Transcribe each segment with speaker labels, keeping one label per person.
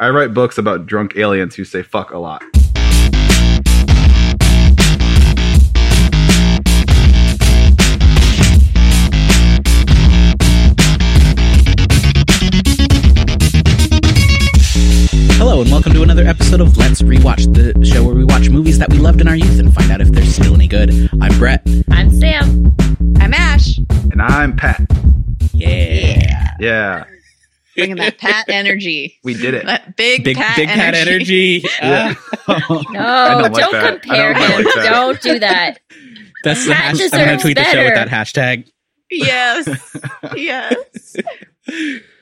Speaker 1: I write books about drunk aliens who say fuck a lot.
Speaker 2: Hello, and welcome to another episode of Let's Rewatch, the show where we watch movies that we loved in our youth and find out if they're still any good. I'm Brett.
Speaker 3: I'm Sam.
Speaker 4: I'm Ash.
Speaker 1: And I'm Pat.
Speaker 2: Yeah.
Speaker 1: Yeah,
Speaker 4: Bringing that Pat energy.
Speaker 1: we did it.
Speaker 4: That big,
Speaker 2: Big,
Speaker 4: Pat
Speaker 2: big
Speaker 4: energy.
Speaker 2: cat energy.
Speaker 1: Yeah.
Speaker 3: No,
Speaker 1: don't
Speaker 3: don't,
Speaker 1: like that.
Speaker 3: compare
Speaker 1: I don't
Speaker 3: him.
Speaker 1: like that.
Speaker 3: don't do that.
Speaker 2: Uh, that's the
Speaker 3: Pat
Speaker 2: hash- I'm going
Speaker 3: deserves
Speaker 2: to tweet the show with that
Speaker 3: better.
Speaker 2: hashtag.
Speaker 4: Yes. yes.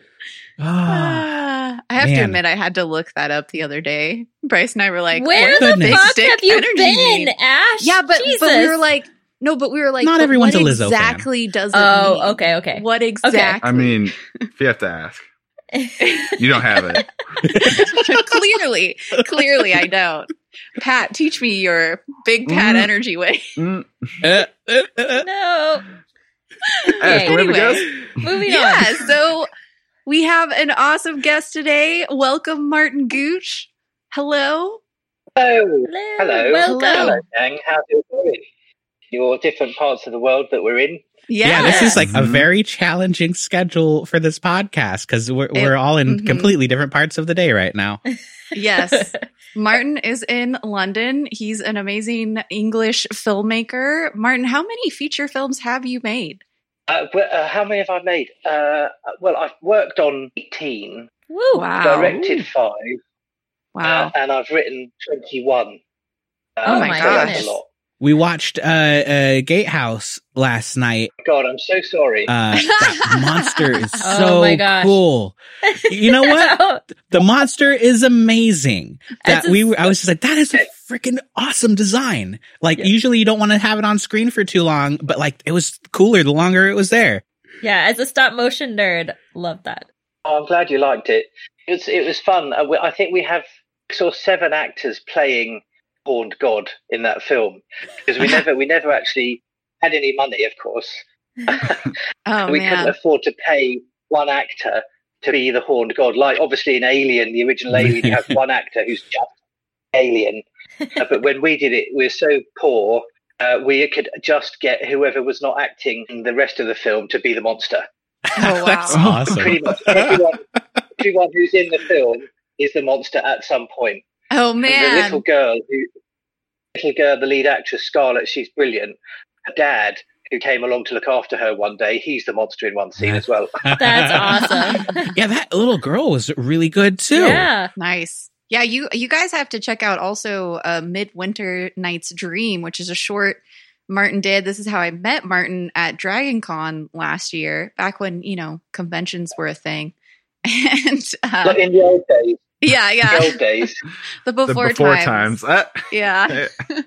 Speaker 2: Ah.
Speaker 4: Ah, I have to
Speaker 2: Man.
Speaker 4: admit, I had to look that up the other day. Bryce and I were like,
Speaker 3: Where
Speaker 4: what
Speaker 3: the
Speaker 4: does big
Speaker 2: goodness.
Speaker 3: fuck
Speaker 4: stick
Speaker 3: have you
Speaker 4: energy
Speaker 3: been,
Speaker 4: mean?
Speaker 3: Ash?
Speaker 4: Yeah, but,
Speaker 3: Jesus.
Speaker 4: but we were like, no, but we were like,
Speaker 2: Not
Speaker 4: but
Speaker 2: everyone's
Speaker 4: what
Speaker 2: a Lizzo fan.
Speaker 4: exactly does it mean?
Speaker 3: oh, okay, okay.
Speaker 4: What exactly?
Speaker 1: I mean, if you have to ask, you don't have it.
Speaker 4: clearly, clearly, I don't. Pat, teach me your big Pat
Speaker 1: Mm.
Speaker 4: energy way.
Speaker 1: Mm.
Speaker 2: Uh, uh, uh.
Speaker 3: no.
Speaker 1: Ash,
Speaker 3: Okay,
Speaker 1: do we have a
Speaker 4: anyway.
Speaker 1: guest?
Speaker 3: moving
Speaker 4: yeah, so we have an awesome guest today. Welcome, Martin Gooch. Hello.
Speaker 5: Hello.
Speaker 3: on. Hello.
Speaker 5: Oh, Hello.
Speaker 3: Welcome.
Speaker 4: Hello.
Speaker 5: gang. How's it going? Your different parts of the world that we're in.
Speaker 2: Yeah, this is like a
Speaker 1: Mhm.
Speaker 2: very challenging schedule for this podcast because we're,
Speaker 4: It-
Speaker 2: we're all in
Speaker 4: mhm.
Speaker 2: completely different parts of the day right now.
Speaker 4: yes. Martin is in London. He's an amazing English filmmaker. Martin, how many feature films have you made?
Speaker 5: Uh, well, uh, how many have I made? Uh, well, I've worked on 18,
Speaker 3: Woo.
Speaker 4: Wow.
Speaker 5: directed five,
Speaker 4: Wow.
Speaker 5: uh, and I've written 21. Uh,
Speaker 3: Oh
Speaker 4: my
Speaker 5: so that's
Speaker 3: goodness.
Speaker 5: a lot.
Speaker 2: We watched uh, uh, Gatehouse last night.
Speaker 5: God, I'm so sorry.
Speaker 2: Uh, that monster is
Speaker 3: Oh
Speaker 2: so
Speaker 3: my gosh.
Speaker 2: cool. You know what? the monster is amazing. That
Speaker 3: That's a-
Speaker 2: we were, I was just like, that is a freaking awesome design. Like
Speaker 5: Yeah.
Speaker 2: usually you don't want to have it on screen for too long, but like it was cooler the longer it was there.
Speaker 3: yeah, as a stop motion nerd, love that.
Speaker 5: Oh, I'm glad you liked it. It was, it was fun. Uh, we, I think we have six or seven actors playing horned god in that film because we never we never actually had any money, of course.
Speaker 4: Oh,
Speaker 5: we
Speaker 4: man.
Speaker 5: couldn't afford to pay one actor to be the horned god. Like obviously in Alien, the original Alien, you have one actor who's just Alien. Uh, but when we did it, we were so poor. Uh, we could just get whoever was not acting in the rest of the film to be the monster.
Speaker 4: Oh,
Speaker 2: That's
Speaker 4: wow.
Speaker 5: Pretty
Speaker 2: awesome.
Speaker 5: much everyone, everyone who's in the film is the monster at some point.
Speaker 4: Oh,
Speaker 5: And the little
Speaker 4: man.
Speaker 5: girl, who, little girl, the lead actress Scarlett, she's brilliant. Her dad, who came along to look after her one day, he's the monster in one scene as well.
Speaker 3: That's awesome.
Speaker 2: Yeah, that little girl was really good too.
Speaker 3: Yeah.
Speaker 4: Nice. Yeah, you you guys have to check out also uh, Midwinter Night's Dream, which is a short Martin did. This is how I met Martin at Dragon Con last year, back when, you know, conventions were a thing. And uh,
Speaker 5: Like in the old days,
Speaker 4: yeah,
Speaker 5: the
Speaker 4: yeah.
Speaker 5: old days.
Speaker 4: The before,
Speaker 1: The before
Speaker 4: times.
Speaker 1: times. Ah,
Speaker 4: Yeah.
Speaker 1: eh,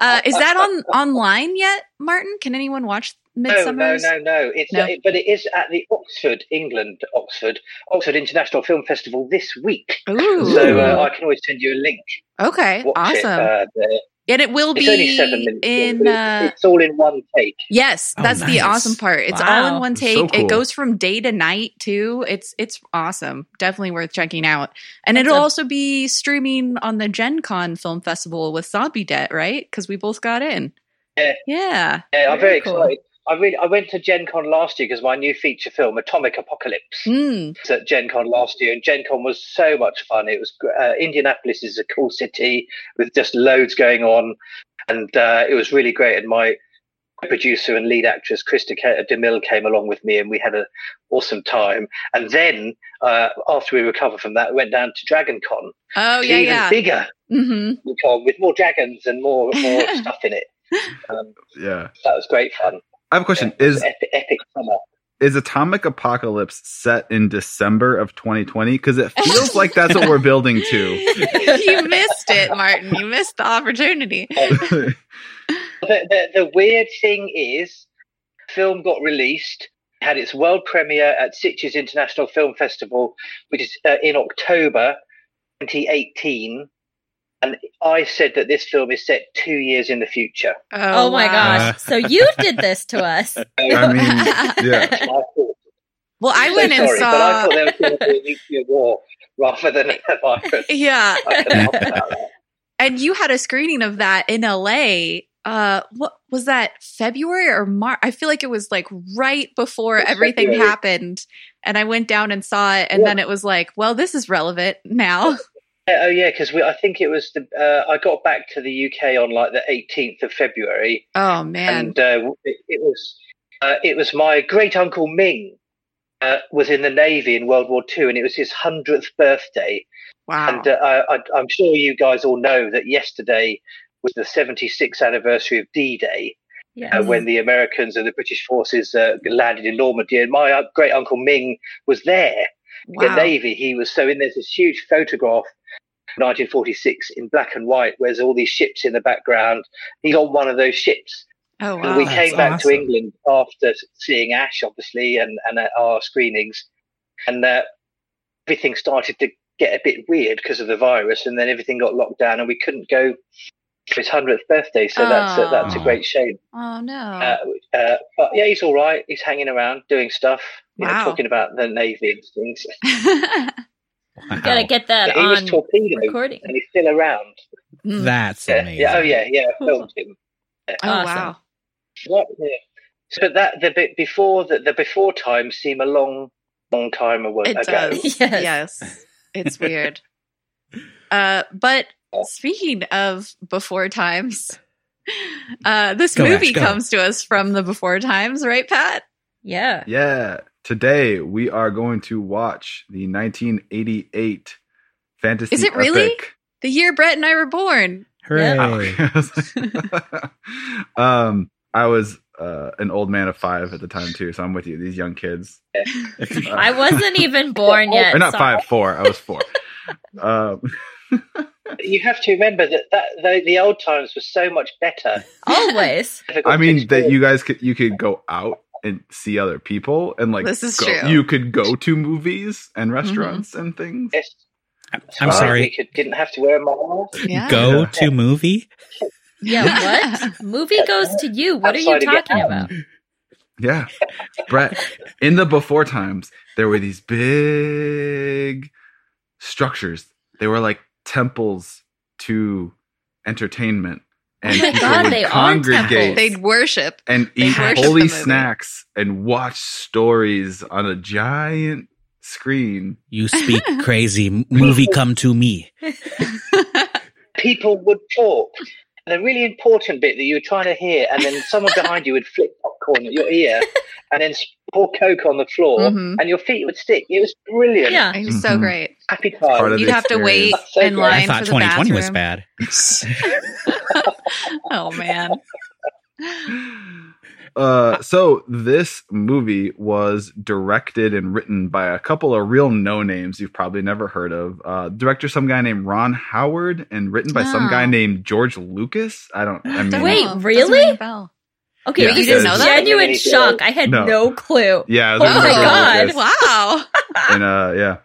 Speaker 4: Uh, is that on online yet, Martin? Can anyone watch
Speaker 5: No, no,
Speaker 4: Midsummer's?
Speaker 5: no, no. It's
Speaker 4: No.
Speaker 5: it- but it is at the Oxford, England, Oxford, Oxford International Film Festival this week.
Speaker 4: Ooh.
Speaker 5: So uh, I can always send you a link.
Speaker 4: okay.
Speaker 5: Watch
Speaker 4: Awesome.
Speaker 5: it. Uh, there.
Speaker 4: and it will
Speaker 5: It's
Speaker 4: be
Speaker 5: only seven minutes. long,
Speaker 4: in.
Speaker 5: but
Speaker 4: Uh,
Speaker 5: it's, it's all in one take.
Speaker 4: Yes,
Speaker 2: Oh,
Speaker 4: that's the
Speaker 2: nice.
Speaker 4: awesome part. It's all in
Speaker 3: Wow.
Speaker 4: one
Speaker 1: So
Speaker 4: take.
Speaker 1: cool.
Speaker 4: It goes from day to night too. It's it's awesome. Definitely worth checking out. And
Speaker 3: That's
Speaker 4: it'll
Speaker 3: a-
Speaker 4: also be streaming on the Gen Con Film Festival with Zombie Debt, right? Because we both got in.
Speaker 5: Yeah.
Speaker 4: Yeah.
Speaker 5: Yeah, I'm very
Speaker 3: Very cool.
Speaker 5: excited. I really I went to Gen Con last year because my new feature film, Atomic Apocalypse,
Speaker 4: Mm.
Speaker 5: was at Gen Con last year, and Gen Con was so much fun. It was gr- uh, Indianapolis is a cool city with just loads going on, and uh, it was really great. And my producer and lead actress Krista Ca- DeMille came along with me, and we had an awesome time. And then uh, after we recovered from that, we went down to Dragon Con,
Speaker 4: Oh
Speaker 5: It's
Speaker 4: yeah,
Speaker 5: even
Speaker 4: yeah.
Speaker 5: bigger
Speaker 4: hmm
Speaker 5: con with more dragons and more more stuff in it. Um,
Speaker 1: yeah.
Speaker 5: that was great fun.
Speaker 1: I have a question.
Speaker 5: Yeah, it
Speaker 1: Is
Speaker 5: was epic, epic summer?
Speaker 1: is Atomic Apocalypse set in December of 2020? Because it feels like that's what we're building to.
Speaker 4: you missed it, Martin. You missed the opportunity.
Speaker 5: the, the, the weird thing is, film got released, had its world premiere at Sitges International Film Festival, which is uh, in October 2018. And I said that this film is set two years in the future.
Speaker 3: Oh, my
Speaker 4: wow.
Speaker 2: wow.
Speaker 3: gosh. So you did this to us.
Speaker 1: I mean, yeah.
Speaker 5: I thought,
Speaker 4: Well, I
Speaker 5: I'm
Speaker 4: went
Speaker 5: so
Speaker 4: and
Speaker 5: sorry,
Speaker 4: saw.
Speaker 5: but I thought there was going to be a nuclear war. rather than a virus.
Speaker 4: Yeah.
Speaker 5: I can laugh about that.
Speaker 4: And you had a screening of that in LA. Uh, what was that February or March? I feel like it was like right before
Speaker 5: It was
Speaker 4: everything
Speaker 5: February.
Speaker 4: happened. And I went down and saw it. And
Speaker 5: Yeah.
Speaker 4: then it was like, well, this is relevant now.
Speaker 5: Yeah, oh yeah, because I think it was the uh, I got back to the UK on like the 18th of February,
Speaker 4: Oh, man.
Speaker 5: and uh, it, it was uh, it was my great uncle Ming uh, was in the navy in World War Two, and it was his hundredth birthday.
Speaker 4: Wow.
Speaker 5: And uh, I, I- I'm sure you guys all know that yesterday was the 76th anniversary of D-Day,
Speaker 3: Yes.
Speaker 4: Mm.
Speaker 5: uh, when the Americans and the British forces uh, landed in Normandy. And my uh, great uncle Ming was there in
Speaker 4: Wow.
Speaker 5: the navy. He was so in. There's this huge photograph. 1946 in black and white, where's all these ships in the background. He's on one of those ships.
Speaker 4: Oh,
Speaker 5: And we
Speaker 4: wow.
Speaker 2: That's
Speaker 5: came back
Speaker 2: awesome.
Speaker 5: to England after seeing Ash, obviously, and, and at our screenings, and uh, everything started to get a bit weird because of the virus, and then everything got locked down, and we couldn't go for his hundredth birthday. So that's a, that's a
Speaker 2: Aw.
Speaker 5: great shame.
Speaker 4: Oh,
Speaker 5: Uh,
Speaker 4: no.
Speaker 5: uh, but yeah, he's all right. He's hanging around doing stuff, you know,
Speaker 4: Wow.
Speaker 5: talking about the navy and things.
Speaker 2: Wow.
Speaker 3: Gotta get that
Speaker 5: he was
Speaker 3: on
Speaker 5: torpedoed,
Speaker 3: recording.
Speaker 5: and he's still around.
Speaker 4: Mm.
Speaker 2: That's
Speaker 5: Yeah,
Speaker 2: amazing.
Speaker 5: yeah, oh yeah, yeah, I
Speaker 3: Cool.
Speaker 5: filmed him.
Speaker 4: oh,
Speaker 3: Awesome.
Speaker 4: wow.
Speaker 5: Right, yeah. So that the bit before the, the before times seem a long, long time ago.
Speaker 4: It does.
Speaker 3: Yes.
Speaker 4: yes. It's weird. Uh, but speaking of before times, uh, this
Speaker 2: Go, Ash,
Speaker 4: movie
Speaker 2: go.
Speaker 4: comes to us from the before times, right, Pat?
Speaker 3: Yeah.
Speaker 1: Yeah. Today we are going to watch the 1988 fantasy.
Speaker 4: Is it really?
Speaker 1: epic-
Speaker 4: The year Brett and I were born.
Speaker 2: Hooray.
Speaker 1: Ow. um, I was uh, an old man of five at the time too, so I'm with you. These young kids. Uh,
Speaker 3: I wasn't even born yet.
Speaker 1: Or not
Speaker 3: so-
Speaker 1: five, four. I was four. um,
Speaker 5: You have to remember that, that the, the old times were so much better.
Speaker 3: Always.
Speaker 5: Never got
Speaker 1: I
Speaker 5: to
Speaker 1: mean that
Speaker 5: experience-
Speaker 1: you guys could you could go out and see other people and like
Speaker 4: This is
Speaker 1: go-
Speaker 4: true. Mm-hmm.
Speaker 1: you could go to movies and restaurants and things.
Speaker 5: Yes, it's
Speaker 2: I'm
Speaker 5: right,
Speaker 2: sorry.
Speaker 5: We could, didn't have to wear a mask.
Speaker 4: Yeah.
Speaker 2: Go
Speaker 1: Yeah.
Speaker 2: to movie?
Speaker 3: Yeah, what? Movie goes to you. What are you
Speaker 5: Outside again.
Speaker 3: talking
Speaker 1: Um,
Speaker 3: about?
Speaker 1: Yeah. Brett, in the before times, there were these big structures. They were like temples to entertainment. And
Speaker 3: Oh my
Speaker 1: people
Speaker 3: God,
Speaker 1: would
Speaker 3: they are
Speaker 1: congregate
Speaker 3: temples.
Speaker 4: They'd worship.
Speaker 1: and
Speaker 4: they
Speaker 1: eat
Speaker 4: worship the
Speaker 1: holy
Speaker 4: movie.
Speaker 1: snacks and watch stories on a giant screen.
Speaker 2: You speak crazy. M- Movie come to me.
Speaker 5: People would talk. The really important bit that you were trying to hear, and then someone behind you would flip popcorn at your ear, and then pour coke on the floor,
Speaker 4: Mhm.
Speaker 5: and your feet would stick. It was brilliant.
Speaker 3: Yeah.
Speaker 4: It was
Speaker 1: Mhm.
Speaker 4: so great.
Speaker 5: Happy
Speaker 1: Part
Speaker 5: time.
Speaker 1: of
Speaker 4: You'd
Speaker 1: the
Speaker 4: have to wait
Speaker 1: experience.
Speaker 5: So
Speaker 4: in
Speaker 5: good.
Speaker 4: line
Speaker 2: Mm-hmm. I thought
Speaker 4: for the
Speaker 2: 2020 was
Speaker 4: bathroom.
Speaker 2: bad.
Speaker 4: oh man.
Speaker 1: Uh, so this movie was directed and written by a couple of real no names you've probably never heard of. Uh, director, some guy named Ron Howard, and written by some
Speaker 4: Oh.
Speaker 1: guy named George Lucas. I don't. I mean,
Speaker 3: Wait,
Speaker 4: Oh, doesn't
Speaker 3: really?
Speaker 4: ring a bell.
Speaker 3: Okay,
Speaker 1: Yeah,
Speaker 3: this
Speaker 1: you
Speaker 3: is
Speaker 1: didn't know
Speaker 4: that?
Speaker 3: genuine shock. I had
Speaker 1: No.
Speaker 3: no, clue.
Speaker 1: yeah.
Speaker 3: Oh my God.
Speaker 1: there's George Lucas
Speaker 4: Wow.
Speaker 1: And uh, yeah.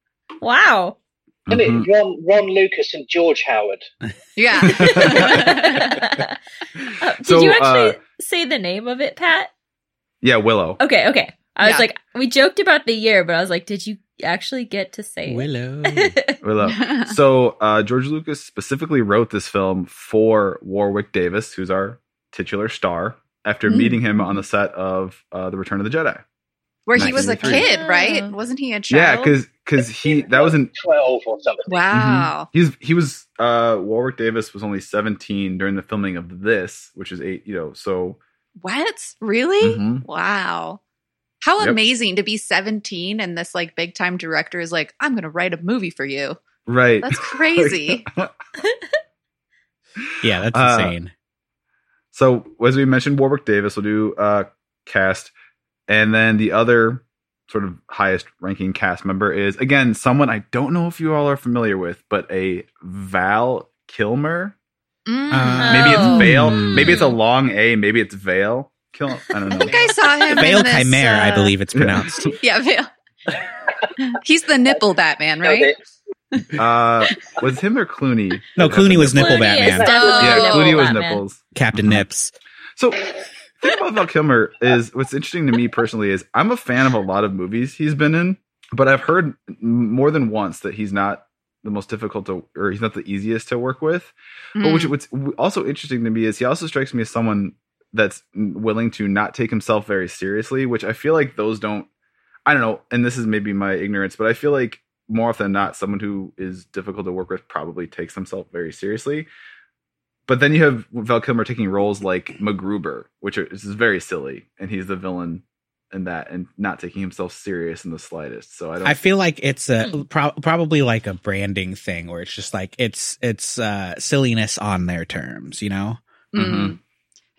Speaker 3: Wow.
Speaker 5: Isn't it
Speaker 1: Mhm.
Speaker 5: Ron, Ron Lucas and George Howard.
Speaker 4: Yeah.
Speaker 3: Uh, did
Speaker 1: So,
Speaker 3: you actually
Speaker 1: uh,
Speaker 3: say the name of it, Pat?
Speaker 1: Yeah, Willow.
Speaker 3: Okay, okay. I
Speaker 4: Yeah.
Speaker 3: was like, we joked about the year, but I was like, did you actually get to say it?
Speaker 2: Willow.
Speaker 4: uh,
Speaker 1: Willow. so uh, George Lucas specifically wrote this film for Warwick Davis, who's our titular star, after
Speaker 4: Mm.
Speaker 1: meeting him on the set of uh, The Return of the Jedi.
Speaker 4: Where he was a
Speaker 1: 1993.
Speaker 4: kid, right?
Speaker 3: Oh.
Speaker 4: Wasn't he a
Speaker 1: Yeah,
Speaker 4: child?
Speaker 1: because because he that was an
Speaker 5: twelve or something.
Speaker 2: Mm-hmm.
Speaker 4: Wow.
Speaker 1: he's he was uh Warwick Davis was only 17 during the filming of this, which is eight, you know, so
Speaker 4: What? Really?
Speaker 1: Mhm.
Speaker 4: Wow. How
Speaker 1: Yep.
Speaker 4: amazing to be 17 and this like big time director is like, I'm going to write a movie for you.
Speaker 1: right.
Speaker 4: That's crazy.
Speaker 2: Yeah, that's
Speaker 1: Uh,
Speaker 2: insane.
Speaker 1: So as we mentioned, Warwick Davis will do uh, cast, and then the other sort of highest ranking cast member is again someone I don't know if you all are familiar with, but a Val Kilmer.
Speaker 4: Mm.
Speaker 2: Uh,
Speaker 1: Maybe it's
Speaker 3: Oh.
Speaker 1: Vale.
Speaker 2: Hmm.
Speaker 1: Maybe it's a long A. Maybe it's Vale. Kilmer. I don't know.
Speaker 4: I think I saw him.
Speaker 2: Veil
Speaker 4: in this,
Speaker 2: Chimera, I
Speaker 4: uh,
Speaker 2: believe it's
Speaker 1: Yeah.
Speaker 2: pronounced.
Speaker 4: Yeah, Vale. He's the nipple Batman,
Speaker 5: Killed
Speaker 4: right?
Speaker 5: it.
Speaker 1: uh, was him or Clooney?
Speaker 2: No,
Speaker 1: that had
Speaker 2: Clooney
Speaker 1: the
Speaker 2: was
Speaker 1: nipples?
Speaker 2: Nipple
Speaker 3: Clooney
Speaker 2: Batman.
Speaker 3: is definitely
Speaker 1: Yeah,
Speaker 4: Oh,
Speaker 3: Nipple
Speaker 1: Clooney was
Speaker 3: Batman.
Speaker 1: nipples.
Speaker 2: Captain Nips.
Speaker 1: So thing about Val Kilmer is what's interesting to me personally is I'm a fan of a lot of movies he's been in. But I've heard m- more than once that he's not the most difficult to, or he's not the easiest to work with. But which what's also interesting to me is he also strikes me as someone that's willing to not take himself very seriously, which I feel like those don't. I don't know, and this is maybe my ignorance, but I feel like more often than not, someone who is difficult to work with probably takes himself very seriously. But then you have Val Kilmer taking roles like MacGruber, which are, this is very silly, and he's the villain in that, and not taking himself serious in the slightest. So I don't.
Speaker 2: I feel like it's
Speaker 4: Hmm.
Speaker 2: a pro- probably like a branding thing where it's just like it's it's uh, silliness on their terms, you know.
Speaker 1: Mhm.
Speaker 4: Mm-hmm.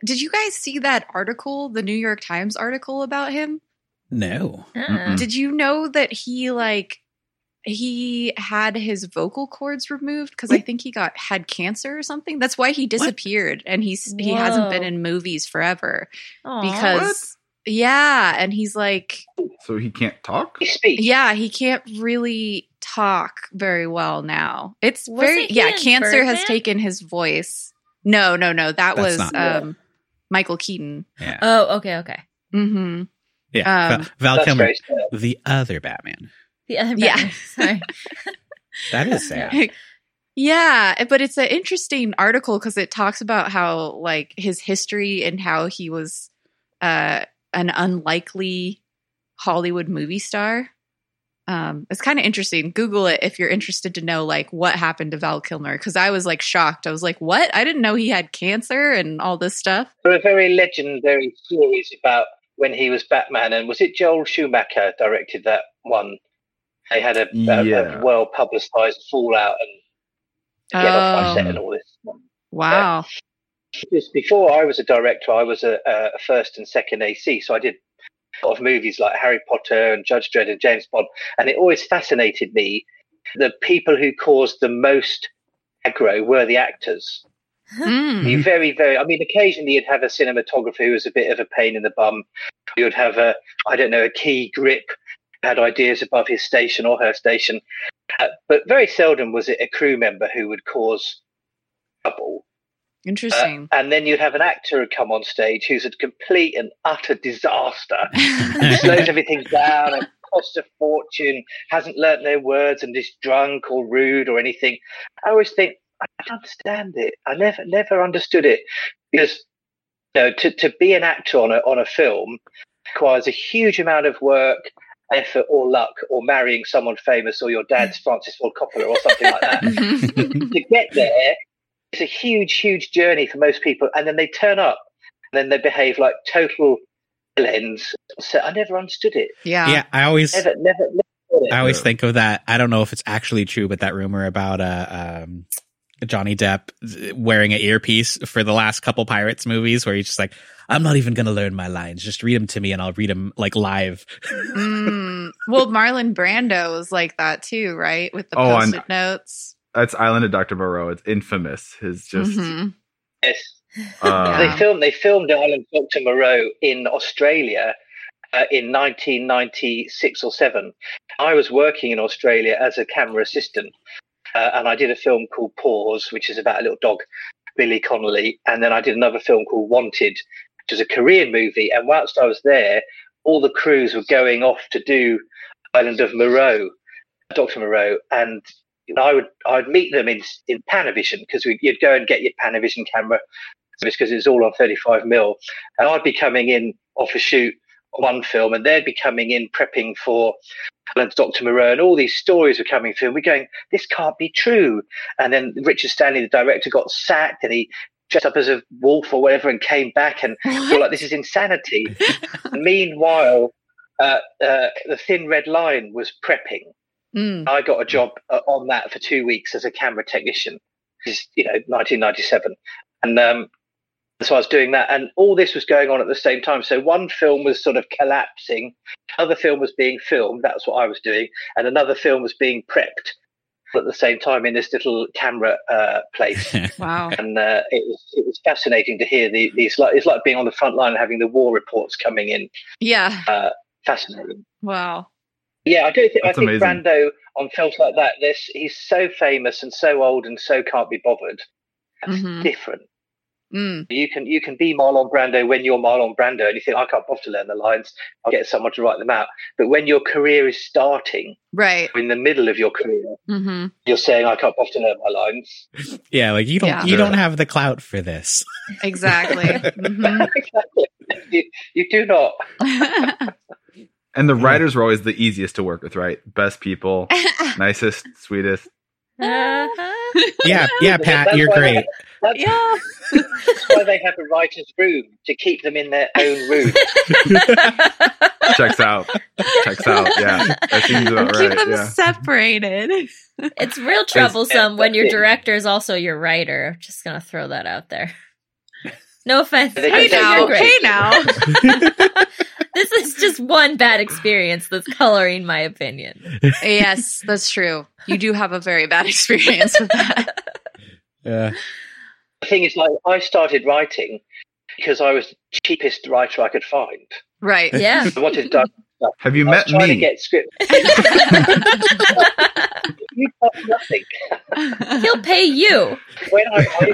Speaker 4: Did you guys see that article, the New York Times article about him?
Speaker 2: No,
Speaker 3: Uh-uh.
Speaker 4: Did you know that he like he had his vocal cords removed because I think he got had cancer or something? That's why he disappeared and he's he hasn't been
Speaker 3: Whoa.
Speaker 4: in movies forever
Speaker 3: Aw.
Speaker 4: because yeah, and he's like
Speaker 1: so he can't talk.
Speaker 5: He speaks.
Speaker 4: yeah, he can't really talk very well now. It's
Speaker 3: Wasn't
Speaker 4: very
Speaker 3: he
Speaker 4: yeah,
Speaker 3: in
Speaker 4: cancer has
Speaker 3: Birdman?
Speaker 4: taken his voice. No, no, no, that
Speaker 2: That's
Speaker 4: was
Speaker 2: not-
Speaker 4: um Michael Keaton.
Speaker 2: yeah,
Speaker 3: Oh, okay, okay.
Speaker 4: Mhm.
Speaker 2: yeah.
Speaker 4: Uh, um,
Speaker 2: Val, Val
Speaker 5: That's
Speaker 2: Kilmer,
Speaker 5: very sad.
Speaker 2: the other Batman.
Speaker 3: The other
Speaker 4: Yeah.
Speaker 3: Batman. Sorry.
Speaker 2: That is sad.
Speaker 4: yeah, but it's an interesting article because it talks about how like his history and how he was uh, an unlikely Hollywood movie star. Um, it's kind of interesting. Google it if you're interested to know like what happened to Val Kilmer because I was like shocked. I was like, "What? I didn't know he had cancer and all this stuff."
Speaker 5: There are very legendary stories about when he was Batman, and was it Joel Schumacher directed that one? They had a, a-
Speaker 1: Yeah.
Speaker 5: a well publicized fallout and get off
Speaker 4: Oh.
Speaker 5: on set and all this.
Speaker 4: Wow.
Speaker 5: Just before I was a director, I was a, a first and second AC, so I did a lot of movies like Harry Potter and Judge Dredd and James Bond, and it always fascinated me. The people who caused the most aggro were the actors.
Speaker 4: Mm.
Speaker 5: You very, very. I mean, occasionally you'd have a cinematographer who was a bit of a pain in the bum. You'd have a, I don't know, a key grip had ideas above his station or her station, uh, but very seldom was it a crew member who would cause trouble. Uh,
Speaker 4: Interesting.
Speaker 5: and then you'd have an actor who come on stage who's a complete and utter disaster, slows everything down and costs a fortune, hasn't learnt their words and is drunk or rude or anything. I always think I don't understand it. I never never understood it because you know to, to be an actor on a on a film requires a huge amount of work, effort or luck or marrying someone famous or your dad's Francis Ford Coppola or something like that to get there it's a huge, huge journey for most people. And then they turn up and then they behave like total villains. So I never understood it.
Speaker 4: yeah.
Speaker 2: yeah, I always
Speaker 5: Never, never, never understood it.
Speaker 2: I always
Speaker 1: Yeah.
Speaker 2: think of that. I don't know if it's actually true, but that rumor about uh, um, Johnny Depp wearing an earpiece for the last couple Pirates movies, where he's just like, "I'm not even gonna learn my lines. Just read them to me, and I'll read them like live."
Speaker 4: Mm. Well, Marlon Brando was like that too, right? With the
Speaker 1: Oh, I
Speaker 4: post-it notes.
Speaker 1: That's Island of Doctor Moreau. It's infamous. His just
Speaker 4: Mhm.
Speaker 5: Yes.
Speaker 1: uh,
Speaker 4: Yeah.
Speaker 5: They filmed, they filmed Island Doctor Moreau in Australia uh, in 1996 or seven. I was working in Australia as a camera assistant, uh, and I did a film called Pause, which is about a little dog, Billy Connolly, and then I did another film called Wanted, which is a Korean movie. And whilst I was there, all the crews were going off to do Island of Moreau, Doctor Moreau, and you know, I would I'd meet them in in Panavision because you'd go and get your Panavision camera because it's all on 35 mil, and I'd be coming in off a shoot on one film, and they'd be coming in prepping for Alan's Doctor Moreau, and all these stories were coming through, and we're going, this can't be true. And then Richard Stanley, the director, got sacked, and he dressed up as a wolf or whatever, and came back, and we were like, this is insanity. Meanwhile, uh, uh, the Thin Red Line was prepping.
Speaker 4: Mm.
Speaker 5: I got a job uh, on that for two weeks as a camera technician. This is, you know, 1997. And um, so I was doing that. And all this was going on at the same time. So one film was sort of collapsing, another film was being filmed. That's what I was doing. And another film was being prepped at the same time in this little camera uh, place
Speaker 4: Wow.
Speaker 5: and uh, it was it was fascinating to hear the, the it's like it's like being on the front line and having the war reports coming in.
Speaker 4: Yeah.
Speaker 5: Fascinating.
Speaker 4: Wow.
Speaker 5: Yeah, I don't think
Speaker 1: That's
Speaker 5: I think
Speaker 1: amazing.
Speaker 5: Brando on films like that. This he's so famous and so old and so can't be bothered. That's
Speaker 4: Mhm.
Speaker 5: different.
Speaker 4: Mm.
Speaker 5: You can you can be Marlon Brando when you're Marlon Brando, and you think I can't bother to learn the lines. I'll get someone to write them out. But when your career is starting,
Speaker 4: Right.
Speaker 5: in the middle of your career,
Speaker 4: Mm-hmm.
Speaker 5: you're saying I can't bother to learn my lines.
Speaker 2: Yeah, like you don't
Speaker 4: Yeah.
Speaker 2: you don't have the clout for this.
Speaker 4: Exactly. Mhm.
Speaker 5: Exactly. you, you do not.
Speaker 1: And the
Speaker 2: Yeah.
Speaker 1: writers were always the easiest to work with, right? Best people, nicest, sweetest.
Speaker 3: Uh-huh.
Speaker 2: Yeah, yeah, Pat,
Speaker 5: That's
Speaker 2: you're
Speaker 5: why-
Speaker 2: great.
Speaker 5: That's
Speaker 4: yeah.
Speaker 5: why they have a writer's room to keep them in their own room.
Speaker 1: Checks out. Checks out. Yeah. That seems about
Speaker 4: Keep
Speaker 1: right.
Speaker 4: them
Speaker 1: Yeah.
Speaker 4: separated.
Speaker 3: it's real troublesome when your
Speaker 5: That's it.
Speaker 3: director is also your writer. I'm just gonna throw that out there. No offense.
Speaker 5: They
Speaker 4: Hey
Speaker 5: can say
Speaker 4: now.
Speaker 3: You're
Speaker 5: you're
Speaker 3: great.
Speaker 4: Hey now.
Speaker 3: This is just one bad experience that's coloring my opinion.
Speaker 4: yes, that's true. You do have a very bad experience with that.
Speaker 2: Yeah.
Speaker 5: The thing is, like, I started writing because I was the cheapest writer I could find.
Speaker 4: Right.
Speaker 3: Yeah.
Speaker 5: I wanted to do-
Speaker 1: Have you
Speaker 5: I was
Speaker 1: met
Speaker 5: trying
Speaker 1: me?
Speaker 5: to get script. You got nothing.
Speaker 3: He'll pay you.
Speaker 5: When I, I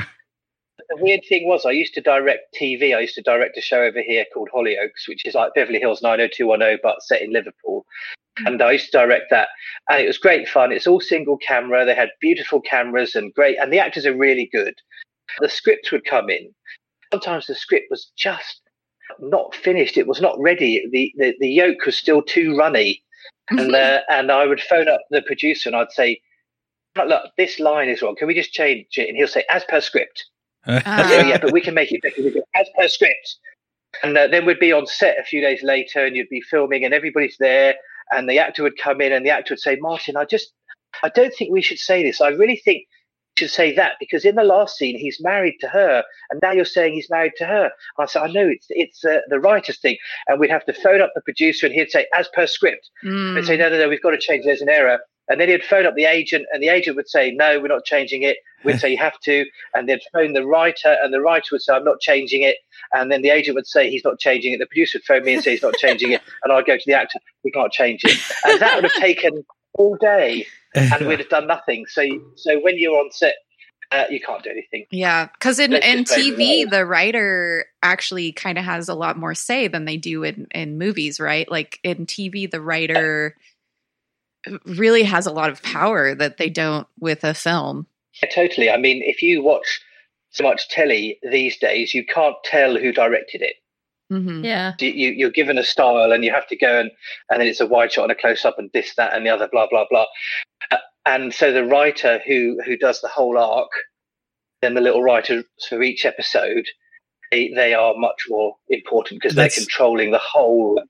Speaker 5: the weird thing was, I used to direct TV. I used to direct a show over here called Hollyoaks, which is like Beverly Hills 90210, but set in Liverpool. And I used to direct that, and it was great fun. It's all single camera. They had beautiful cameras and great, and the actors are really good. The scripts would come in. Sometimes the script was just not finished. It was not ready. The the, the yolk was still too runny,
Speaker 4: Mm-hmm.
Speaker 5: and uh, and I would phone up the producer and I'd say. Look, this line is wrong. Can we just change it? And he'll say, as per script. Yeah, yeah, but we can make it better with it, as per script. And uh, then we'd be on set a few days later, and you'd be filming, and everybody's there, and the actor would come in, and the actor would say, "Martin, I just, I don't think we should say this. I really think we should say that because in the last scene he's married to her, and now you're saying he's married to her." I said, "I know it's it's uh, the writer's thing," and we'd have to phone up the producer, and he'd say, "As per script." They'd say,
Speaker 4: Mm.
Speaker 5: no, no, no, we've got to change. There's an error. And then he'd phone up the agent, and the agent would say, no, we're not changing it. We'd say, you have to. And they'd phone the writer, and the writer would say, I'm not changing it. And then the agent would say, he's not changing it. The producer would phone me and say, he's not changing it. And I'd go to the actor, we can't change it. And that would have taken all day, and we'd have done nothing. So, so when you're on set, uh, you can't do anything.
Speaker 4: Yeah, because in,
Speaker 5: Let's
Speaker 4: in
Speaker 5: just say
Speaker 4: TV, the writer actually kind of has a lot more say than they do in, in movies, right? Like in TV, the writer really has a lot of power that they don't with a film.
Speaker 5: Yeah, totally. I mean, if you watch so much telly these days, you can't tell who directed it.
Speaker 4: hmm
Speaker 3: Yeah.
Speaker 5: you, you- you're given a style and you have to go and and then it's a wide shot and a close up and this that and the other blah blah blah Uh, and so the writer who who does the whole arc then the little writers for each episode they, they are much more important because they're
Speaker 2: That's-
Speaker 5: controlling the whole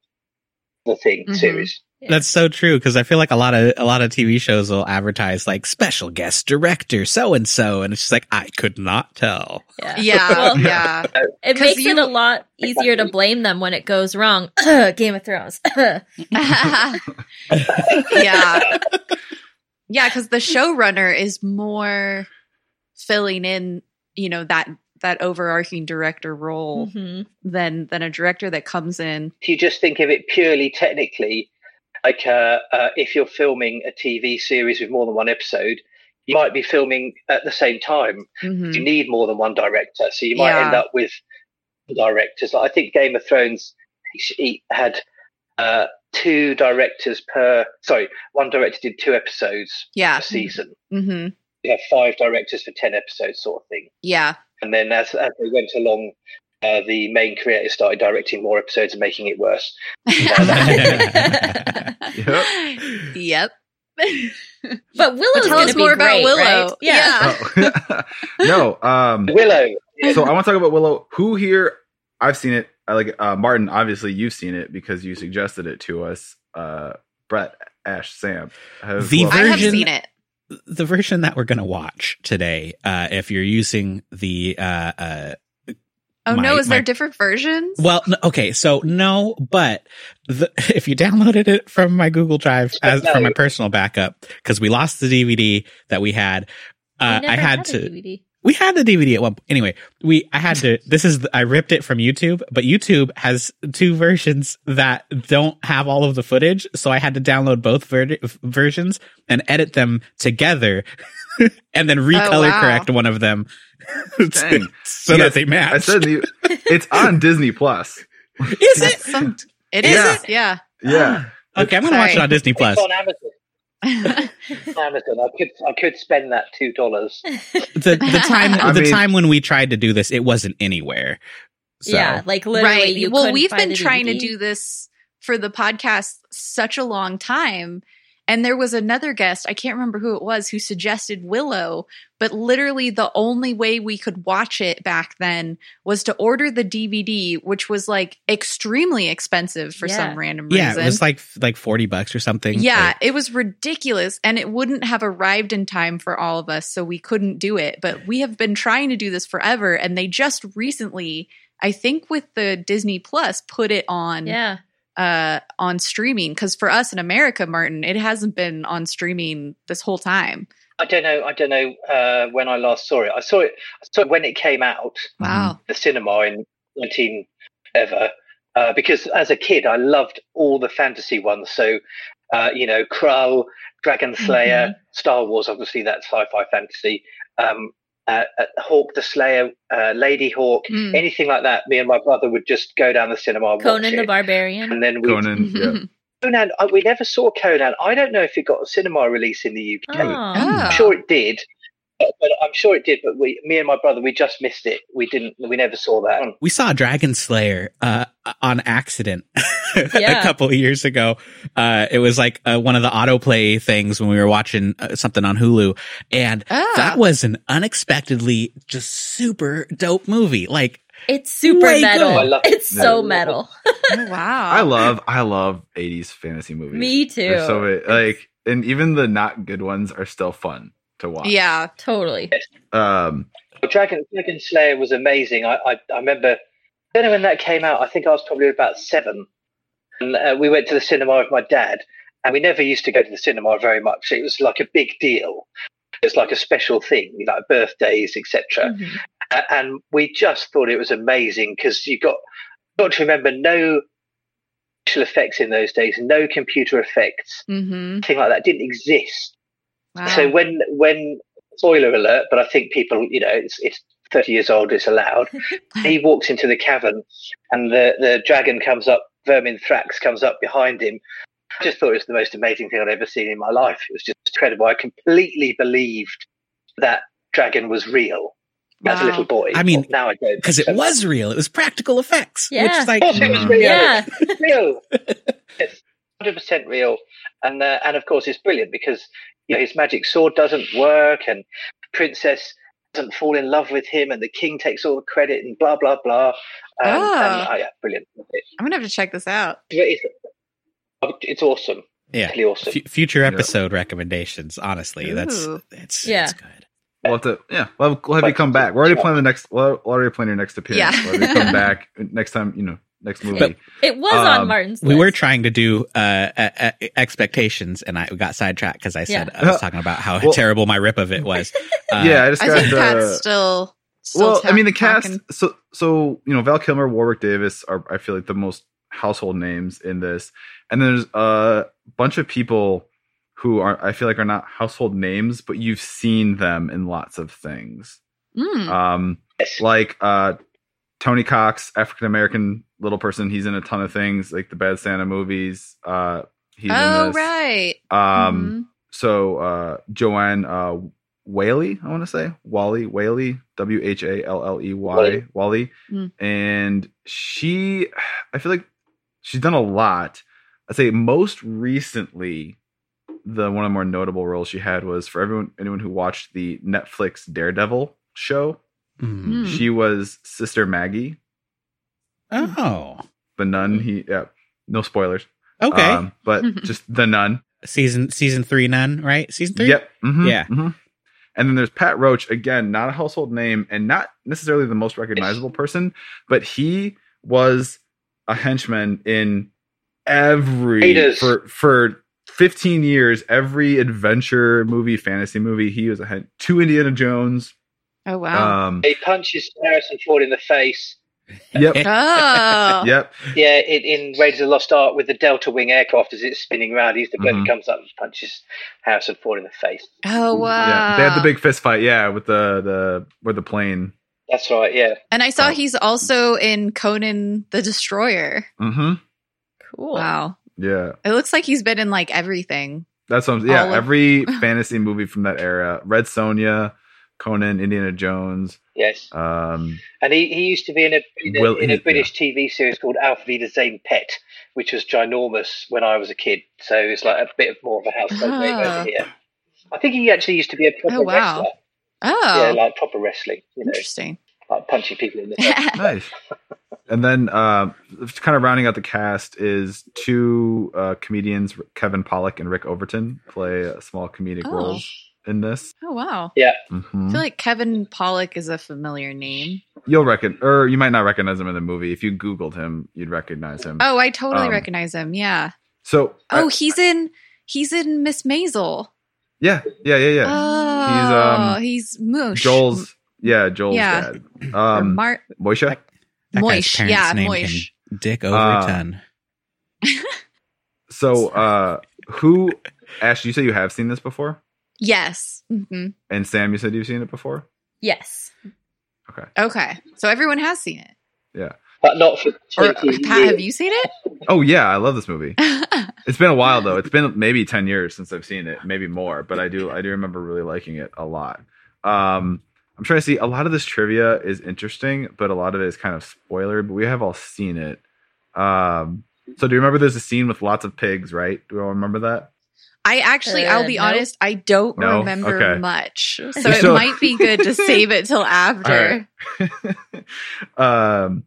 Speaker 5: the thing
Speaker 4: Mhm.
Speaker 5: series
Speaker 2: That's so true because I feel like a lot of a lot of TV shows will advertise like special guest director so and so, and it's just like I could not tell.
Speaker 3: Yeah.
Speaker 4: Yeah,
Speaker 3: Well,
Speaker 4: yeah.
Speaker 3: it
Speaker 4: 'cause
Speaker 3: makes it
Speaker 4: you-
Speaker 3: a lot easier to blame them when it goes wrong. Game of Thrones.
Speaker 4: yeah. Yeah, because the showrunner is more filling in, you know, that that overarching director role
Speaker 3: Mhm.
Speaker 4: than than a director that comes in.
Speaker 5: if you just think of it purely technically like uh, uh, if you're filming a tv series with more than one episode you might be filming at the same time
Speaker 4: Mhm.
Speaker 5: you need more than one director so you might
Speaker 4: Yeah.
Speaker 5: end up with directors i think game of thrones each- each had uh, two directors per sorry one director did two episodes
Speaker 4: Yeah.
Speaker 5: a season
Speaker 4: hmm
Speaker 5: you have five directors for 10 episodes sort of thing
Speaker 4: Yeah.
Speaker 5: and then as, as they went along uh, the main creator started directing more episodes and making it worse uh,
Speaker 1: Yep.
Speaker 4: Yep.
Speaker 3: But Willow's
Speaker 4: tell
Speaker 3: gonna
Speaker 4: us
Speaker 3: be
Speaker 4: more about
Speaker 3: great,
Speaker 4: Willow.
Speaker 3: right?
Speaker 4: Yeah.
Speaker 1: Oh. no. Um,
Speaker 5: willow
Speaker 1: so I want to talk about Willow. Who here? I've seen it. I like it. uh, Martin. Obviously, you've seen it because you suggested it to us. Uh, Brett, Ash, Sam. Have,
Speaker 2: The
Speaker 1: well,
Speaker 4: I have
Speaker 2: Version-
Speaker 4: seen it.
Speaker 2: the version that we're gonna watch today, uh, if you're using the uh, uh,
Speaker 4: Oh
Speaker 2: My-
Speaker 4: no, is
Speaker 2: my-
Speaker 4: there different versions?
Speaker 2: well, n- okay, so no, but the, if you downloaded it from my Google Drive as from my personal backup, because we lost the DVD that we had, uh, I
Speaker 3: never
Speaker 2: had
Speaker 3: a
Speaker 2: to.
Speaker 3: DVD.
Speaker 2: we had the DVD at one point. Anyway, we I had to. This is I ripped it from YouTube, but YouTube has two versions that don't have all of the footage, so I had to download both ver- versions and edit them together and then recolor
Speaker 4: Oh, wow.
Speaker 2: correct one of them
Speaker 1: Dang.
Speaker 2: so
Speaker 1: Yeah,
Speaker 2: that they match.
Speaker 1: I said the, it's on Disney Plus.
Speaker 2: Is it?
Speaker 4: Some, it is.
Speaker 1: Yeah.
Speaker 4: Yeah.
Speaker 1: Yeah.
Speaker 2: Okay, I'm gonna watch it
Speaker 4: Sorry.
Speaker 2: on Disney Plus.
Speaker 5: It's on Amazon. It's on Amazon. I could I could spend that two dollars.
Speaker 2: The, the time
Speaker 1: I
Speaker 2: the
Speaker 1: mean-
Speaker 2: time when we tried to do this, it wasn't anywhere. So
Speaker 3: Yeah, like literally. You
Speaker 4: well,
Speaker 3: couldn't
Speaker 4: we've
Speaker 3: find
Speaker 4: been
Speaker 3: the
Speaker 4: trying to
Speaker 3: DVD.
Speaker 4: do this for the podcast such a long time. And there was another guest, I can't remember who it was, who suggested Willow. But literally, the only way we could watch it back then was to order the DVD, which was like extremely expensive for
Speaker 3: Yeah.
Speaker 4: some random
Speaker 2: yeah,
Speaker 4: reason.
Speaker 2: it was like like forty bucks or something.
Speaker 4: yeah,
Speaker 2: Like,
Speaker 4: it was ridiculous. And it wouldn't have arrived in time for all of us. So we couldn't do it. But we have been trying to do this forever. And they just recently, I think with the Disney Plus, put it on
Speaker 3: Yeah.
Speaker 4: uh on streaming. Cause for us in America, Martin, it hasn't been on streaming this whole time.
Speaker 5: I don't know. I don't know uh, when I last saw it. I saw it. I saw it when it came out
Speaker 1: Mm-hmm.
Speaker 4: Wow.
Speaker 5: the cinema in nineteen ever. Uh, because as a kid, I loved all the fantasy ones. So, uh, you know, Krull, Dragon
Speaker 3: Mm-hmm.
Speaker 5: Slayer, Star Wars. Obviously, that's sci-fi fantasy. Um, uh, uh, Hawk the Slayer, uh, Lady Hawk,
Speaker 4: Mm.
Speaker 5: anything like that. Me and my brother would just go down the cinema, and watch
Speaker 3: Conan the
Speaker 5: it,
Speaker 3: Barbarian.
Speaker 5: and then we
Speaker 1: Conan. Yeah.
Speaker 5: Conan. I, we never saw Conan. I don't know if it got a cinema release in the UK.
Speaker 3: Oh.
Speaker 4: Oh.
Speaker 5: I'm sure it did. But, but I'm sure it did. But we, me and my brother, we just missed it. We didn't. We never saw that.
Speaker 2: we saw Dragon Slayer uh, on accident
Speaker 3: Yeah.
Speaker 2: a couple of years ago. Uh, it was like uh, one of the autoplay things when we were watching uh, something on Hulu, and
Speaker 4: Ah.
Speaker 2: that was an unexpectedly just super dope movie. Like
Speaker 3: It's super
Speaker 2: Way good.
Speaker 3: metal.
Speaker 5: I love-
Speaker 3: it's so
Speaker 1: Yeah.
Speaker 3: metal.
Speaker 4: Oh, wow.
Speaker 1: I love I love 80s fantasy movies.
Speaker 3: Me too.
Speaker 1: They're so ma- like and even the not good ones are still fun to watch.
Speaker 4: Yeah.
Speaker 3: Totally.
Speaker 1: Um
Speaker 5: Dragon Dragon Slayer was amazing. I, I, I remember. I don't know when that came out. I think I was probably about seven, and uh, we went to the cinema with my dad. And we never used to go to the cinema very much. It was like a big deal. It's like a special thing, like birthdays, etc.
Speaker 3: Mhm.
Speaker 5: A- and we just thought it was amazing because you got got to remember no special effects in those days, no computer effects,
Speaker 4: Mm-hmm.
Speaker 5: nothing like that didn't exist.
Speaker 4: Wow.
Speaker 5: So when when spoiler alert, but I think people you know it's it's thirty years old, it's allowed. he walks into the cavern, and the the dragon comes up, Vermin Thrax comes up behind him. I just thought it was the most amazing thing I'd ever seen in my life. It was just incredible. I completely believed that dragon was real as a
Speaker 4: Wow.
Speaker 5: little boy.
Speaker 2: I mean,
Speaker 5: now I don't
Speaker 2: because it
Speaker 5: so much.
Speaker 2: was real, it was practical effects. Which
Speaker 3: Yeah.
Speaker 2: is like
Speaker 5: Of course, it was
Speaker 1: Mm.
Speaker 5: real.
Speaker 3: Yeah.
Speaker 5: It's real. It's hundred percent real, and uh, and of course it's brilliant because you know his magic sword doesn't work, and princess doesn't fall in love with him, and the king takes all the credit, and blah blah blah. Um, and,
Speaker 4: Ah.
Speaker 5: oh, yeah, brilliant. It's,
Speaker 4: I'm gonna have to check this out.
Speaker 5: it's, it's awesome.
Speaker 2: yeah.
Speaker 5: Really awesome.
Speaker 2: F- future
Speaker 1: Yeah.
Speaker 2: episode recommendations. Honestly, that's
Speaker 4: Ooh.
Speaker 2: that's
Speaker 3: Yeah.
Speaker 2: that's good.
Speaker 1: we'll have to yeah, we'll have, we'll have you come back. We're already planning the next we're already planning your next appearance.
Speaker 4: Yeah.
Speaker 1: We'll have you come back next time, you know, next movie.
Speaker 2: But-
Speaker 3: It was
Speaker 1: Um,
Speaker 3: on Martin's.
Speaker 2: We were
Speaker 3: list.
Speaker 2: trying to do uh, uh, uh, expectations, and I got sidetracked because I said I
Speaker 1: Yeah.
Speaker 2: was talking about how
Speaker 1: Well-
Speaker 2: terrible my rip of it was. Uh,
Speaker 1: yeah, I just
Speaker 4: I
Speaker 1: got
Speaker 4: think
Speaker 1: the
Speaker 4: Pat's still. still
Speaker 1: uh, well, I
Speaker 4: ta-
Speaker 1: mean, the cast.
Speaker 4: talking.
Speaker 1: So, so you know, Val Kilmer, Warwick Davis are I feel like the most household names in this, and there's a bunch of people who are I feel like are not household names, but you've seen them in lots of things.
Speaker 4: Mm.
Speaker 1: Um,
Speaker 5: Yes.
Speaker 1: like uh, Tony Cox, African American little person. He's in a ton of things, like the Bad Santa movies. Uh, he's in
Speaker 4: Oh
Speaker 1: this.
Speaker 4: right.
Speaker 1: Um,
Speaker 4: Mhm.
Speaker 1: so uh Joanne uh Whaley, I want to say Wally Whaley, W H A L L E Y
Speaker 5: Whaley.
Speaker 1: Wally,
Speaker 4: Mm.
Speaker 1: and she, I feel like she's done a lot. I'd say most recently, the one of the more notable roles she had was for everyone anyone who watched the Netflix Daredevil show.
Speaker 2: Mm.
Speaker 4: Mm.
Speaker 1: She was Sister Maggie,
Speaker 2: Oh,
Speaker 1: the nun. He, yeah, no spoilers.
Speaker 2: okay.
Speaker 1: Um, but just the nun.
Speaker 2: season season three, none right? Season three.
Speaker 1: Yep. Mhm,
Speaker 2: Yeah.
Speaker 1: mhm. And then there's Pat Roach, again, not a household name and not necessarily the most recognizable person, but he was a henchman in every
Speaker 5: Raiders.
Speaker 1: for for 15 years, every adventure movie, fantasy movie, he was a hen- two Indiana Jones.
Speaker 4: Oh wow.
Speaker 1: Um
Speaker 5: He punches Harrison Ford in the face.
Speaker 1: Yep.
Speaker 4: Oh.
Speaker 1: Yep.
Speaker 5: Yeah, in, in Raiders of the Lost Ark with the Delta Wing aircraft as it's spinning round, he's the bloke
Speaker 1: Mhm.
Speaker 5: who comes up and punches Harrison Ford in the face.
Speaker 4: Oh wow.
Speaker 1: Yeah. They had
Speaker 2: Ah.
Speaker 1: the big fist fight. Yeah, with the the with the plane.
Speaker 5: That's right, yeah.
Speaker 4: and I saw
Speaker 1: Oh.
Speaker 4: he's also in Conan the Destroyer.
Speaker 1: Mm-hmm.
Speaker 3: Cool.
Speaker 4: Wow.
Speaker 1: Yeah.
Speaker 4: It looks like he's been in like everything.
Speaker 1: That's what I'm, yeah.
Speaker 4: All of-
Speaker 1: every fantasy movie from that era: Red Sonja, Conan, Indiana Jones.
Speaker 5: Yes.
Speaker 1: Um,
Speaker 5: And he, he used to be in a in a,
Speaker 1: Will-
Speaker 5: in a
Speaker 1: yeah.
Speaker 5: British TV series called Alpha the Zane Pet, which was ginormous when I was a kid. So it's like a bit of more of a household name
Speaker 4: Ah.
Speaker 5: over here. I think he actually used to be a proper
Speaker 4: Oh, wow.
Speaker 5: wrestler.
Speaker 4: Oh,
Speaker 5: Yeah, like proper wrestling, you know,
Speaker 4: interesting.
Speaker 5: like punching people in the head.
Speaker 1: nice. And then, um kind of rounding out the cast is two uh, comedians, Kevin Pollock and Rick Overton, play uh, small comedic
Speaker 4: Oh.
Speaker 1: roles in this.
Speaker 4: oh wow.
Speaker 1: Mhm.
Speaker 4: I feel like Kevin Pollock is a familiar name.
Speaker 1: You'll reckon, or you might not recognize him in the movie. If you Googled him, you'd recognize him.
Speaker 4: Oh, I totally
Speaker 1: Um,
Speaker 4: recognize him. Yeah.
Speaker 1: So, uh, I-
Speaker 4: Oh, he's in he's in Miss Maisel.
Speaker 1: yeah, yeah, yeah, yeah.
Speaker 4: Oh,
Speaker 1: um,
Speaker 4: he's, Moosh.
Speaker 1: Joel's, yeah, Joel's
Speaker 4: Yeah.
Speaker 1: dad.
Speaker 4: Or
Speaker 1: Um,
Speaker 4: Mar-
Speaker 1: Moisha.
Speaker 2: That guy's
Speaker 4: Moish.
Speaker 2: parents
Speaker 4: Yeah,
Speaker 2: named him
Speaker 4: Moish.
Speaker 2: Dick
Speaker 1: Uh,
Speaker 2: Overton.
Speaker 1: So, uh, who, Ash, you say you have seen this before?
Speaker 4: Yes. hmm
Speaker 1: And Sam, you said you've seen it before?
Speaker 3: Yes.
Speaker 4: Okay. So everyone has seen it.
Speaker 5: But not for
Speaker 4: Or
Speaker 5: 20 years.
Speaker 4: Pat, have you seen
Speaker 1: Oh, yeah, I love this movie.
Speaker 4: it?
Speaker 1: It's been a while though. It's been maybe 10 years since I've seen it, maybe more, but I do I do remember really liking it a lot. Um I'm trying to see a lot of this trivia is interesting, but a lot of it is kind of spoiler, but we have all seen it. Um so do you remember there's a scene with lots of pigs, right? Do you all remember that?
Speaker 4: I actually,
Speaker 3: Uh,
Speaker 4: I'll be
Speaker 3: no.
Speaker 4: honest, I don't
Speaker 1: No?
Speaker 4: remember
Speaker 1: Okay.
Speaker 4: much. So
Speaker 1: You're
Speaker 4: it
Speaker 1: still-
Speaker 4: might be good to save it till after.
Speaker 1: um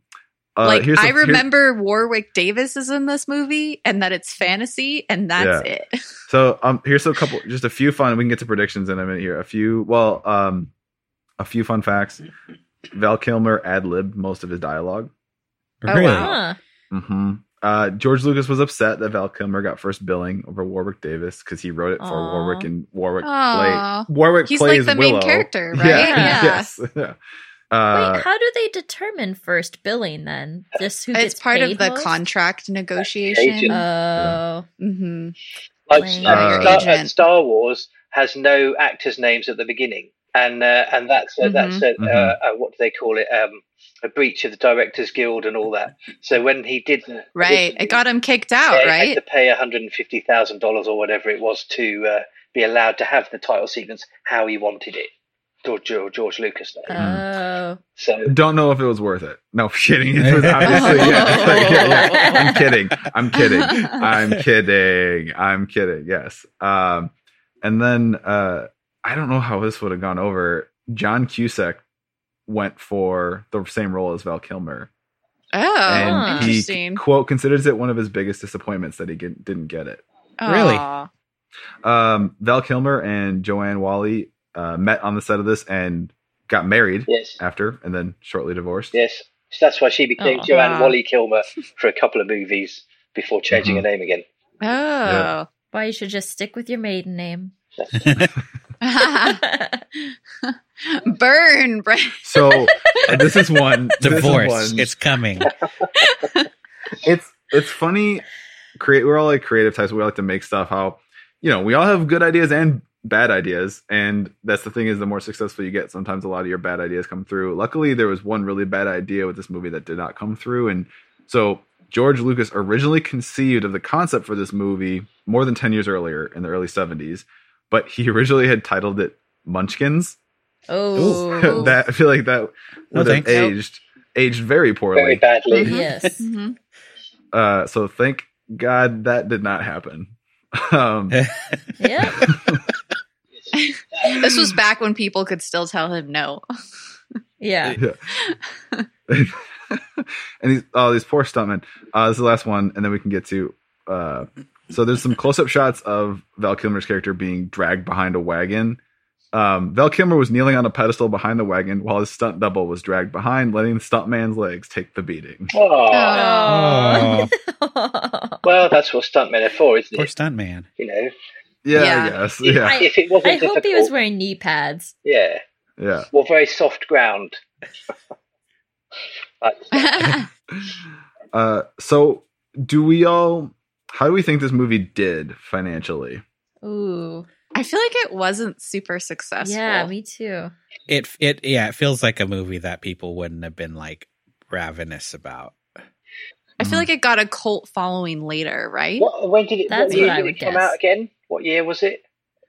Speaker 1: uh,
Speaker 4: like,
Speaker 1: here's
Speaker 4: I
Speaker 1: some- here-
Speaker 4: remember Warwick Davis is in this movie and that it's fantasy and that's it.
Speaker 1: So um, here's a couple, just a few fun. We can get to predictions in a minute here. A few, well, um, a few fun facts. Val Kilmer ad libbed most of his dialogue.
Speaker 4: Oh,
Speaker 2: really?
Speaker 4: wow.
Speaker 3: Huh.
Speaker 1: hmm Uh, George Lucas was upset that Val Kilmer got first billing over Warwick Davis because he wrote it for
Speaker 3: Aw.
Speaker 1: Warwick and Warwick
Speaker 4: Aw.
Speaker 1: play. Warwick
Speaker 4: He's
Speaker 1: plays
Speaker 4: like the
Speaker 1: Willow.
Speaker 4: main character, right?
Speaker 1: Yeah.
Speaker 3: Yeah.
Speaker 1: Yes. Yeah. Uh,
Speaker 3: Wait, how do they determine first billing then? Just who gets
Speaker 4: It's part
Speaker 3: paid
Speaker 4: of the
Speaker 3: most?
Speaker 4: contract negotiation.
Speaker 5: Agent.
Speaker 3: Oh,
Speaker 4: hmm
Speaker 5: Like,
Speaker 3: Blame
Speaker 5: like
Speaker 1: your
Speaker 5: Star,
Speaker 4: agent.
Speaker 5: uh, Star Wars has no actors' names at the beginning, and uh, and that's uh, that's a,
Speaker 4: Mm-hmm.
Speaker 1: Mhm.
Speaker 5: uh, uh, what do they call it? Um, a breach of the Directors Guild and all that. So when he did, the-
Speaker 4: Right. It got him kicked out,
Speaker 5: yeah, he
Speaker 4: right?
Speaker 5: Had to pay one hundred and fifty thousand dollars or whatever it was to uh, be allowed to have the title sequence how he wanted it. George, George, George Lucas. though.
Speaker 3: oh.
Speaker 5: so
Speaker 1: don't know if it was worth it. No, I'm kidding. It was obviously, yeah, it's like, yeah, yeah. I'm kidding. I'm kidding. I'm kidding. I'm kidding. Yes. Um, and then uh, I don't know how this would have gone over. John Cusack went for the same role as Val Kilmer,
Speaker 4: Oh,
Speaker 1: and he
Speaker 4: interesting.
Speaker 1: quote considers it one of his biggest disappointments that he get, didn't get it.
Speaker 2: Really?
Speaker 4: Aw.
Speaker 1: Um, Val Kilmer and Joanne Wally uh, met on the set of this and got married
Speaker 5: yes,
Speaker 1: after, and then shortly divorced.
Speaker 5: yes. So that's why she became
Speaker 3: Oh,
Speaker 5: Joanne
Speaker 4: wow.
Speaker 5: Wally Kilmer for a couple of movies before changing her name again.
Speaker 4: Oh.
Speaker 1: Yeah.
Speaker 3: Why you should just stick with your maiden name. Oh.
Speaker 4: Oh. Burn, Brett.
Speaker 1: So this is one this is
Speaker 2: Divorce.
Speaker 1: one.
Speaker 2: It's coming.
Speaker 1: it's it's funny. Create. We're all like creative types. We like to make stuff. How you know we all have good ideas and bad ideas, and that's the thing is the more successful you get, sometimes a lot of your bad ideas come through. Luckily, there was one really bad idea with this movie that did not come through, and so George Lucas originally conceived of the concept for this movie more than ten years earlier in the early seventies, but he originally had titled it Munchkins.
Speaker 3: Oh,
Speaker 4: Ooh.
Speaker 1: that I feel like that would have
Speaker 2: thanks. Nope.
Speaker 1: aged aged very poorly.
Speaker 5: Very badly.
Speaker 2: Mm-hmm.
Speaker 4: Mhm.
Speaker 3: yes.
Speaker 4: Mhm.
Speaker 1: Uh, so thank God that did not happen. Um,
Speaker 3: yeah.
Speaker 4: This was back when people could still tell him no.
Speaker 3: Yeah.
Speaker 1: and these oh these poor stuntmen. Uh, this is the last one, and then we can get to. Uh, so there's some close-up shots of Val Kilmer's character being dragged behind a wagon. Um, Val Kilmer was kneeling on a pedestal behind the wagon while his stunt double was dragged behind, letting the stuntman's legs take the beating.
Speaker 3: Oh.
Speaker 5: Aw.
Speaker 4: Oh.
Speaker 2: oh,
Speaker 5: Well, that's what stuntmen are for, isn't
Speaker 2: poor
Speaker 5: it?
Speaker 2: stunt man.
Speaker 5: You know,
Speaker 1: Yeah,
Speaker 4: Yeah.
Speaker 1: I guess. Yeah,
Speaker 3: I-
Speaker 5: if it wasn't
Speaker 3: I hope
Speaker 5: difficult,
Speaker 3: he was wearing knee pads.
Speaker 5: yeah,
Speaker 1: yeah.
Speaker 5: or very soft ground. Like,
Speaker 1: Uh, so do we all? How do we think this movie did financially?
Speaker 3: Ooh.
Speaker 4: I feel like it wasn't super successful.
Speaker 3: Yeah, me too.
Speaker 2: It it yeah, it feels like a movie that people wouldn't have been like ravenous about.
Speaker 4: I feel like it got a cult following later, right?
Speaker 5: what, when did it?
Speaker 3: That's
Speaker 5: what year
Speaker 3: what I
Speaker 5: did
Speaker 3: would
Speaker 5: it come
Speaker 3: guess.
Speaker 5: out again? What year was it?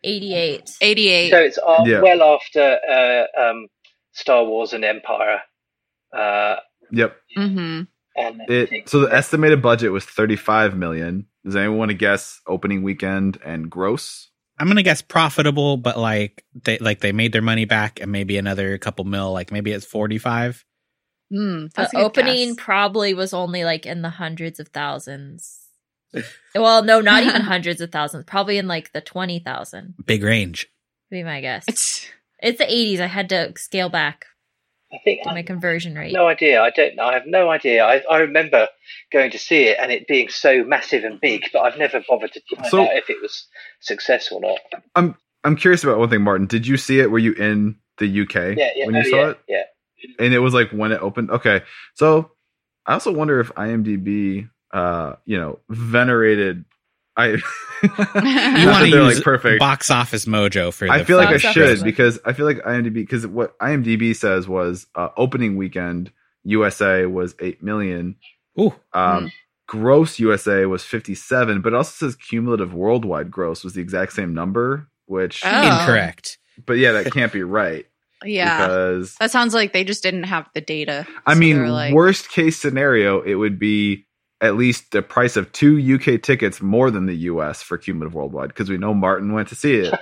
Speaker 3: 88.
Speaker 4: 88.
Speaker 5: So it's uh,
Speaker 1: Yeah.
Speaker 5: well after uh, um, Star Wars and Empire. Uh,
Speaker 1: Yep.
Speaker 4: mm-hmm.
Speaker 5: and
Speaker 1: It so the estimated budget was thirty five million. Does anyone want to guess opening weekend and gross?
Speaker 2: I'm gonna guess profitable, but like they like they made their money back and maybe another couple mil, like maybe it's forty five.
Speaker 4: Mm,
Speaker 3: The
Speaker 4: that's a good
Speaker 3: opening
Speaker 4: guess.
Speaker 3: probably was only like in the hundreds of thousands. well, no, not even hundreds of thousands. Probably in like the 20,000
Speaker 2: Big range.
Speaker 3: would be my guess. It's,
Speaker 4: It's
Speaker 3: the 80s. I had to scale back
Speaker 5: I think
Speaker 3: to my conversion rate.
Speaker 5: No idea. I don't. I have no idea. I, I remember going to see it and it being so massive and big, but I've never bothered to find
Speaker 1: So-
Speaker 5: out if it was successful or not.
Speaker 1: I'm curious about one thing, Martin. Did you see it? Were you in the UK
Speaker 5: Yeah, yeah.
Speaker 1: when you
Speaker 5: oh,
Speaker 1: saw
Speaker 5: yeah,
Speaker 1: it?
Speaker 5: yeah.
Speaker 1: and it was like when it opened. Okay, so I also wonder if IMDb, uh, you know, venerated. I you
Speaker 2: You
Speaker 4: Not
Speaker 2: want to
Speaker 1: they're
Speaker 2: use
Speaker 1: like perfect.
Speaker 2: box office mojo for. The
Speaker 1: I feel like I
Speaker 3: Box office
Speaker 1: should
Speaker 3: mojo.
Speaker 1: because I feel like IMDb because what IMDb says was uh, opening weekend USA was eight million,
Speaker 2: Ooh,
Speaker 1: um,
Speaker 4: Mm.
Speaker 1: gross USA was fifty seven, but it also says cumulative worldwide gross was the exact same number, which
Speaker 4: Oh.
Speaker 2: incorrect.
Speaker 1: but yeah, that can't be right
Speaker 4: yeah.
Speaker 1: because
Speaker 4: that sounds like they just didn't have the data.
Speaker 1: I
Speaker 4: So they
Speaker 1: mean,
Speaker 4: were like,
Speaker 1: worst case scenario, it would be at least the price of two UK tickets more than the US for cumulative worldwide because we know Martin went to see it.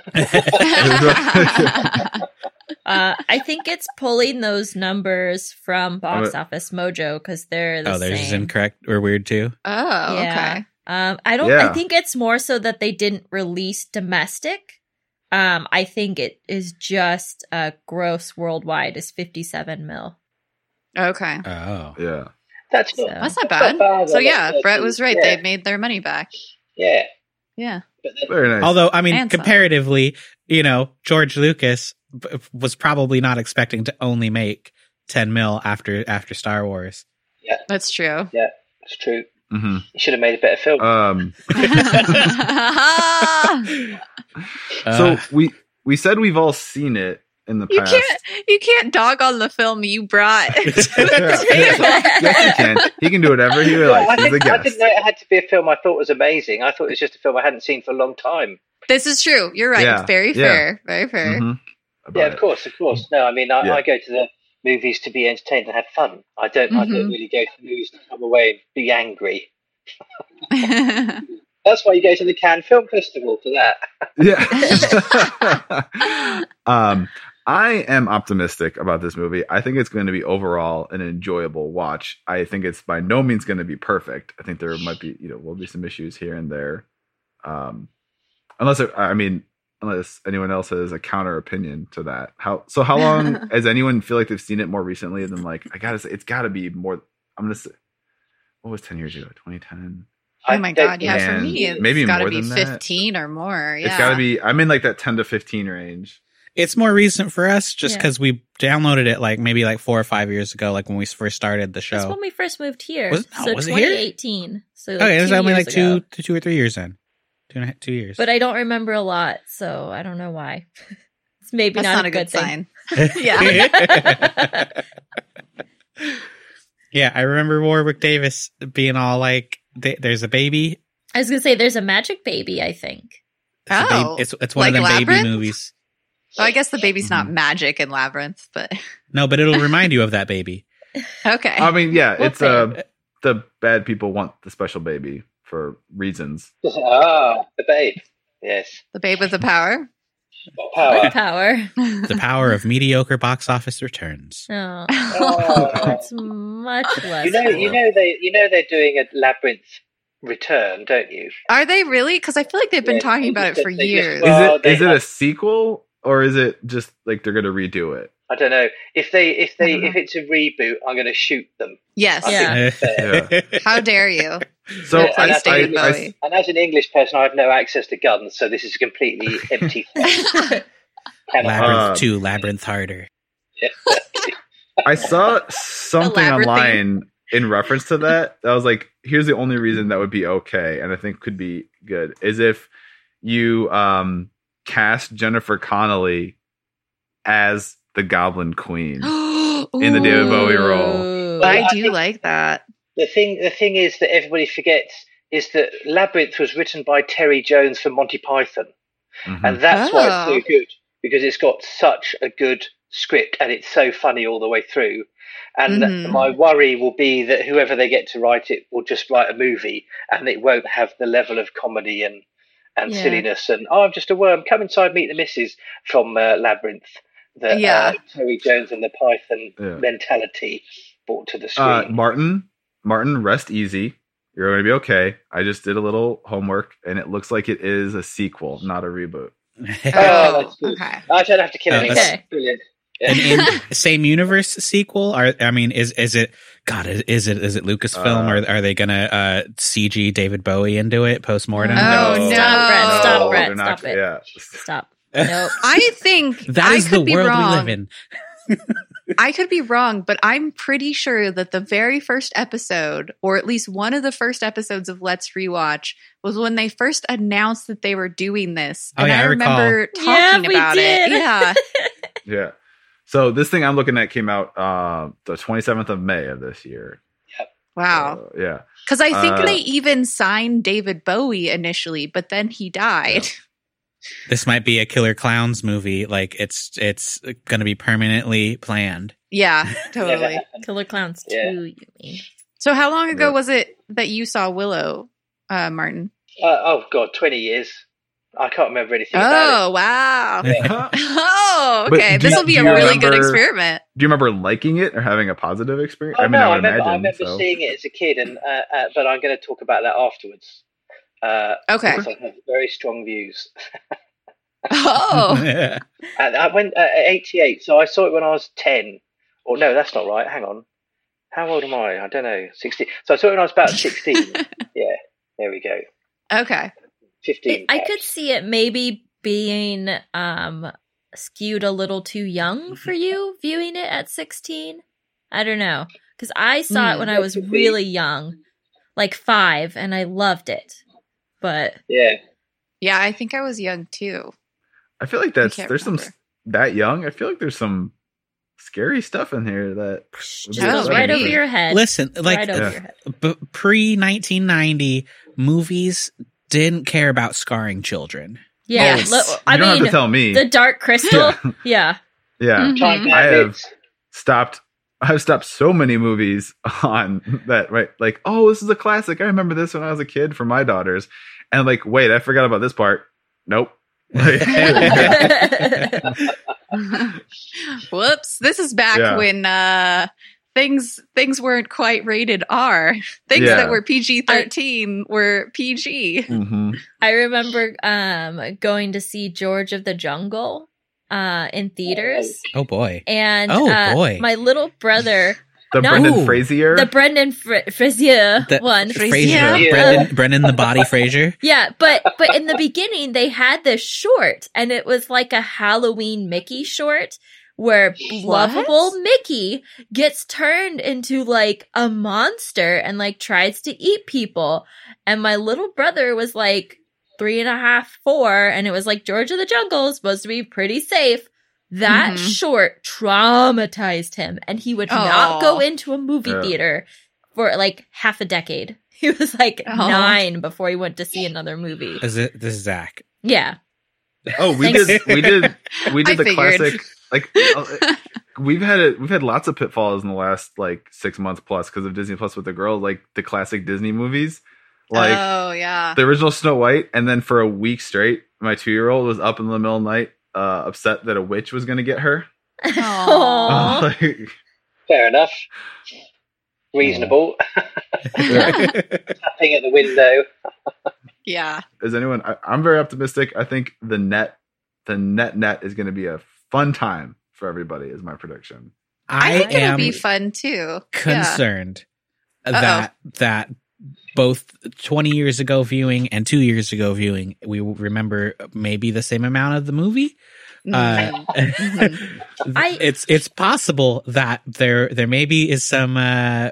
Speaker 3: Uh, I think it's pulling those numbers from Box
Speaker 1: I'm
Speaker 3: Office Mojo because they're the
Speaker 2: oh, theirs is
Speaker 3: same.
Speaker 2: incorrect or weird too.
Speaker 4: oh,
Speaker 3: Yeah.
Speaker 4: okay.
Speaker 3: Um, I don't.
Speaker 1: Yeah.
Speaker 3: I think it's more so that they didn't release domestic. Um, I think it is just uh, gross worldwide is fifty-seven mil.
Speaker 4: Okay.
Speaker 2: Oh,
Speaker 1: yeah.
Speaker 5: That's
Speaker 3: So
Speaker 5: not,
Speaker 4: That's not
Speaker 5: That's
Speaker 4: bad.
Speaker 5: not bad,
Speaker 4: So
Speaker 5: I
Speaker 4: yeah,
Speaker 5: guess.
Speaker 4: Brett was right.
Speaker 5: Yeah.
Speaker 4: They made their money back.
Speaker 5: yeah.
Speaker 4: Yeah.
Speaker 5: But then,
Speaker 1: Very nice.
Speaker 2: although I mean,
Speaker 4: And some.
Speaker 2: comparatively, you know, George Lucas b- was probably not expecting to only make ten mil after after Star Wars.
Speaker 4: That's true.
Speaker 5: it's true.
Speaker 1: Mhm.
Speaker 5: You should have made a better film.
Speaker 1: um,
Speaker 4: you
Speaker 2: Uh,
Speaker 1: so we we said we've all seen it in the past.
Speaker 4: can't you can't dog on the film you brought.
Speaker 1: yes, he can. He can do whatever he
Speaker 5: Well, I,
Speaker 1: likes. He's a
Speaker 5: think, I
Speaker 1: guest.
Speaker 5: didn't know it had to be a film I thought was amazing. I thought it was just a film I hadn't seen for a long time.
Speaker 4: this is true. You're right.
Speaker 1: Yeah.
Speaker 4: It's very
Speaker 1: Yeah.
Speaker 4: fair. Very fair.
Speaker 1: Mhm.
Speaker 5: yeah,
Speaker 1: About
Speaker 5: of
Speaker 1: it.
Speaker 5: course, of course. No, I mean, I,
Speaker 1: Yeah.
Speaker 5: I go to the movies to be entertained and have fun. I don't. I don't
Speaker 4: Mhm.
Speaker 5: really go to the movies to come away and be angry.
Speaker 1: Mm-hmm.
Speaker 5: That's why you go to the Cannes Film Festival for that.
Speaker 1: Yeah. um, I am optimistic about this movie. I think it's going to be overall an enjoyable watch. I think it's by no means going to be perfect. I think there might be, you know, will be some issues here and there. Um, unless, I mean, unless anyone else has a counter opinion to that. How so? How long has anyone feel like they've seen it more recently than like? I gotta say, it's got to be more. I'm gonna say, what was ten years ago? 2010.
Speaker 4: oh my
Speaker 5: I don't
Speaker 4: god, yeah. For
Speaker 1: Man,
Speaker 4: me, it's
Speaker 1: maybe
Speaker 4: gotta
Speaker 1: more
Speaker 4: be
Speaker 1: than that.
Speaker 4: fifteen or more. Yeah.
Speaker 1: It's got to be. I'm in like that 10 to 15 range.
Speaker 2: it's more recent for us just
Speaker 3: Yeah.
Speaker 2: because we downloaded it like maybe like four or five years ago, like when we first started the
Speaker 3: That's
Speaker 2: show.
Speaker 3: when we first moved here.
Speaker 2: Was- no,
Speaker 3: so
Speaker 2: was it here?
Speaker 3: 2018. So like
Speaker 2: Okay, Oh, it was
Speaker 3: two
Speaker 2: only
Speaker 3: years
Speaker 2: like two,
Speaker 3: ago.
Speaker 2: two or three years in, two and a half, two years.
Speaker 3: But I don't remember a lot, so I don't know why. it's maybe
Speaker 4: That's
Speaker 3: not,
Speaker 4: not
Speaker 3: a good, sign.
Speaker 4: sign.
Speaker 3: Yeah.
Speaker 2: yeah, I remember Warwick Davis being all like, "Th- "There's a baby."
Speaker 3: I was gonna say there's a magic baby. I think.
Speaker 2: It's a
Speaker 4: Oh,
Speaker 2: babe- it's it's one of them
Speaker 4: like
Speaker 2: baby
Speaker 4: Labyrinth?
Speaker 2: movies.
Speaker 4: So I guess the baby's not
Speaker 1: Mm-hmm.
Speaker 4: magic in labyrinth, but
Speaker 2: No, but it'll remind you of that baby.
Speaker 4: okay.
Speaker 1: I mean, yeah,
Speaker 3: We'll
Speaker 1: it's uh, the bad people want the special baby for reasons.
Speaker 5: Ah, the babe. Yes.
Speaker 4: the babe with the power.
Speaker 2: Oh.
Speaker 5: Power.
Speaker 3: Power.
Speaker 2: The power of mediocre box office returns.
Speaker 3: Oh,
Speaker 5: Oh.
Speaker 3: it's much less.
Speaker 5: you know, you
Speaker 3: cool.
Speaker 5: know they, you know they're doing a labyrinth return, don't you?
Speaker 4: Are they really? Because I feel like they've been
Speaker 5: Yeah,
Speaker 4: talking
Speaker 5: they
Speaker 4: about
Speaker 5: just-
Speaker 4: it for
Speaker 5: they just-
Speaker 4: years.
Speaker 1: Is
Speaker 5: Well,
Speaker 1: it
Speaker 5: they
Speaker 1: is it a
Speaker 5: have-
Speaker 1: sequel or is it just like they're gonna redo it?
Speaker 5: I don't know if they, if
Speaker 4: I
Speaker 5: they,
Speaker 4: don't know.
Speaker 5: if it's a reboot, I'm going to shoot them.
Speaker 4: yes.
Speaker 5: I
Speaker 3: Yeah.
Speaker 5: think that's fair.
Speaker 4: How dare you?
Speaker 1: So
Speaker 5: Yeah,
Speaker 1: I,
Speaker 5: that's
Speaker 1: I,
Speaker 5: David
Speaker 1: I-
Speaker 4: Bowie.
Speaker 5: And as an English person, I have no access to guns, so this is a completely empty.
Speaker 4: I
Speaker 5: can of
Speaker 2: Labyrinth
Speaker 1: Um,
Speaker 2: two, labyrinth harder.
Speaker 1: I saw something
Speaker 4: Elaborate
Speaker 1: online in reference to that. I was like, here's the only reason that would be okay, and I think could be good is if you um cast Jennifer Connolly as the Goblin Queen.
Speaker 4: in
Speaker 1: the David Bowie role.
Speaker 4: I do like that.
Speaker 5: The thing, the thing is that everybody forgets is that Labyrinth was written by Terry Jones for Monty Python,
Speaker 1: Mhm.
Speaker 5: and that's why
Speaker 4: Oh.
Speaker 5: it's so good because it's got such a good script and it's so funny all the way through. And
Speaker 4: Mhm.
Speaker 5: my worry will be that whoever they get to write it will just write a movie, and it won't have the level of comedy and and
Speaker 4: Yeah.
Speaker 5: silliness and oh, I'm just a worm. Come inside, meet the missus from uh, Labyrinth. That
Speaker 4: Yeah.
Speaker 5: uh, Terry Jones and the Python
Speaker 1: Yeah.
Speaker 5: mentality brought to the screen.
Speaker 1: Uh, Martin, Martin, rest easy. You're going to be okay. I just did a little homework, and it looks like it is a sequel, not a reboot.
Speaker 5: Oh, that's good.
Speaker 4: okay.
Speaker 5: I don't have to kill
Speaker 2: Uh,
Speaker 5: anyone.
Speaker 3: that's-
Speaker 5: Brilliant.
Speaker 2: and in same universe sequel are i mean is is it god is, is it is it lucasfilm
Speaker 1: Uh,
Speaker 2: or are they gonna uh cg david bowie into it post-mortem
Speaker 4: Oh, no.
Speaker 3: Stop, Brett, stop, Brett,
Speaker 1: they're not-
Speaker 3: stop it.
Speaker 1: Yeah.
Speaker 3: Stop.
Speaker 2: That
Speaker 3: Nope.
Speaker 4: I think
Speaker 2: is
Speaker 4: I could
Speaker 2: the
Speaker 4: be
Speaker 2: world
Speaker 4: wrong.
Speaker 2: we live in
Speaker 4: I could be wrong, but I'm pretty sure that the very first episode, or at least one of the first episodes of Let's Rewatch, was when they first announced that they were doing this.
Speaker 2: Oh,
Speaker 4: and
Speaker 2: yeah, I
Speaker 4: I remember
Speaker 3: recall. Yeah,
Speaker 4: talking
Speaker 3: we
Speaker 4: about
Speaker 3: did.
Speaker 4: it. Yeah.
Speaker 1: Yeah. So this thing I'm looking at came out uh, the 27th of May of this year.
Speaker 4: Wow.
Speaker 1: Uh, yeah.
Speaker 4: Because I think
Speaker 1: Uh,
Speaker 4: they even signed David Bowie initially, but then he died.
Speaker 2: this might be a killer clowns movie like it's it's gonna be permanently planned
Speaker 4: Yeah, totally.
Speaker 5: Yeah.
Speaker 3: Killer Clowns 2,
Speaker 5: Yeah.
Speaker 3: you mean.
Speaker 4: So, how long ago
Speaker 1: Yeah.
Speaker 4: was it that you saw Willow, uh, Martin?
Speaker 5: Uh, oh God, twenty years. I can't remember anything about
Speaker 4: Oh, wow.
Speaker 1: Do
Speaker 4: Oh,
Speaker 1: But
Speaker 4: okay.
Speaker 1: do-
Speaker 4: This will be
Speaker 1: do you
Speaker 4: a really good
Speaker 1: remember-
Speaker 4: experiment.
Speaker 1: you remember liking it or having a positive
Speaker 5: it.
Speaker 1: experience?
Speaker 5: Oh, no, I
Speaker 1: would
Speaker 5: remember, I remember
Speaker 1: so.
Speaker 5: seeing it as a kid, and uh, uh, but I'm going to talk about that afterwards. Uh,
Speaker 4: Okay.
Speaker 5: because I have very strong views.
Speaker 4: Oh,
Speaker 5: And I went uh, at 88, so I saw it when I was 10. Or no, that's not right. Hang on. How old am I? I don't know. 16. So I saw it when I was about 16. yeah, there we go.
Speaker 4: okay.
Speaker 5: 15.
Speaker 3: It- I could
Speaker 5: perhaps.
Speaker 3: see it maybe being um skewed a little too
Speaker 1: Mm-hmm.
Speaker 3: young for you viewing it at 16. I don't know. Cuz I saw it
Speaker 4: Hmm.
Speaker 3: when I was
Speaker 5: It could be.
Speaker 3: really young, like 5, and I loved it. But
Speaker 5: Yeah.
Speaker 4: Yeah, I think I was young too.
Speaker 1: I feel like that's
Speaker 4: can't
Speaker 1: there's some
Speaker 4: remember.
Speaker 1: s- that young. I feel like there's some scary stuff in here that
Speaker 3: psh,
Speaker 1: Would
Speaker 3: just
Speaker 1: be
Speaker 3: goes
Speaker 4: exciting,
Speaker 3: right over
Speaker 1: but-
Speaker 3: your head.
Speaker 2: listen like
Speaker 3: right over
Speaker 1: Yeah.
Speaker 3: your head.
Speaker 2: b- pre 1990 movies didn't care about scarring children
Speaker 3: Yeah.
Speaker 4: Yes.
Speaker 3: lo-
Speaker 1: you
Speaker 3: I
Speaker 1: don't have
Speaker 3: mean
Speaker 1: to tell me.
Speaker 3: the Mm-hmm. dark crystal.
Speaker 1: Yeah.
Speaker 3: yeah.
Speaker 1: yeah.
Speaker 4: Mhm.
Speaker 5: Time
Speaker 1: I have-
Speaker 5: bandits.
Speaker 1: stopped I've stopped so many movies on that right like oh this is a classic I remember this when I was a kid for my daughters and like wait I forgot about this part nope Like,
Speaker 4: Whoops. This is back
Speaker 1: Yeah.
Speaker 4: when uh things things weren't quite rated R. Things
Speaker 1: Yeah.
Speaker 4: that were PG-13 were PG.
Speaker 1: mhm.
Speaker 3: I remember um going to see George of the Jungle uh in theaters.
Speaker 2: oh boy
Speaker 3: And
Speaker 2: Oh,
Speaker 3: uh,
Speaker 2: boy.
Speaker 3: my little brother,
Speaker 1: the
Speaker 3: No.
Speaker 1: Brendan
Speaker 2: Ooh.
Speaker 1: Fraser
Speaker 3: the Brendan Fra- Frazier
Speaker 2: The-
Speaker 3: one.
Speaker 2: Frasier.
Speaker 5: Yeah.
Speaker 2: Brendan, Brendan the body Fraser.
Speaker 3: Yeah, but but in the beginning they had this short and it was like a Halloween Mickey short where
Speaker 4: What?
Speaker 3: lovable Mickey gets turned into like a monster and like tries to eat people. And my little brother was like three and a half, four, and it was like George of the Jungle is supposed to be pretty safe. That
Speaker 4: Mhm.
Speaker 3: short traumatized him and he would not
Speaker 4: Aw.
Speaker 3: go into a movie
Speaker 1: Yeah.
Speaker 3: theater for like half a decade. He was like
Speaker 4: Oh.
Speaker 3: nine before he went to see another movie.
Speaker 2: Is it this is Zach?
Speaker 3: Yeah.
Speaker 1: oh we did
Speaker 2: Thanks.
Speaker 1: we did we did
Speaker 4: I
Speaker 1: the
Speaker 4: figured.
Speaker 1: classic like uh, we've had it we've had lots of pitfalls in the last like six months plus because of Disney Plus with the girls like the classic Disney movies like
Speaker 4: oh yeah.
Speaker 1: the original Snow White, and then for a week straight, my two year old was up in the middle of the night, uh, upset that a witch was going to get her. Oh.
Speaker 3: Aw.
Speaker 1: Like,
Speaker 5: Fair enough. Reasonable. Tapping at the window.
Speaker 4: yeah.
Speaker 1: is anyone? I, I'm very optimistic. I think the net, the net net is going to be a fun time for everybody. Is my prediction.
Speaker 4: I,
Speaker 2: I,
Speaker 4: think it'll
Speaker 2: am
Speaker 4: be fun too. Yeah.
Speaker 2: concerned that that both 20 years ago viewing and 2 years ago viewing we remember maybe the same amount of the movie
Speaker 4: Mm-hmm.
Speaker 2: Uh,
Speaker 3: Mm-hmm. I-
Speaker 2: it's it's possible that there there maybe is some uh,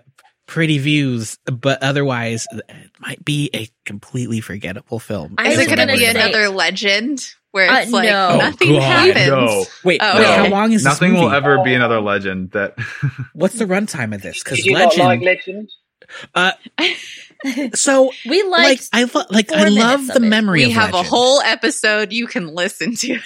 Speaker 2: pretty views, but otherwise uh, it might be a completely forgettable film.
Speaker 3: I
Speaker 4: Is
Speaker 2: It's
Speaker 4: it
Speaker 3: was
Speaker 4: going to
Speaker 2: never
Speaker 3: gonna
Speaker 4: be
Speaker 3: say-
Speaker 4: another legend where
Speaker 3: Uh,
Speaker 4: it's like
Speaker 3: no. Oh,
Speaker 4: nothing
Speaker 2: God,
Speaker 4: happens?
Speaker 1: No,
Speaker 2: Wait,
Speaker 4: Oh,
Speaker 2: wait,
Speaker 3: okay.
Speaker 2: how long is
Speaker 1: nothing
Speaker 2: this movie?
Speaker 1: will ever be another legend. That
Speaker 2: What's the runtime of this? Because
Speaker 5: Did you not like
Speaker 2: Legend.
Speaker 5: Legend?
Speaker 2: so
Speaker 3: we
Speaker 2: like
Speaker 3: liked
Speaker 2: I lo- like
Speaker 3: four
Speaker 2: I
Speaker 3: minutes
Speaker 2: love
Speaker 3: of
Speaker 2: the
Speaker 3: it.
Speaker 2: memory. of
Speaker 4: We have a
Speaker 2: Legend.
Speaker 4: whole episode you can listen to.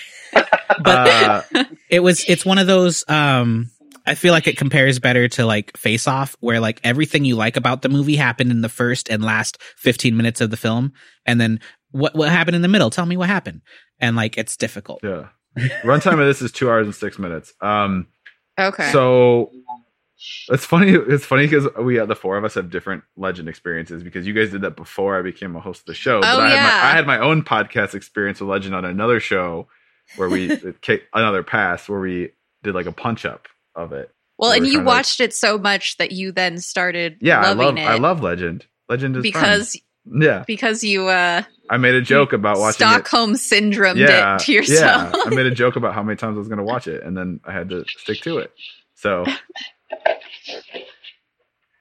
Speaker 2: But-
Speaker 1: uh,
Speaker 2: It was it's one of those. Um, I feel like it compares better to like Face Off, where like everything you like about the movie happened in the first and last fifteen minutes of the film, and then what what happened in the middle? Tell me what happened. And like it's difficult.
Speaker 1: yeah, runtime of this is two hours and six minutes. Um,
Speaker 4: Okay.
Speaker 1: so it's funny. It's funny because we uh, the four of us have different legend experiences because you guys did that before I became a host of the show.
Speaker 4: Oh,
Speaker 1: I, had
Speaker 4: yeah.
Speaker 1: my, I had my own podcast experience with legend on another show where we it ca- another pass where we did like a punch up of it.
Speaker 4: well,
Speaker 1: we
Speaker 4: and
Speaker 1: were
Speaker 4: you
Speaker 1: kinda like-
Speaker 4: watched it so much that you then started
Speaker 1: Yeah, I love
Speaker 4: loving it
Speaker 1: I love legend. Legend is fun.
Speaker 4: because
Speaker 1: yeah,
Speaker 4: because you uh
Speaker 1: I made a joke about watching it.
Speaker 4: Stockholm syndrome did to yourself.
Speaker 1: Yeah, I made a joke about how many times I was going to watch it, and then I had to stick to it. So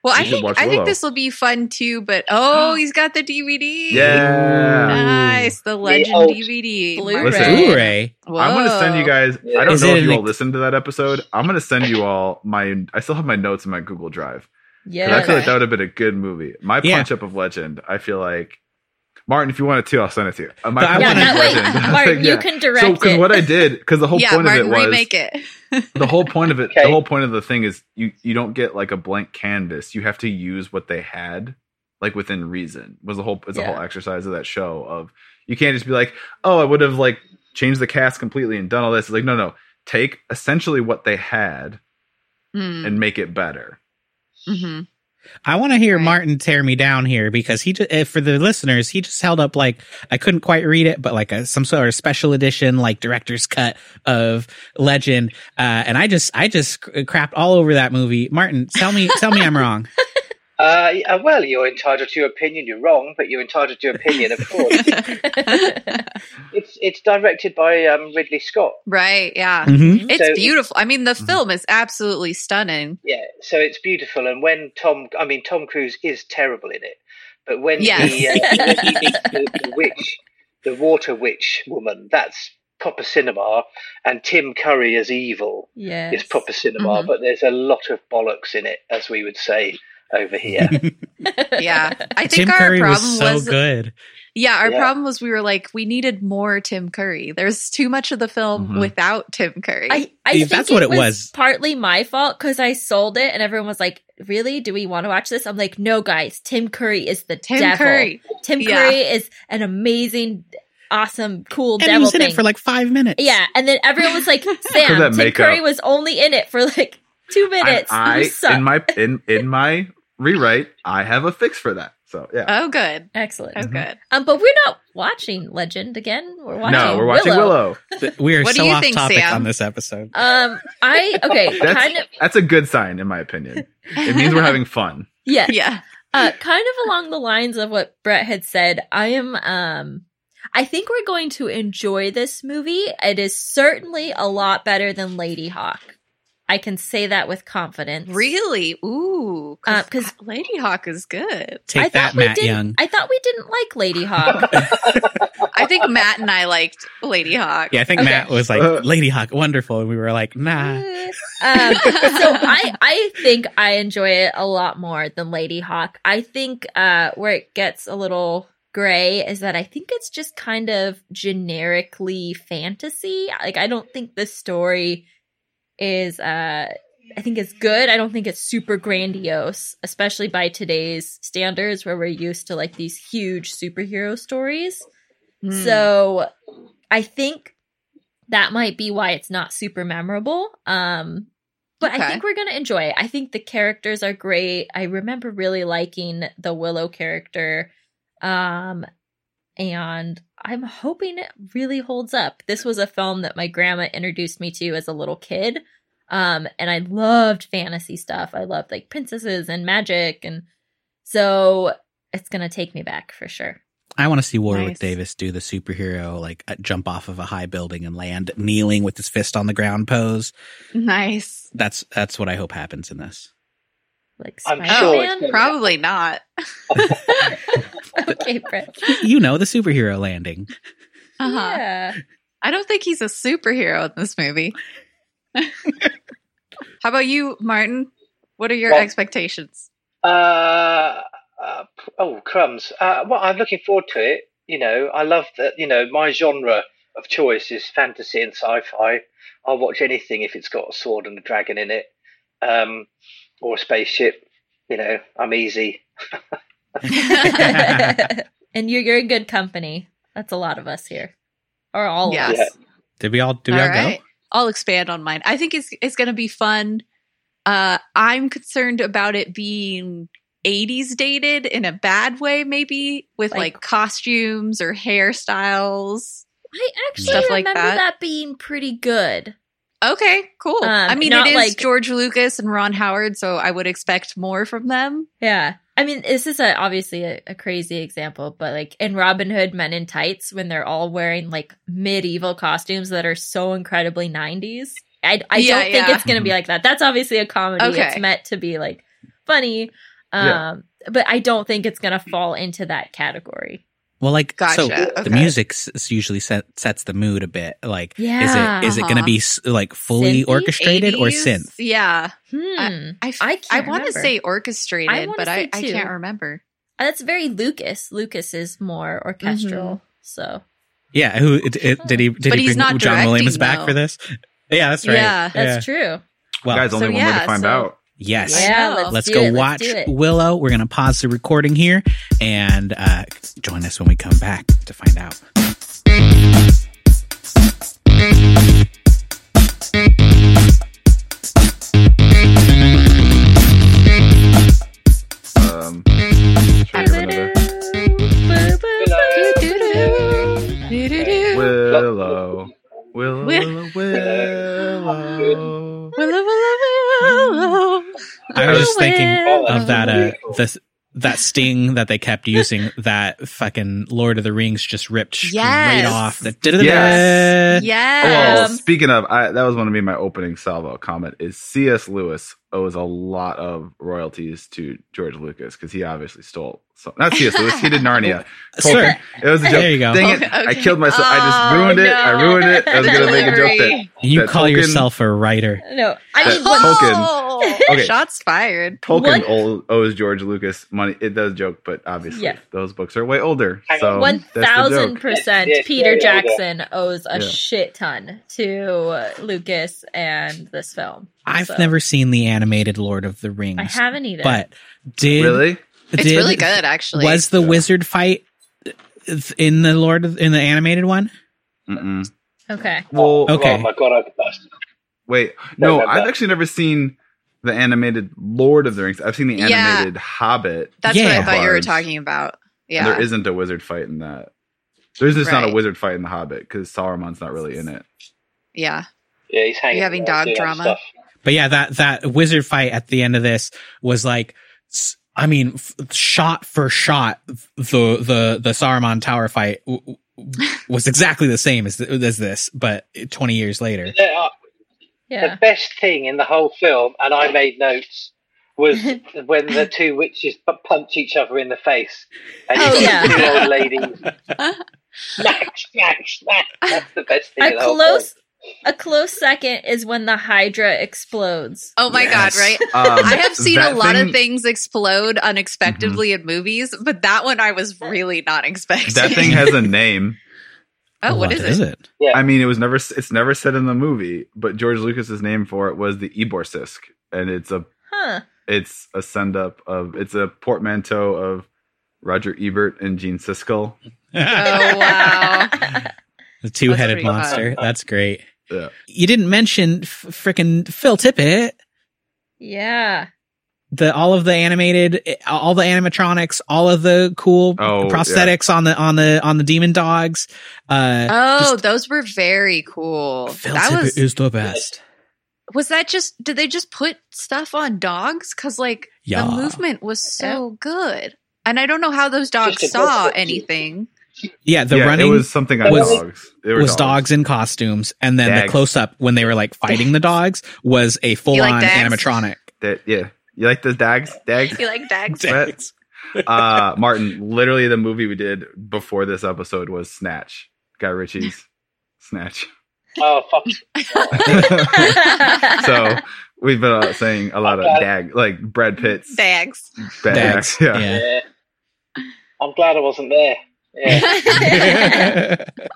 Speaker 4: Well,
Speaker 1: You
Speaker 4: I
Speaker 1: should
Speaker 4: think
Speaker 1: watch
Speaker 4: I
Speaker 1: Willow.
Speaker 4: think this will be fun too, but oh, he's got the DVD.
Speaker 1: yeah,
Speaker 4: Nice, the Legend
Speaker 5: old
Speaker 4: DVD.
Speaker 3: Blu-ray.
Speaker 1: Listen.
Speaker 2: Blu-ray.
Speaker 1: I'm going to send you
Speaker 4: Whoa.
Speaker 1: guys. I don't
Speaker 2: Is
Speaker 1: know
Speaker 2: it
Speaker 1: if you
Speaker 2: an
Speaker 1: all
Speaker 2: ex-
Speaker 1: listened to that episode. I'm going to send you all my. I still have my notes in my Google Drive. 'Cause
Speaker 3: yeah.
Speaker 1: I feel like that would have been a good movie. My
Speaker 2: Yeah.
Speaker 1: punch up of Legend. I feel like Martin. If you want it too, I'll send it to you. Uh, my
Speaker 2: But I
Speaker 1: punch-up
Speaker 3: yeah,
Speaker 2: wanna-
Speaker 1: of
Speaker 3: that way,
Speaker 1: Legend. I
Speaker 3: Martin,
Speaker 1: think,
Speaker 3: you
Speaker 1: yeah.
Speaker 3: can
Speaker 1: So
Speaker 3: direct
Speaker 1: because
Speaker 3: it.
Speaker 1: what I did, because the whole
Speaker 4: yeah,
Speaker 1: point of
Speaker 4: Martin,
Speaker 1: it was
Speaker 4: remake it.
Speaker 1: the whole point of it
Speaker 5: Okay.
Speaker 1: the whole point of the thing is you you don't get like a blank canvas you have to use what they had like within reason was the whole is the
Speaker 3: Yeah.
Speaker 1: whole exercise of that show of you can't just be like oh i would have like changed the cast completely and done all this it's like no no take essentially what they had
Speaker 3: Hmm.
Speaker 4: Mm,
Speaker 1: and make it better
Speaker 4: mhm.
Speaker 2: I want to hear
Speaker 4: Right.
Speaker 2: Martin tear me down here because he just for the listeners, he just held up like I couldn't quite read it, but like a, some sort of special edition, like director's cut of Legend, uh, and I just I just eh, crapped all over that movie. Martin, tell me tell me I'm wrong.
Speaker 5: Uh, yeah, well, you're entitled to your opinion. You're wrong, but you're entitled to your opinion, of course. it's it's directed by um, Ridley Scott.
Speaker 4: Right, yeah.
Speaker 2: Mm-hmm.
Speaker 4: It's
Speaker 5: So-
Speaker 4: beautiful. I mean, the
Speaker 1: Mhm.
Speaker 4: film is absolutely stunning.
Speaker 5: Yeah, so it's beautiful. And when Tom, I mean, Tom Cruise is terrible in it, but when he,
Speaker 4: Yes.
Speaker 5: uh, when he meets the, the witch, the water witch woman, that's proper cinema. And Tim Curry as evil
Speaker 3: yeah.
Speaker 5: is proper cinema,
Speaker 4: Mhm.
Speaker 5: but there's a lot of bollocks in it, as we would say over here.
Speaker 4: Yeah. I think
Speaker 2: Tim
Speaker 4: our
Speaker 2: Curry
Speaker 4: problem
Speaker 2: was so good.
Speaker 4: Yeah, our
Speaker 5: Yeah.
Speaker 4: problem was we were like, we needed more Tim Curry. There's too much of the film
Speaker 1: Mhm.
Speaker 4: without Tim Curry.
Speaker 3: I, I
Speaker 2: See,
Speaker 3: think
Speaker 2: that's what it
Speaker 3: was,
Speaker 2: was.
Speaker 3: Partly my fault because I sold it and everyone was like, "Really? Do we want to watch this?" I'm like, "No, guys. Tim Curry is the
Speaker 4: Tim
Speaker 3: devil.
Speaker 4: Curry.
Speaker 3: Tim
Speaker 4: Yeah.
Speaker 3: Curry is an amazing, awesome, cool
Speaker 2: And
Speaker 3: devil
Speaker 2: he was in
Speaker 3: thing."
Speaker 2: it for like five minutes.
Speaker 3: yeah, and then everyone was like,
Speaker 1: Look at that
Speaker 3: "Sam, Tim
Speaker 1: makeup.
Speaker 3: Curry was only in it for like two minutes. you
Speaker 1: and i
Speaker 3: suck."
Speaker 1: in my in in my rewrite i have a fix for that so yeah
Speaker 3: Uh,
Speaker 4: Oh, good.
Speaker 3: Excellent.
Speaker 4: Oh,
Speaker 1: Mhm.
Speaker 4: good.
Speaker 3: Um, but we're not watching Legend again. We're watching.
Speaker 1: no we're watching
Speaker 3: Willow.
Speaker 1: willow.
Speaker 2: Th- We are
Speaker 4: What do
Speaker 2: so
Speaker 4: you
Speaker 2: off
Speaker 4: think,
Speaker 2: topic
Speaker 4: Sam?
Speaker 2: on this episode.
Speaker 3: Um, I okay,
Speaker 1: That's-
Speaker 3: kind of
Speaker 1: that's a good sign in my opinion it means we're having fun
Speaker 3: yeah.
Speaker 4: yeah.
Speaker 3: uh, kind of along the lines of what Brett had said, I am, um, I think we're going to enjoy this movie. It is certainly a lot better than Lady Hawk. I can say that with confidence.
Speaker 4: Really? Ooh. Because
Speaker 3: Uh, 'cause-
Speaker 4: Lady Hawk is good.
Speaker 2: Take
Speaker 3: I
Speaker 2: that,
Speaker 3: thought we
Speaker 2: Matt
Speaker 3: didn't-
Speaker 2: Young.
Speaker 3: I thought we didn't like Lady Hawk.
Speaker 4: I think Matt and I liked Lady Hawk.
Speaker 2: Yeah, I think
Speaker 3: Okay.
Speaker 2: Matt was like
Speaker 1: Uh.
Speaker 2: Lady Hawk, wonderful, and we were like, nah.
Speaker 3: Mm. um, so I, I think I enjoy it a lot more than Lady Hawk. I think uh, where it gets a little gray is that I think it's just kind of generically fantasy. Like I don't think the story is uh I think it's good. I don't think it's super grandiose, especially by today's standards where we're used to like these huge superhero stories.
Speaker 4: Mm.
Speaker 3: So I think that might be why it's not super memorable. Um but I
Speaker 4: Okay.
Speaker 3: think we're going to enjoy it. I think the characters are great. I remember really liking the Willow character. Um and I'm hoping it really holds up. This was a film that my grandma introduced me to as a little kid. Um and I loved fantasy stuff. I loved like princesses and magic and so it's going to take me back for sure.
Speaker 2: I want to see Warwick
Speaker 4: Nice.
Speaker 2: Davis do the superhero, like uh, jump off of a high building and land kneeling with his fist on the ground pose.
Speaker 4: Nice.
Speaker 2: That's that's what I hope happens in this.
Speaker 3: Like
Speaker 5: I'm
Speaker 3: Spider
Speaker 4: sure
Speaker 5: it's
Speaker 3: Man.
Speaker 5: gonna-
Speaker 4: Probably not.
Speaker 3: okay, Brett.
Speaker 2: You know, the superhero landing.
Speaker 4: Uh-huh.
Speaker 3: Yeah.
Speaker 4: I don't think he's a superhero in this movie. How about you, Martin? What are your
Speaker 5: Well-
Speaker 4: expectations?
Speaker 5: Uh, uh, oh crumbs! Uh, well, I'm looking forward to it. You know, I love that. You know, my genre of choice is fantasy and sci-fi. I'll watch anything if it's got a sword and a dragon in it, um, or a spaceship. You know, I'm easy.
Speaker 3: and you're you're in good company. That's a lot of us here, or all
Speaker 4: Yes.
Speaker 3: of us.
Speaker 2: Did we all? Did we all,
Speaker 4: right. I'll expand on mine. I think it's it's going to be fun. Uh, I'm concerned about it being 80s dated in a bad way, maybe with
Speaker 3: Like-
Speaker 4: like, costumes or hairstyles.
Speaker 3: I actually
Speaker 4: Stuff like
Speaker 3: remember
Speaker 4: that.
Speaker 3: that. being pretty good.
Speaker 4: Okay, cool.
Speaker 3: Um,
Speaker 4: I mean,
Speaker 3: not
Speaker 4: it is
Speaker 3: like-
Speaker 4: George Lucas and Ron Howard, so I would expect more from them.
Speaker 3: Yeah. I mean, this is a, obviously a, a crazy example, but like in Robin Hood Men in Tights, when they're all wearing like medieval costumes that are so incredibly 90s, I, I
Speaker 4: Yeah,
Speaker 3: don't think
Speaker 4: yeah.
Speaker 3: it's going to be like that. That's obviously a comedy. It's
Speaker 4: Okay.
Speaker 3: meant to be like funny. Um,
Speaker 1: Yeah.
Speaker 3: But I don't think it's going to fall into that category.
Speaker 2: Well, like
Speaker 4: Gotcha.
Speaker 2: so,
Speaker 4: okay.
Speaker 2: the music s- usually set, sets the mood a bit. Like,
Speaker 3: Yeah.
Speaker 2: is it is it going to
Speaker 4: Uh-huh.
Speaker 2: be s- like fully
Speaker 3: Synthy?
Speaker 2: orchestrated or
Speaker 4: 80s?
Speaker 2: synth?
Speaker 4: Yeah.
Speaker 3: Hmm.
Speaker 4: I, f-
Speaker 3: I
Speaker 4: I,
Speaker 3: can't
Speaker 4: want to
Speaker 3: remember.
Speaker 4: say orchestrated,
Speaker 3: I wanna
Speaker 4: but
Speaker 3: say
Speaker 4: I, I
Speaker 3: too.
Speaker 4: can't remember.
Speaker 3: That's very Lucas. Lucas is more orchestral.
Speaker 4: Mm-hmm.
Speaker 3: So
Speaker 2: Yeah, who it, it, did he? Did
Speaker 4: But
Speaker 2: he
Speaker 4: he's
Speaker 2: bring
Speaker 4: not
Speaker 2: John Williams
Speaker 4: directing,
Speaker 2: back
Speaker 4: though.
Speaker 2: for this? Yeah, that's right.
Speaker 4: Yeah,
Speaker 3: that's true.
Speaker 2: Well,
Speaker 1: Guys, only
Speaker 4: so
Speaker 1: one way
Speaker 4: yeah,
Speaker 1: to find
Speaker 3: so-
Speaker 1: out.
Speaker 2: yes.
Speaker 4: I
Speaker 3: Yeah.
Speaker 4: know.
Speaker 3: Let's,
Speaker 2: Let's
Speaker 3: do
Speaker 2: go
Speaker 3: it.
Speaker 2: watch
Speaker 3: Let's do it.
Speaker 2: Willow. We're going to pause the recording here and uh, join us when we come back to find out.
Speaker 1: Um, sure, another-
Speaker 4: Do-do-do.
Speaker 1: Willow. Willow, Willow,
Speaker 4: Will-
Speaker 1: Willow.
Speaker 4: Willow, willow, willow.
Speaker 2: I was just thinking
Speaker 5: Oh,
Speaker 2: of
Speaker 5: that's
Speaker 2: that uh,
Speaker 5: beautiful.
Speaker 2: the, that sting that they kept using that fucking Lord of the Rings just ripped straight
Speaker 4: Yes.
Speaker 2: off. The, da-da-da-da.
Speaker 1: Yes. Oh,
Speaker 4: Yes.
Speaker 3: Um,
Speaker 1: speaking of, I, that was one of me my opening salvo comment is C.S. Lewis owes a lot of royalties to George Lucas because he obviously stole. So, not C.S. Lewis, he did Narnia.
Speaker 2: Sir,
Speaker 1: It was a joke.
Speaker 2: there you go.
Speaker 1: Dang it!
Speaker 4: Okay,
Speaker 1: I
Speaker 4: okay.
Speaker 1: killed myself. I just
Speaker 4: Oh,
Speaker 1: ruined it. I
Speaker 4: no.
Speaker 1: ruined it. I was gonna make a joke that
Speaker 2: You
Speaker 1: that
Speaker 2: call
Speaker 1: Tolkien-
Speaker 2: yourself a writer.
Speaker 3: No, I
Speaker 1: That
Speaker 3: mean, what,
Speaker 1: Tolkien- Okay.
Speaker 4: Shots fired.
Speaker 1: Tolkien
Speaker 3: One-
Speaker 1: owe- owes George Lucas money. It does joke, but obviously
Speaker 3: Yeah.
Speaker 1: those books are way older.
Speaker 5: Hang
Speaker 1: So
Speaker 5: on.
Speaker 3: one
Speaker 1: that's the
Speaker 3: thousand
Speaker 1: joke.
Speaker 3: percent.
Speaker 5: Yes, yes,
Speaker 3: Peter
Speaker 5: yeah, yeah, yeah.
Speaker 3: Jackson owes a
Speaker 1: Yeah.
Speaker 3: shit ton to uh, Lucas and this film.
Speaker 2: I've
Speaker 3: So,
Speaker 2: never seen the animated Lord of the Rings.
Speaker 3: I haven't either.
Speaker 2: But did
Speaker 1: Really?
Speaker 4: It's
Speaker 2: did-
Speaker 4: really good, actually.
Speaker 2: Was the
Speaker 1: Yeah.
Speaker 2: wizard fight in the Lord of, in the animated one?
Speaker 1: Mm-mm.
Speaker 3: okay,
Speaker 1: Well,
Speaker 2: Okay.
Speaker 5: Oh my god! I, that's-
Speaker 1: wait. No,
Speaker 5: Don't have
Speaker 1: I've
Speaker 5: that.
Speaker 1: actually never seen the animated Lord of the Rings. I've seen the
Speaker 4: Yeah.
Speaker 1: animated Hobbit.
Speaker 4: That's what
Speaker 2: Yeah.
Speaker 4: I thought you were
Speaker 1: Barbs.
Speaker 4: talking about.
Speaker 1: and
Speaker 4: Yeah.
Speaker 1: there isn't a wizard fight in that. There's just not a
Speaker 4: Right.
Speaker 1: wizard fight in the Hobbit because Sauron's not really in it.
Speaker 4: yeah.
Speaker 5: yeah, he's hanging.
Speaker 4: You having
Speaker 5: around
Speaker 4: dog
Speaker 5: doing other
Speaker 4: drama?
Speaker 5: stuff.
Speaker 2: But yeah, that that wizard fight at the end of this was like, s- I mean, f- shot for shot, the the the Saruman tower fight w- w- was exactly the same as th- as this, but 20 years later.
Speaker 5: Yeah, I-
Speaker 3: yeah,
Speaker 5: The best thing in the whole film, and I made notes, was when the two witches pu- punch each other in the face, and you
Speaker 3: Oh,
Speaker 5: see
Speaker 3: yeah.
Speaker 5: the old ladies smack, smack, smack. That's the best thing. in
Speaker 3: a
Speaker 5: the whole
Speaker 3: close. A close second is when the Hydra explodes.
Speaker 4: Oh my
Speaker 2: Yes.
Speaker 4: God, right?
Speaker 1: Um,
Speaker 4: I have seen a
Speaker 1: that
Speaker 4: lot
Speaker 1: thing-
Speaker 4: of things explode unexpectedly
Speaker 2: Mm-hmm.
Speaker 4: in movies, but that one I was really not expecting.
Speaker 1: That thing has a name.
Speaker 4: oh, what is, it?
Speaker 1: I mean, it was never. It's never said in the movie, but George Lucas's name for it was the Eborsisk, and it's a
Speaker 3: Huh?
Speaker 1: it's a send up of it's a portmanteau of Roger Ebert and Gene Siskel.
Speaker 4: Oh, wow.
Speaker 2: the two-headed
Speaker 4: pretty fun.
Speaker 2: monster. That's great.
Speaker 1: Yeah.
Speaker 2: You didn't mention f- freaking Phil Tippett.
Speaker 3: yeah.
Speaker 2: the all of the animated all the animatronics all of the cool
Speaker 1: Oh,
Speaker 2: prosthetics on the on the on the demon dogs uh
Speaker 4: Oh,
Speaker 2: Just-
Speaker 4: those were very cool.
Speaker 2: Phil
Speaker 4: Oh, that
Speaker 2: Tippett
Speaker 4: was
Speaker 2: is the best
Speaker 4: was that just did they just put stuff on dogs? Cause like
Speaker 2: Yeah.
Speaker 4: the movement was so good. And I don't know how those dogs
Speaker 5: Just a
Speaker 4: saw
Speaker 5: dog.
Speaker 4: anything.
Speaker 2: Yeah, the
Speaker 1: yeah,
Speaker 2: running
Speaker 1: it was something on
Speaker 2: was-
Speaker 1: dogs. It
Speaker 2: was dogs. in costumes, and then the
Speaker 1: Dags.
Speaker 2: close up when they were like fighting the dogs was a full on
Speaker 4: dags?
Speaker 2: animatronic.
Speaker 1: That, yeah, you like the dogs? Dogs.
Speaker 4: You like dogs?
Speaker 1: What? uh, Martin, literally the movie we did before this episode was Snatch. Guy Ritchie's Snatch.
Speaker 5: Oh fuck!
Speaker 1: so we've been uh, saying a lot of dag, like Brad Pitt's
Speaker 4: Dags.
Speaker 1: bad
Speaker 2: Dags.
Speaker 1: acts. Yeah.
Speaker 2: Yeah.
Speaker 5: Yeah. I'm glad I wasn't there. Yeah.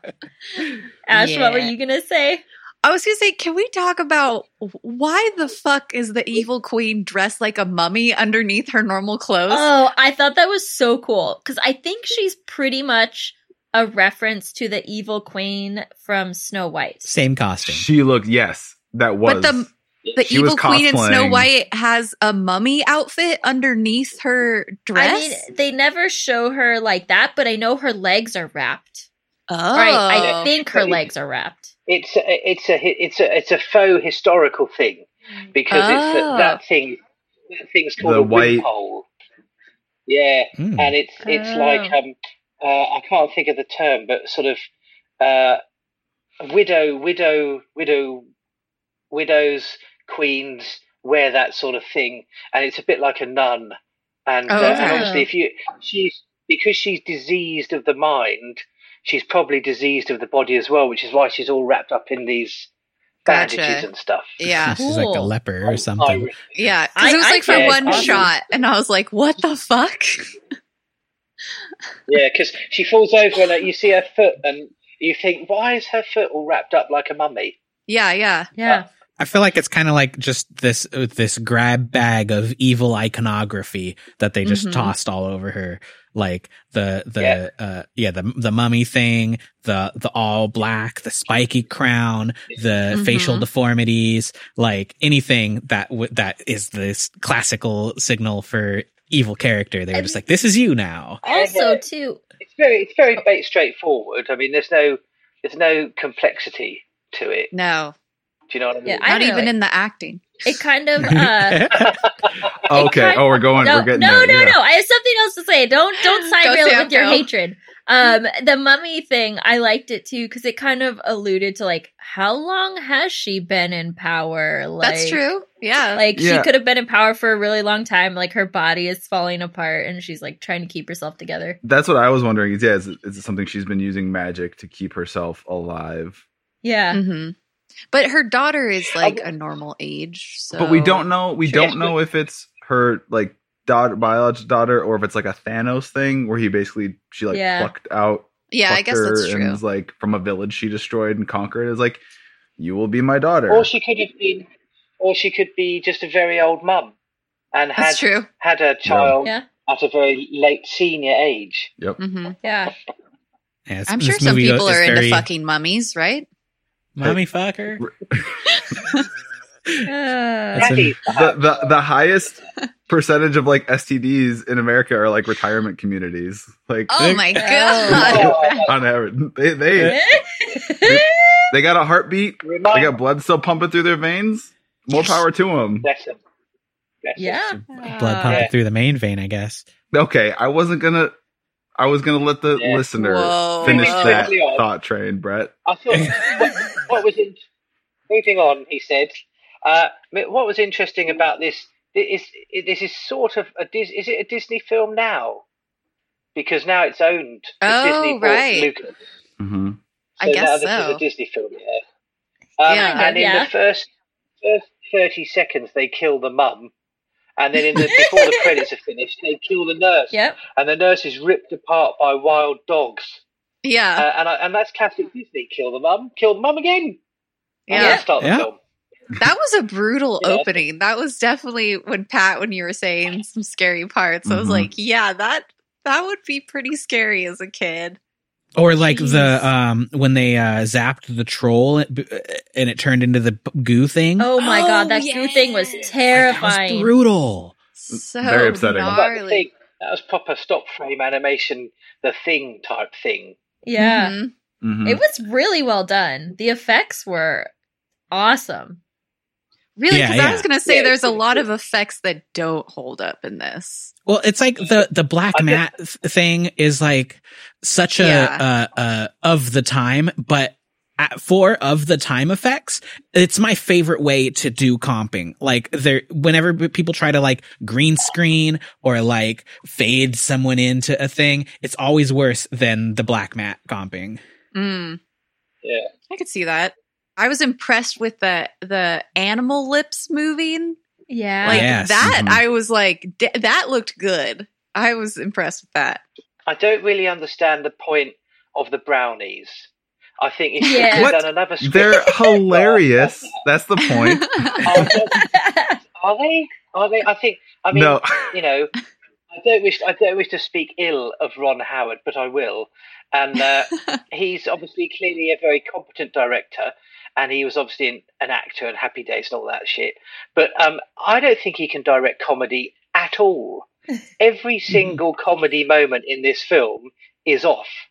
Speaker 3: Ash, what were
Speaker 4: Yeah.
Speaker 3: you gonna say?
Speaker 4: I was gonna say, can we talk about why the fuck is the evil queen dressed like a mummy underneath her normal clothes?
Speaker 3: Oh, I thought that was so cool because I think she's pretty much a reference to the evil queen from Snow White.
Speaker 2: Same costume.
Speaker 1: She looked. Yes, that was.
Speaker 4: But the- the
Speaker 1: she was
Speaker 4: evil queen in Snow
Speaker 1: cosplaying.
Speaker 4: White has a mummy outfit underneath her dress.
Speaker 3: I mean, they never show her like that, but I know her legs are wrapped.
Speaker 4: oh,
Speaker 3: Or I, I think her
Speaker 5: Right.
Speaker 3: legs are wrapped.
Speaker 5: It's a, it's a hi- it's a it's a faux historical thing because it's
Speaker 4: Oh.
Speaker 3: Ah.
Speaker 5: that that thing that thing's called
Speaker 1: The
Speaker 5: a
Speaker 1: white-
Speaker 5: whip pole. Yeah,
Speaker 2: Hmm.
Speaker 5: and it's it's
Speaker 3: Oh.
Speaker 5: like um uh, I can't think of the term, but sort of uh, widow widow widow widows queens wear that sort of thing, and it's a bit like a nun. And,
Speaker 4: Oh,
Speaker 5: uh, and
Speaker 4: okay.
Speaker 5: obviously, if you she's because she's diseased of the mind, she's probably diseased of the body as well, which is why she's all wrapped up in these
Speaker 4: Gotcha.
Speaker 5: bandages and stuff.
Speaker 4: yeah,
Speaker 2: She's like a
Speaker 3: Cool.
Speaker 2: leper or something.
Speaker 4: yeah. Because it
Speaker 3: I-
Speaker 4: was
Speaker 3: I
Speaker 4: like for
Speaker 5: can't-
Speaker 4: one
Speaker 5: I-
Speaker 4: shot, and I was like, what the fuck?
Speaker 5: Yeah, because she falls over and uh, you see her foot, and you think, why is her foot all wrapped up like a mummy?
Speaker 4: yeah, yeah.
Speaker 3: Yeah.
Speaker 2: I feel like it's kind of like just this this grab bag of evil iconography that they just
Speaker 4: Mhm.
Speaker 2: tossed all over her, like the the
Speaker 5: Yeah.
Speaker 2: uh yeah the the mummy thing, the the all black, the spiky crown, the facial
Speaker 4: Mhm.
Speaker 2: deformities, like anything that w- that is this classical signal for evil character. They were
Speaker 3: And-
Speaker 2: just like, this is you now.
Speaker 3: Also, too,
Speaker 5: It's very, it's very ba- straightforward. I mean, there's no, there's no complexity to it.
Speaker 4: No,
Speaker 5: Do you know what I mean?
Speaker 3: Yeah, I
Speaker 4: not
Speaker 3: don't
Speaker 4: even
Speaker 3: know.
Speaker 4: in the acting.
Speaker 3: it kind of uh
Speaker 1: okay.
Speaker 3: kind-
Speaker 1: Oh, we're going.
Speaker 3: no,
Speaker 1: we're getting
Speaker 3: no,
Speaker 1: there.
Speaker 3: no,
Speaker 1: yeah.
Speaker 3: no. I have something else to say. Don't don't
Speaker 4: Go,
Speaker 3: sidewail it
Speaker 4: Sam,
Speaker 3: with your
Speaker 4: go.
Speaker 3: hatred. Um, the mummy thing, I liked it too because it kind of alluded to like how long has she been in power? Like,
Speaker 4: That's true. Uh, Yeah.
Speaker 3: Like
Speaker 1: Yeah.
Speaker 3: she could have been in power for a really long time. Like her body is falling apart and she's like trying to keep herself together.
Speaker 1: That's what I was wondering. Is yeah, is, is it something she's been using magic to keep herself alive?
Speaker 3: Yeah. Oh,
Speaker 4: hmm But her daughter is like a normal age, so
Speaker 1: but we don't know. We
Speaker 5: She
Speaker 1: don't
Speaker 5: actually-
Speaker 1: know if it's her like daughter, biological daughter, or if it's like a Thanos thing where he basically she like
Speaker 3: Yeah.
Speaker 1: plucked out
Speaker 4: Yeah, I guess
Speaker 1: plucked her
Speaker 4: that's
Speaker 1: and
Speaker 4: true.
Speaker 1: was, like from a village she destroyed and conquered. Is like, you will be my daughter.
Speaker 5: Or she could have been, or she could be just a very old mum, and had
Speaker 4: That's true.
Speaker 5: had a child
Speaker 3: Yeah.
Speaker 5: at a very late senior age.
Speaker 1: yep.
Speaker 4: hmm
Speaker 2: Yeah,
Speaker 3: Yeah.
Speaker 2: it's-
Speaker 4: I'm
Speaker 2: this
Speaker 4: sure some
Speaker 2: movie uh,
Speaker 4: people
Speaker 2: is
Speaker 4: are into
Speaker 2: very,
Speaker 4: fucking mummies, right?
Speaker 2: mommy fucker.
Speaker 3: Uh,
Speaker 2: That's a-
Speaker 5: Daddy,
Speaker 1: The, the the highest percentage of like STDs in America are like retirement communities. Like
Speaker 4: Oh my
Speaker 3: Oh.
Speaker 4: god.
Speaker 5: oh,
Speaker 1: on average, they they they got a heartbeat. They
Speaker 5: remind
Speaker 1: got blood still pumping through their veins. More power to them.
Speaker 5: bless them. Bless them.
Speaker 3: yeah.
Speaker 4: Uh,
Speaker 3: Uh,
Speaker 2: Blood pumping through the main vein, I guess.
Speaker 1: Okay, I wasn't gonna. I was gonna let the
Speaker 5: Yeah.
Speaker 1: listener
Speaker 4: Whoa.
Speaker 1: finish
Speaker 5: Whoa.
Speaker 1: that
Speaker 5: Quickly on.
Speaker 1: thought train, Brett.
Speaker 5: I thought what, what was in, moving on. He said, uh, "What was interesting about this is this is sort of a Dis- is it a Disney film now? Because now it's owned.
Speaker 4: Oh,
Speaker 5: Disney bought
Speaker 4: right.
Speaker 5: Lucas.
Speaker 1: Mm-hmm.
Speaker 5: So
Speaker 4: I guess
Speaker 5: now this is
Speaker 4: so.
Speaker 5: a Disney film. Yeah. Um,
Speaker 4: Yeah.
Speaker 5: and in
Speaker 3: Yeah.
Speaker 5: the first first thirty seconds, they kill the mum, and then in the, before the credits are finished, they kill the nurse,
Speaker 3: Yep.
Speaker 5: and the nurse is ripped apart by wild dogs.
Speaker 4: Yeah.
Speaker 5: Uh, and I, and that's classic Disney. Kill the mum, kill the mum again.
Speaker 4: Yeah.
Speaker 5: And then start the
Speaker 2: Yeah.
Speaker 5: film.
Speaker 4: That was a brutal
Speaker 5: Yeah.
Speaker 4: opening. That was definitely when Pat, when you were saying some scary parts, I
Speaker 2: Mm-hmm.
Speaker 4: was
Speaker 1: Mhm.
Speaker 4: like, yeah, that that would be pretty scary as a kid.
Speaker 2: Or like
Speaker 3: Jeez.
Speaker 2: the um when they uh zapped the troll and and it turned into the b- goo thing.
Speaker 3: Oh my
Speaker 4: Oh,
Speaker 3: god, that goo thing
Speaker 2: Like,
Speaker 3: was
Speaker 4: yes.
Speaker 2: That was
Speaker 3: terrifying.
Speaker 2: brutal.
Speaker 4: So
Speaker 1: Mm, Very upsetting.
Speaker 5: But that,
Speaker 4: gnarly.
Speaker 5: thing, that was proper stop frame animation, the thing type thing.
Speaker 3: yeah.
Speaker 4: Mhm.
Speaker 1: Mm-hmm.
Speaker 3: It was really well done. The effects were awesome.
Speaker 4: Really?
Speaker 2: Yeah,
Speaker 4: Because
Speaker 2: yeah.
Speaker 4: I was going to say
Speaker 5: Yeah,
Speaker 4: there's a
Speaker 5: it's-
Speaker 4: lot of effects that don't hold up in this.
Speaker 2: Well, it's like the the black
Speaker 5: I
Speaker 2: mat th- thing is like such a
Speaker 4: Yeah.
Speaker 2: uh, uh, of the time, but at, for of the time effects, it's my favorite way to do comping. Like there, whenever b- people try to like green screen or like fade someone into a thing, it's always worse than the black mat comping.
Speaker 4: Mm,
Speaker 5: Yeah.
Speaker 4: I could see that. I was impressed with the the animal lips moving.
Speaker 3: Yeah.
Speaker 4: Like
Speaker 2: Yes.
Speaker 4: that,
Speaker 2: Mhm.
Speaker 4: I was like, d- that looked good. I was impressed with that.
Speaker 5: I don't really understand the point of the brownies. I think if you
Speaker 3: Yeah.
Speaker 5: had
Speaker 1: What?
Speaker 5: done another script,
Speaker 1: They're hilarious. That's the point.
Speaker 5: Are they- are they? Are they? I think. I mean,
Speaker 1: no,
Speaker 5: you know, I don't wish. I don't wish to speak ill of Ron Howard, but I will. And uh, he's obviously clearly a very competent director, and he was obviously an, an actor and Happy Days and all that shit. But um, I don't think he can direct comedy at all. Every single comedy moment in this film is off
Speaker 3: Oh,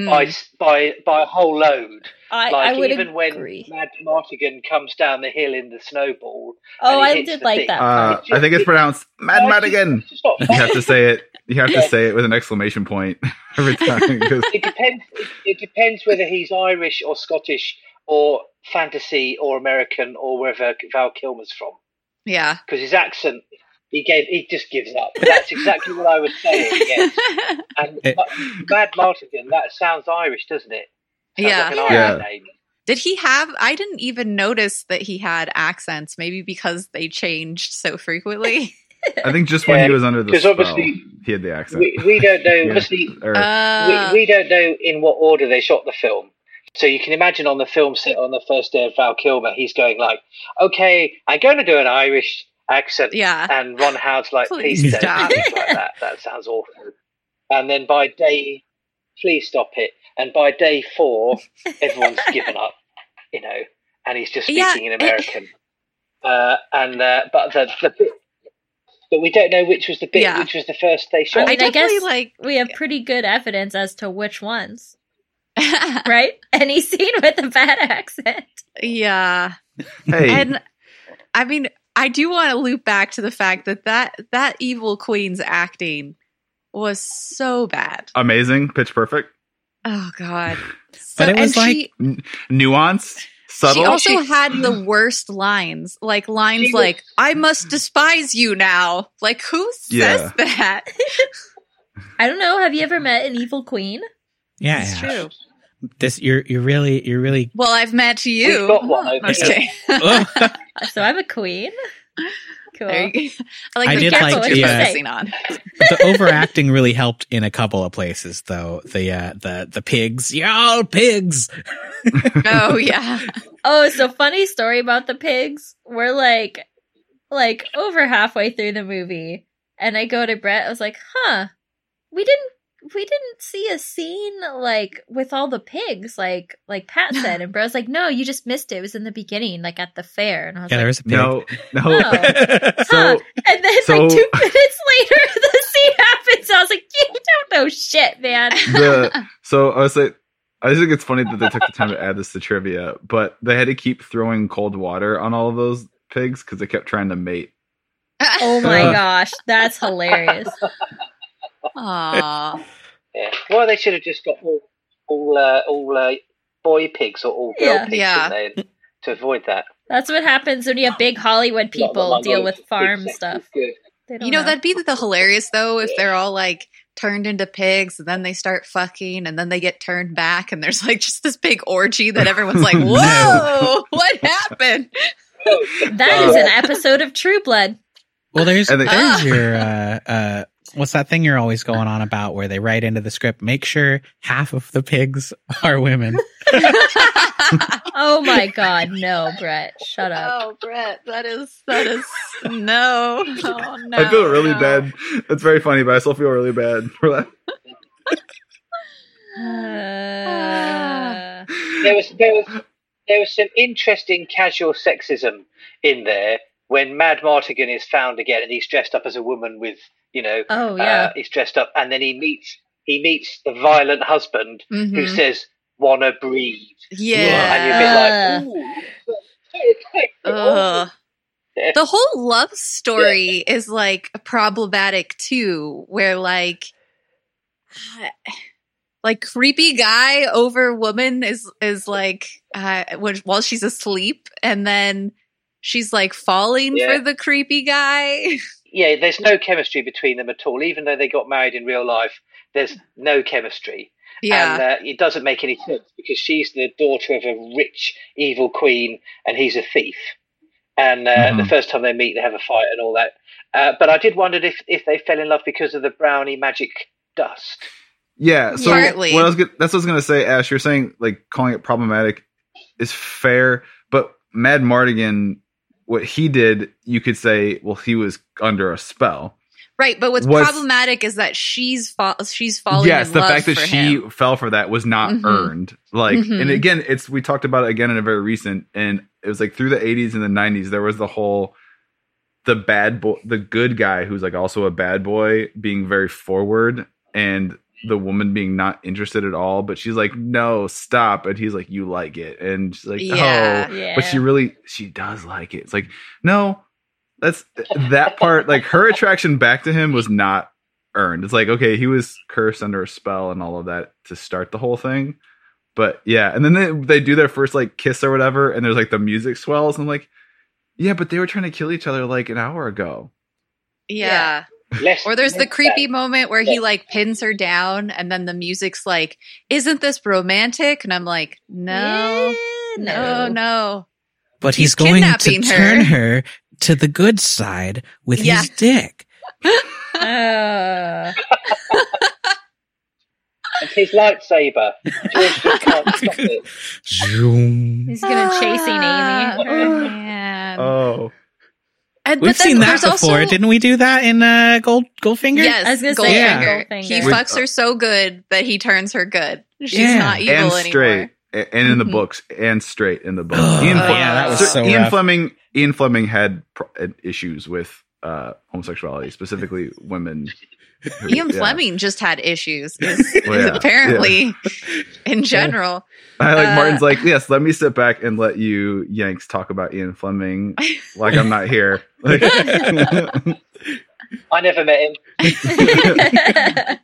Speaker 4: Mm.
Speaker 5: by s- by by a whole load.
Speaker 3: I,
Speaker 5: like
Speaker 3: I would
Speaker 5: even
Speaker 3: agree.
Speaker 5: when Mad Martigan comes down the hill in the snowball.
Speaker 3: oh,
Speaker 5: and he
Speaker 3: I
Speaker 5: hits
Speaker 3: did
Speaker 5: the
Speaker 3: like
Speaker 5: thing.
Speaker 3: that.
Speaker 1: uh, I think it's pronounced Mad
Speaker 5: Why do you-
Speaker 1: Madigan.
Speaker 5: it's just not
Speaker 1: You
Speaker 5: funny.
Speaker 1: have to say it. You have to say it with an exclamation point every time. 'cause-
Speaker 5: it depends. It, it depends whether he's Irish or Scottish or fantasy or American or wherever Val Kilmer's from.
Speaker 4: yeah.
Speaker 5: Because his accent, he gave, he just gives up. That's exactly what I was saying. Yes. And
Speaker 2: It-
Speaker 5: Ma- Mad Martigan, that sounds Irish, doesn't it? Sounds
Speaker 4: Yeah.
Speaker 5: Like an Irish
Speaker 1: Yeah.
Speaker 5: name.
Speaker 4: Did he have? I didn't even notice that he had accents. Maybe because they changed so frequently.
Speaker 1: I think just when
Speaker 5: Yeah,
Speaker 1: he was under the
Speaker 5: 'cause
Speaker 1: spell,
Speaker 5: obviously
Speaker 1: he had the accent. Er,
Speaker 5: We, we don't know.
Speaker 1: Yeah.
Speaker 5: Obviously,
Speaker 1: Or-
Speaker 4: Uh,
Speaker 5: we, we don't know in what order they shot the film. So you can imagine on the film set on the first day of Val Kilmer, he's going like, "Okay, I'm going to do an Irish accent,"
Speaker 4: yeah.
Speaker 5: and Ron Howard's like,
Speaker 4: Please
Speaker 5: "Please, don't
Speaker 4: stop."
Speaker 5: do things like that. That sounds awful." And then by day, please stop it. And by day four, everyone's given up, you know, and he's just
Speaker 4: Yeah,
Speaker 5: speaking in
Speaker 4: it-
Speaker 5: American. Uh, and uh, but the, the bit, but we don't know which was the bit,
Speaker 4: Yeah.
Speaker 5: which was the first they shot.
Speaker 3: I mean, I
Speaker 4: definitely
Speaker 3: guess-
Speaker 4: like.
Speaker 3: we have pretty good evidence as to which ones, right? Any scene with a bad accent.
Speaker 4: yeah.
Speaker 1: hey,
Speaker 4: And I mean, I do want to loop back to the fact that that that evil queen's acting was so bad.
Speaker 1: amazing, pitch perfect,
Speaker 4: Oh God. So,
Speaker 2: But it was
Speaker 4: and
Speaker 2: like-
Speaker 4: she,
Speaker 1: nuanced, subtle.
Speaker 4: she also
Speaker 5: She-
Speaker 4: had the worst lines, like lines
Speaker 5: She was-
Speaker 4: like "I must despise you now." Like who
Speaker 1: Yeah.
Speaker 4: says that?
Speaker 3: I don't know. Have you ever met an evil queen?
Speaker 2: Yeah,
Speaker 4: It's
Speaker 2: Ash.
Speaker 4: true.
Speaker 2: This you're you're really you're really.
Speaker 4: Well, I've met you.
Speaker 5: We've got one over
Speaker 4: I'm just
Speaker 5: here.
Speaker 4: kidding.
Speaker 2: Oh.
Speaker 3: So I'm a queen. Cool.
Speaker 4: There you go. I like
Speaker 2: I
Speaker 4: the
Speaker 2: did
Speaker 4: careful
Speaker 3: like
Speaker 4: what
Speaker 3: the,
Speaker 4: you're
Speaker 3: uh,
Speaker 4: focusing on.
Speaker 2: the overacting really helped in a couple of places though the uh the the pigs y'all pigs
Speaker 4: Oh yeah.
Speaker 3: Oh, so funny story about the pigs. We're like, like over halfway through the movie, and I go to Brett. I was like, "Huh, we didn't, we didn't see a scene like with all the pigs, like like Pat said." And Brett's like, "No, you just missed it. It was in the beginning, like at the fair." And I was
Speaker 2: yeah
Speaker 3: like,
Speaker 2: there was a pig
Speaker 1: no, no.
Speaker 3: No.
Speaker 1: So
Speaker 3: And then
Speaker 1: So-
Speaker 3: like two minutes later, the scene happens. I was like, "You don't know shit, man."
Speaker 1: the so I was like, I just think it's funny that they took the time to add this to trivia, but they had to keep throwing cold water on all of those pigs because they kept trying to mate.
Speaker 3: Oh my
Speaker 2: Uh.
Speaker 3: gosh, that's hilarious.
Speaker 4: Aw.
Speaker 5: Yeah. Well, they should have just got all all uh, all uh, boy pigs or all girl
Speaker 3: Yeah.
Speaker 5: pigs
Speaker 4: Yeah.
Speaker 5: shouldn't they, to avoid that.
Speaker 3: That's what happens when you have big Hollywood
Speaker 5: Not that
Speaker 3: people
Speaker 5: my
Speaker 3: deal
Speaker 5: knowledge
Speaker 3: with
Speaker 5: of pig
Speaker 3: farm
Speaker 5: sex is
Speaker 3: stuff.
Speaker 5: Good.
Speaker 3: They don't
Speaker 4: You know, that'd be the hilarious though if they're all like turned into pigs and then they start fucking and then they get turned back and there's like just this big orgy that everyone's like,
Speaker 1: No.
Speaker 4: Whoa, what happened?
Speaker 3: That is an episode of True Blood.
Speaker 2: well there's
Speaker 1: And they-
Speaker 2: there's your uh uh what's that thing you're always going on about where they write into the script make sure half of the pigs are women
Speaker 3: Oh my god, no, Brett, shut up.
Speaker 4: Oh, Brett, that is that is no. Oh, no
Speaker 1: I feel really
Speaker 4: no.
Speaker 1: bad. It's very funny, but I still feel really bad for that.
Speaker 3: Oh. Uh,
Speaker 5: There was there was there was some interesting casual sexism in there when Mad Martigan is found again and he's dressed up as a woman with you know
Speaker 3: oh yeah,
Speaker 5: uh, he's dressed up and then he meets he meets the violent husband who
Speaker 3: Mm-hmm.
Speaker 4: Mhm.
Speaker 5: says wanna breed
Speaker 4: Yeah.
Speaker 5: and you'd be like ooh.
Speaker 3: Uh.
Speaker 4: Ugh. the whole love story is like problematic too, where like like creepy guy over woman is is like uh when, while she's asleep and then she's like falling
Speaker 5: Yeah.
Speaker 4: for the creepy guy.
Speaker 5: yeah, there's no chemistry between them at all. Even though they got married in real life, there's no chemistry.
Speaker 4: yeah.
Speaker 5: And uh, it doesn't make any sense because she's the daughter of a rich, evil queen and he's a thief. And uh,
Speaker 1: Mhm.
Speaker 5: the
Speaker 2: Mm-hmm.
Speaker 5: first time they meet, they have a fight and all that. Uh, but I did wonder if, if they fell in love because of the brownie magic dust.
Speaker 1: Yeah. So
Speaker 4: Partly.
Speaker 1: what I was gonna, that's what I was gonna say, Ash. You're saying like calling it problematic is fair, but Mad Mardigan, what he did, you could say, well, he was under a spell.
Speaker 4: right, but what's
Speaker 1: was-
Speaker 4: problematic is that she's fa- she's falling
Speaker 1: yes,
Speaker 4: in
Speaker 1: the
Speaker 4: love
Speaker 1: fact that
Speaker 4: for
Speaker 1: she
Speaker 4: him.
Speaker 1: fell for that was not
Speaker 4: Mhm.
Speaker 1: earned. Like, and
Speaker 4: Mhm.
Speaker 1: again, it's we talked about it again in a very recent, and it was like through the 80s and the 90s, there was the whole the bad boy, the good guy who's like also a bad boy being very forward and the woman being not interested at all, but she's like, no, stop. And he's like, you like it. And she's like,
Speaker 4: Yeah.
Speaker 1: oh,
Speaker 3: Yeah.
Speaker 1: but she really, she does like it. It's like, no, that's that part. Like her attraction back to him was not earned. It's like, okay, he was cursed under a spell and all of that to start the whole thing. But yeah. And then they, they do their first like kiss or whatever. And there's like the music swells. And I'm like, yeah, but they were trying to kill each other like an hour ago.
Speaker 4: yeah.
Speaker 5: Less
Speaker 4: Or there's the
Speaker 5: less
Speaker 4: creepy moment where he
Speaker 5: Yeah.
Speaker 4: like pins her down and then the music's like, Isn't this romantic? And I'm like, No,
Speaker 3: Yeah,
Speaker 4: no, no.
Speaker 2: But he's,
Speaker 4: He's
Speaker 2: going to
Speaker 4: kidnapping her.
Speaker 2: turn her to the good side with
Speaker 4: Yeah.
Speaker 2: his dick.
Speaker 3: Uh,
Speaker 5: that. It's his lightsaber. George just can't stop it.
Speaker 2: Zoom.
Speaker 6: He's gonna
Speaker 3: Ah.
Speaker 6: chasing
Speaker 4: Ah,
Speaker 6: Amy.
Speaker 4: man.
Speaker 1: Oh,
Speaker 4: And-
Speaker 2: We've
Speaker 4: but then
Speaker 2: seen that
Speaker 4: there's
Speaker 2: before, didn't we? Do that in uh, Gold Goldfinger?
Speaker 4: Yes,
Speaker 3: I was gonna
Speaker 4: Goldfinger.
Speaker 2: say,
Speaker 3: yeah, Goldfinger.
Speaker 4: He
Speaker 3: We-
Speaker 4: fucks her so good that he turns her good. She's
Speaker 2: Yeah.
Speaker 4: not evil
Speaker 1: uh, and
Speaker 4: anymore.
Speaker 1: straight. a- And in the
Speaker 4: Mhm.
Speaker 1: books, and straight in the books.
Speaker 2: Oh,
Speaker 1: Ian, Fle-
Speaker 2: yeah, that was
Speaker 1: Sir-
Speaker 2: so
Speaker 1: Ian
Speaker 2: rough.
Speaker 1: Fleming. Ian Fleming had pro- uh, issues with uh, homosexuality, specifically women. who-
Speaker 4: Ian
Speaker 1: yeah.
Speaker 4: Fleming just had issues, is,
Speaker 1: Well,
Speaker 4: is
Speaker 1: yeah.
Speaker 4: apparently in general.
Speaker 1: I like
Speaker 4: Uh,
Speaker 1: Martin's like, yes, let me sit back and let you Yanks talk about Ian Fleming like I'm not here. Like-
Speaker 5: I never met him.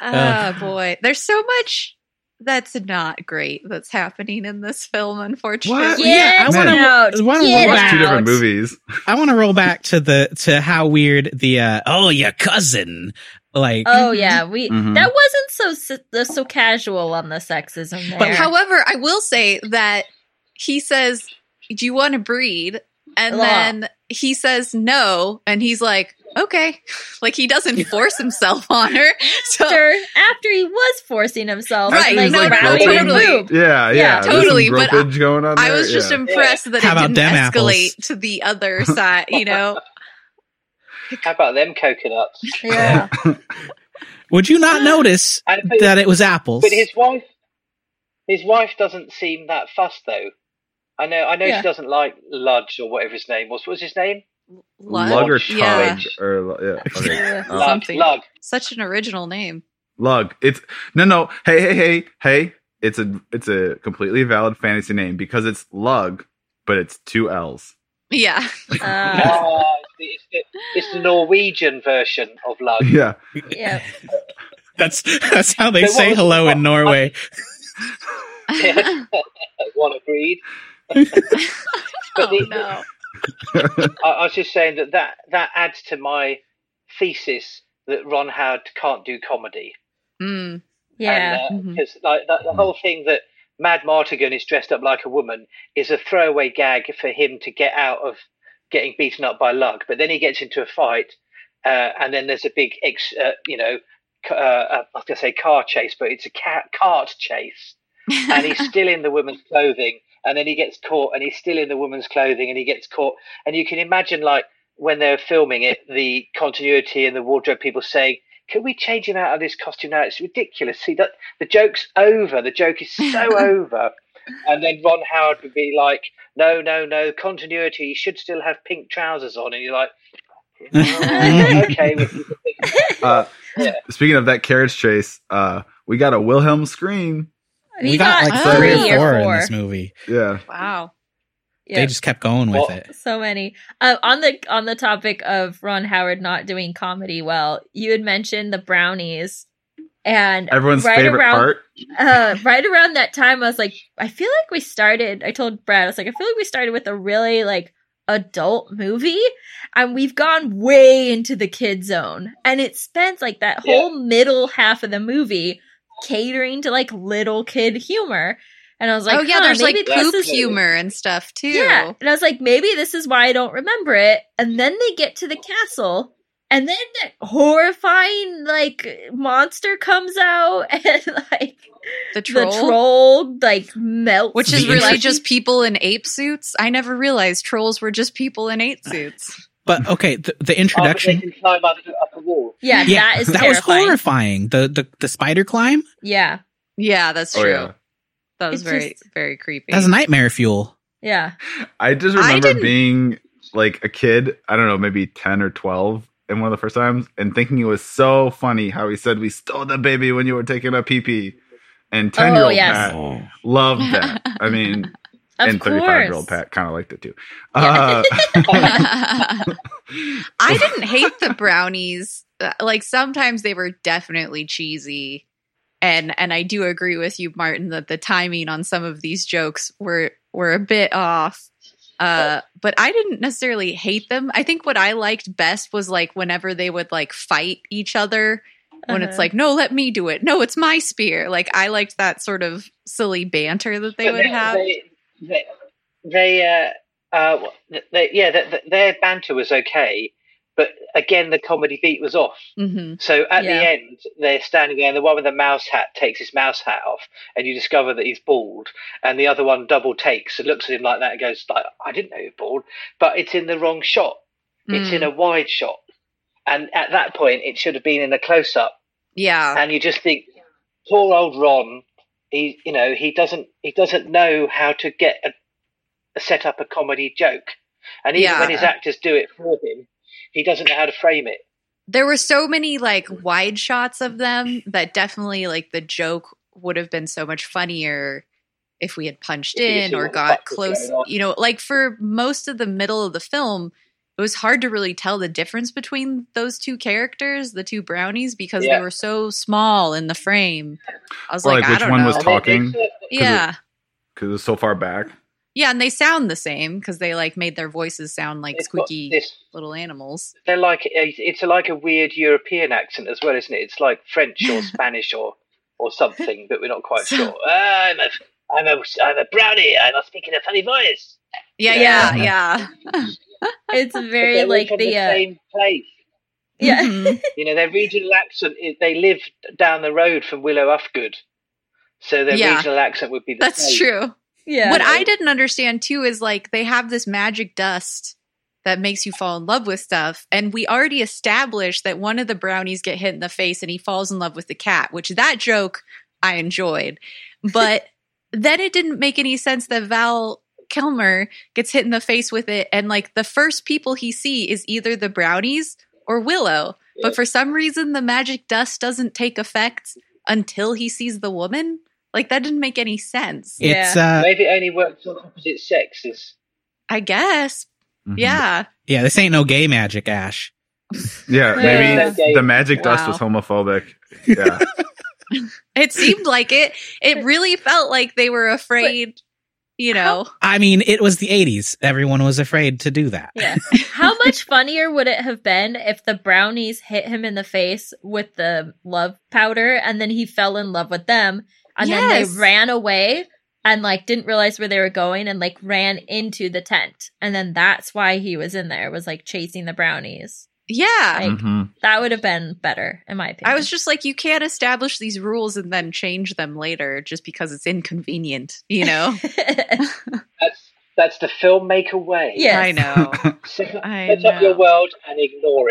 Speaker 4: Ah, boy. There's so much that's not great that's happening in this film, unfortunately.
Speaker 2: Yeah, I
Speaker 3: Get
Speaker 1: wanna-
Speaker 3: out.
Speaker 2: I wanna
Speaker 1: we
Speaker 3: Get
Speaker 1: watched
Speaker 2: watch
Speaker 1: two
Speaker 3: out.
Speaker 1: different movies.
Speaker 2: I want to roll back to the to how weird the uh, oh your cousin like
Speaker 3: Oh yeah, we
Speaker 1: Mhm.
Speaker 3: that wasn't so s- so casual on the sexism there.
Speaker 4: But however, I will say that he says, Do you want to breed? And
Speaker 3: Blah.
Speaker 4: then he says no, and he's like, Okay. Like he doesn't force himself on her. So
Speaker 3: after after he was forcing himself,
Speaker 4: Right,
Speaker 3: like,
Speaker 1: no,
Speaker 3: grabbing her
Speaker 4: totally.
Speaker 3: boob.
Speaker 1: Yeah, yeah,
Speaker 3: Yeah,
Speaker 1: There's some
Speaker 4: totally, but
Speaker 1: gropage going on.
Speaker 4: I
Speaker 1: there,
Speaker 4: was just
Speaker 1: yeah.
Speaker 4: impressed that
Speaker 2: How
Speaker 4: it
Speaker 2: about
Speaker 4: didn't
Speaker 2: them apples?
Speaker 4: escalate to the other side, you know?
Speaker 5: How about them coconuts?
Speaker 3: Yeah,
Speaker 2: would you not notice
Speaker 5: And, but,
Speaker 2: that it was apples
Speaker 5: but his wife, his wife doesn't seem that fussed though. I know, I know
Speaker 4: Yeah.
Speaker 5: she doesn't like Ludge or whatever his name was. What was his name?
Speaker 4: Lug?
Speaker 1: Lug or
Speaker 4: Yeah.
Speaker 1: Tug or yeah. Okay.
Speaker 3: Yeah.
Speaker 1: Uh,
Speaker 5: Lug.
Speaker 4: Something.
Speaker 5: Lug.
Speaker 4: Such an original name.
Speaker 1: Lug. It's no, no. Hey, hey, hey, hey. It's a it's a completely valid fantasy name because it's Lug, but it's two L's.
Speaker 4: Yeah.
Speaker 3: Uh,
Speaker 5: Ah, it's, the, it's the Norwegian version of Lug.
Speaker 1: Yeah.
Speaker 3: yeah.
Speaker 2: that's that's how they
Speaker 5: But what
Speaker 2: say
Speaker 5: was-
Speaker 2: hello in Norway
Speaker 4: Oh,
Speaker 5: One agreed. But
Speaker 4: oh
Speaker 5: the-
Speaker 4: no.
Speaker 5: I, I was just saying that, that that adds to my thesis that Ron Howard can't do comedy.
Speaker 4: Mm.
Speaker 3: Yeah.
Speaker 5: Because
Speaker 4: Mhm.
Speaker 5: like that, the whole thing that Mad Martigan is dressed up like a woman is a throwaway gag for him to get out of getting beaten up by Lug. But then he gets into a fight, uh, and then there's a big, ex, uh, you know, ca- uh, uh, I was going to say car chase, but it's a cat, cart chase, and he's still in the woman's clothing. And then he gets caught, and he's still in the woman's clothing, and he gets caught. And you can imagine, like when they're filming it, the continuity and the wardrobe people saying, "Can we change him out of this costume now? It's ridiculous." See that the joke's over. The joke is so over. And then Ron Howard would be like, "No, no, no, continuity. You should still have pink trousers on." And you're like, "Oh, "Okay."
Speaker 1: Uh,
Speaker 5: Yeah.
Speaker 1: Speaking of that carriage chase, uh, we got a Wilhelm scream.
Speaker 5: uh,
Speaker 2: we got like
Speaker 4: three
Speaker 2: three
Speaker 4: or
Speaker 2: or four in this movie
Speaker 1: Yeah.
Speaker 4: wow.
Speaker 2: They just kept going with
Speaker 5: Well-
Speaker 2: it.
Speaker 3: so many uh, on the on the topic of ron howard not doing comedy well you had mentioned the brownies and
Speaker 1: Everyone's
Speaker 3: Right
Speaker 1: favorite
Speaker 3: around-
Speaker 1: part.
Speaker 3: uh, right around that time i was like i feel like we started i told brad i was like i feel like we started with a really like adult movie and we've gone way into the kid zone and it spends like that
Speaker 5: Yeah.
Speaker 3: whole middle half of the movie catering to like little kid humor and i was like
Speaker 4: oh yeah,
Speaker 3: huh,
Speaker 4: there's like
Speaker 3: maybe this
Speaker 4: poop
Speaker 3: is-
Speaker 4: humor and stuff too.
Speaker 3: yeah. And I was like, maybe this is why I don't remember it. And then they get to the castle, and then that horrifying like monster comes out, and like
Speaker 4: The troll.
Speaker 3: the troll like melts,
Speaker 4: Which is
Speaker 2: The
Speaker 4: really
Speaker 2: interest-
Speaker 4: just people in ape suits. I never realized trolls were just people in ape suits.
Speaker 2: But okay, the, the
Speaker 5: Oh, but
Speaker 2: introduction.
Speaker 5: They can climb up, up a wall.
Speaker 3: yeah,
Speaker 2: yeah,
Speaker 3: that is
Speaker 2: that was
Speaker 3: terrifying.
Speaker 2: horrifying. The, the the spider climb.
Speaker 3: yeah,
Speaker 4: Yeah, that's
Speaker 1: Oh
Speaker 4: true.
Speaker 1: yeah,
Speaker 4: That was
Speaker 3: It
Speaker 4: very
Speaker 3: just-
Speaker 4: very creepy.
Speaker 2: That's nightmare fuel.
Speaker 3: yeah.
Speaker 1: I just
Speaker 4: I
Speaker 1: remember
Speaker 4: didn't-
Speaker 1: being like a kid. I don't know, maybe ten or twelve, and one of the first times, and thinking it was so funny how he said, "We stole the baby when you were taking a pee pee," and ten year old
Speaker 3: Oh, yes.
Speaker 1: Pat loved that. I mean,
Speaker 3: Of
Speaker 1: and
Speaker 3: course.
Speaker 1: thirty five year old Pat kind of liked it too.
Speaker 3: Yeah.
Speaker 1: Uh, oh,
Speaker 4: I didn't hate the brownies. Uh, Like sometimes they were definitely cheesy. And and I do agree with you Martin that the timing on some of these jokes were were a bit off. Uh but I didn't necessarily hate them. I think what I liked best was like whenever they would like fight each other when it's
Speaker 3: Uh-huh.
Speaker 4: like no let me do it. No, it's my spear. Like I liked that sort of silly banter that they
Speaker 5: But
Speaker 4: would have.
Speaker 5: They, they, they, uh, uh, they yeah, th th their banter was okay, but again, the comedy beat was off.
Speaker 4: Mhm.
Speaker 5: So at the
Speaker 3: Yeah.
Speaker 5: end, they're standing there, and the one with the mouse hat takes his mouse hat off, and you discover that he's bald, and the other one double takes and looks at him like that and goes, like, "I didn't know you're bald," but it's in the wrong shot. It's
Speaker 4: Mm.
Speaker 5: in a wide shot, and at that point, it should have been in a close up
Speaker 4: yeah.
Speaker 5: and you just think poor old ron he you know he doesn't he doesn't know how to get a, set up a comedy joke and even when his
Speaker 4: Yeah.
Speaker 5: actors do it for him he doesn't know how to frame it
Speaker 4: there were so many like wide shots of them that definitely like the joke would have been so much funnier if we had punched
Speaker 5: If you
Speaker 4: in
Speaker 5: see
Speaker 4: or
Speaker 5: what the
Speaker 4: got
Speaker 5: fuck was going
Speaker 4: close
Speaker 5: on.
Speaker 4: you know like for most of the middle of the film it was hard to really tell the difference between those two characters the two brownies because
Speaker 5: Yeah.
Speaker 4: they were so small in the frame i was
Speaker 1: Or,
Speaker 4: like,
Speaker 1: like,
Speaker 4: i
Speaker 1: which
Speaker 4: don't
Speaker 1: one
Speaker 4: know
Speaker 1: was
Speaker 5: And
Speaker 1: Talking.
Speaker 5: they-
Speaker 4: yeah
Speaker 1: Because it was so far back.
Speaker 4: yeah and they sound the same because they like made their voices sound like
Speaker 5: they've got
Speaker 4: squeaky
Speaker 5: this-
Speaker 4: little animals
Speaker 5: they're like it's like a weird european accent as well isn't it it's like french or spanish or or something but we're not quite
Speaker 4: So-
Speaker 5: sure Ah, i'm a i'm a i'm a brownie i must speak in a funny voice
Speaker 4: yeah
Speaker 3: Yeah.
Speaker 4: yeah yeah
Speaker 3: It's
Speaker 5: But
Speaker 3: very
Speaker 5: they're all
Speaker 3: like
Speaker 5: from
Speaker 3: the uh,
Speaker 5: same place
Speaker 3: yeah.
Speaker 4: Mhm.
Speaker 5: You know, their regional accent, is- they live down the road from Willow Ufgood. So their
Speaker 4: Yeah.
Speaker 5: regional accent would be the
Speaker 4: that's
Speaker 5: same.
Speaker 4: true
Speaker 3: yeah.
Speaker 4: What I didn't understand too is like they have this magic dust that makes you fall in love with stuff. And we already established that one of the brownies get hit in the face and he falls in love with the cat, which that joke I enjoyed. But then it didn't make any sense that Val Kilmer gets hit in the face with it. And like the first people he see is either the brownies or Willow. But for some reason, the magic dust doesn't take effect until he sees the woman. Like that didn't make any sense.
Speaker 2: It's uh
Speaker 5: Maybe it only works on opposite sexes.
Speaker 4: I guess.
Speaker 5: Mm-hmm.
Speaker 4: Yeah.
Speaker 2: yeah, this ain't no gay magic, Ash.
Speaker 1: Mm-hmm. Yeah,
Speaker 3: Yeah.
Speaker 1: maybe the magic dust
Speaker 4: Wow.
Speaker 1: was homophobic. Yeah.
Speaker 4: It seemed like it. It really felt like they were afraid, you know.
Speaker 2: I mean, it was the '80s. Everyone was afraid to do that.
Speaker 3: Yeah. How much funnier would it have been if the brownies hit him in the face with the love powder and then he fell in love with them and then
Speaker 4: Yes.
Speaker 3: they ran away and like didn't realize where they were going and like ran into the tent and then that's why he was in there was like chasing the brownies.
Speaker 4: Yeah.
Speaker 3: Like,
Speaker 1: Mhm.
Speaker 3: That would have been better in my opinion.
Speaker 4: I was just like, you can't establish these rules and then change them later just because it's inconvenient, you know?
Speaker 5: Oh. That's, that's the filmmaker way.
Speaker 3: Yes.
Speaker 4: I know.
Speaker 5: Set up,
Speaker 4: I
Speaker 5: set up your
Speaker 4: know.
Speaker 5: world and ignore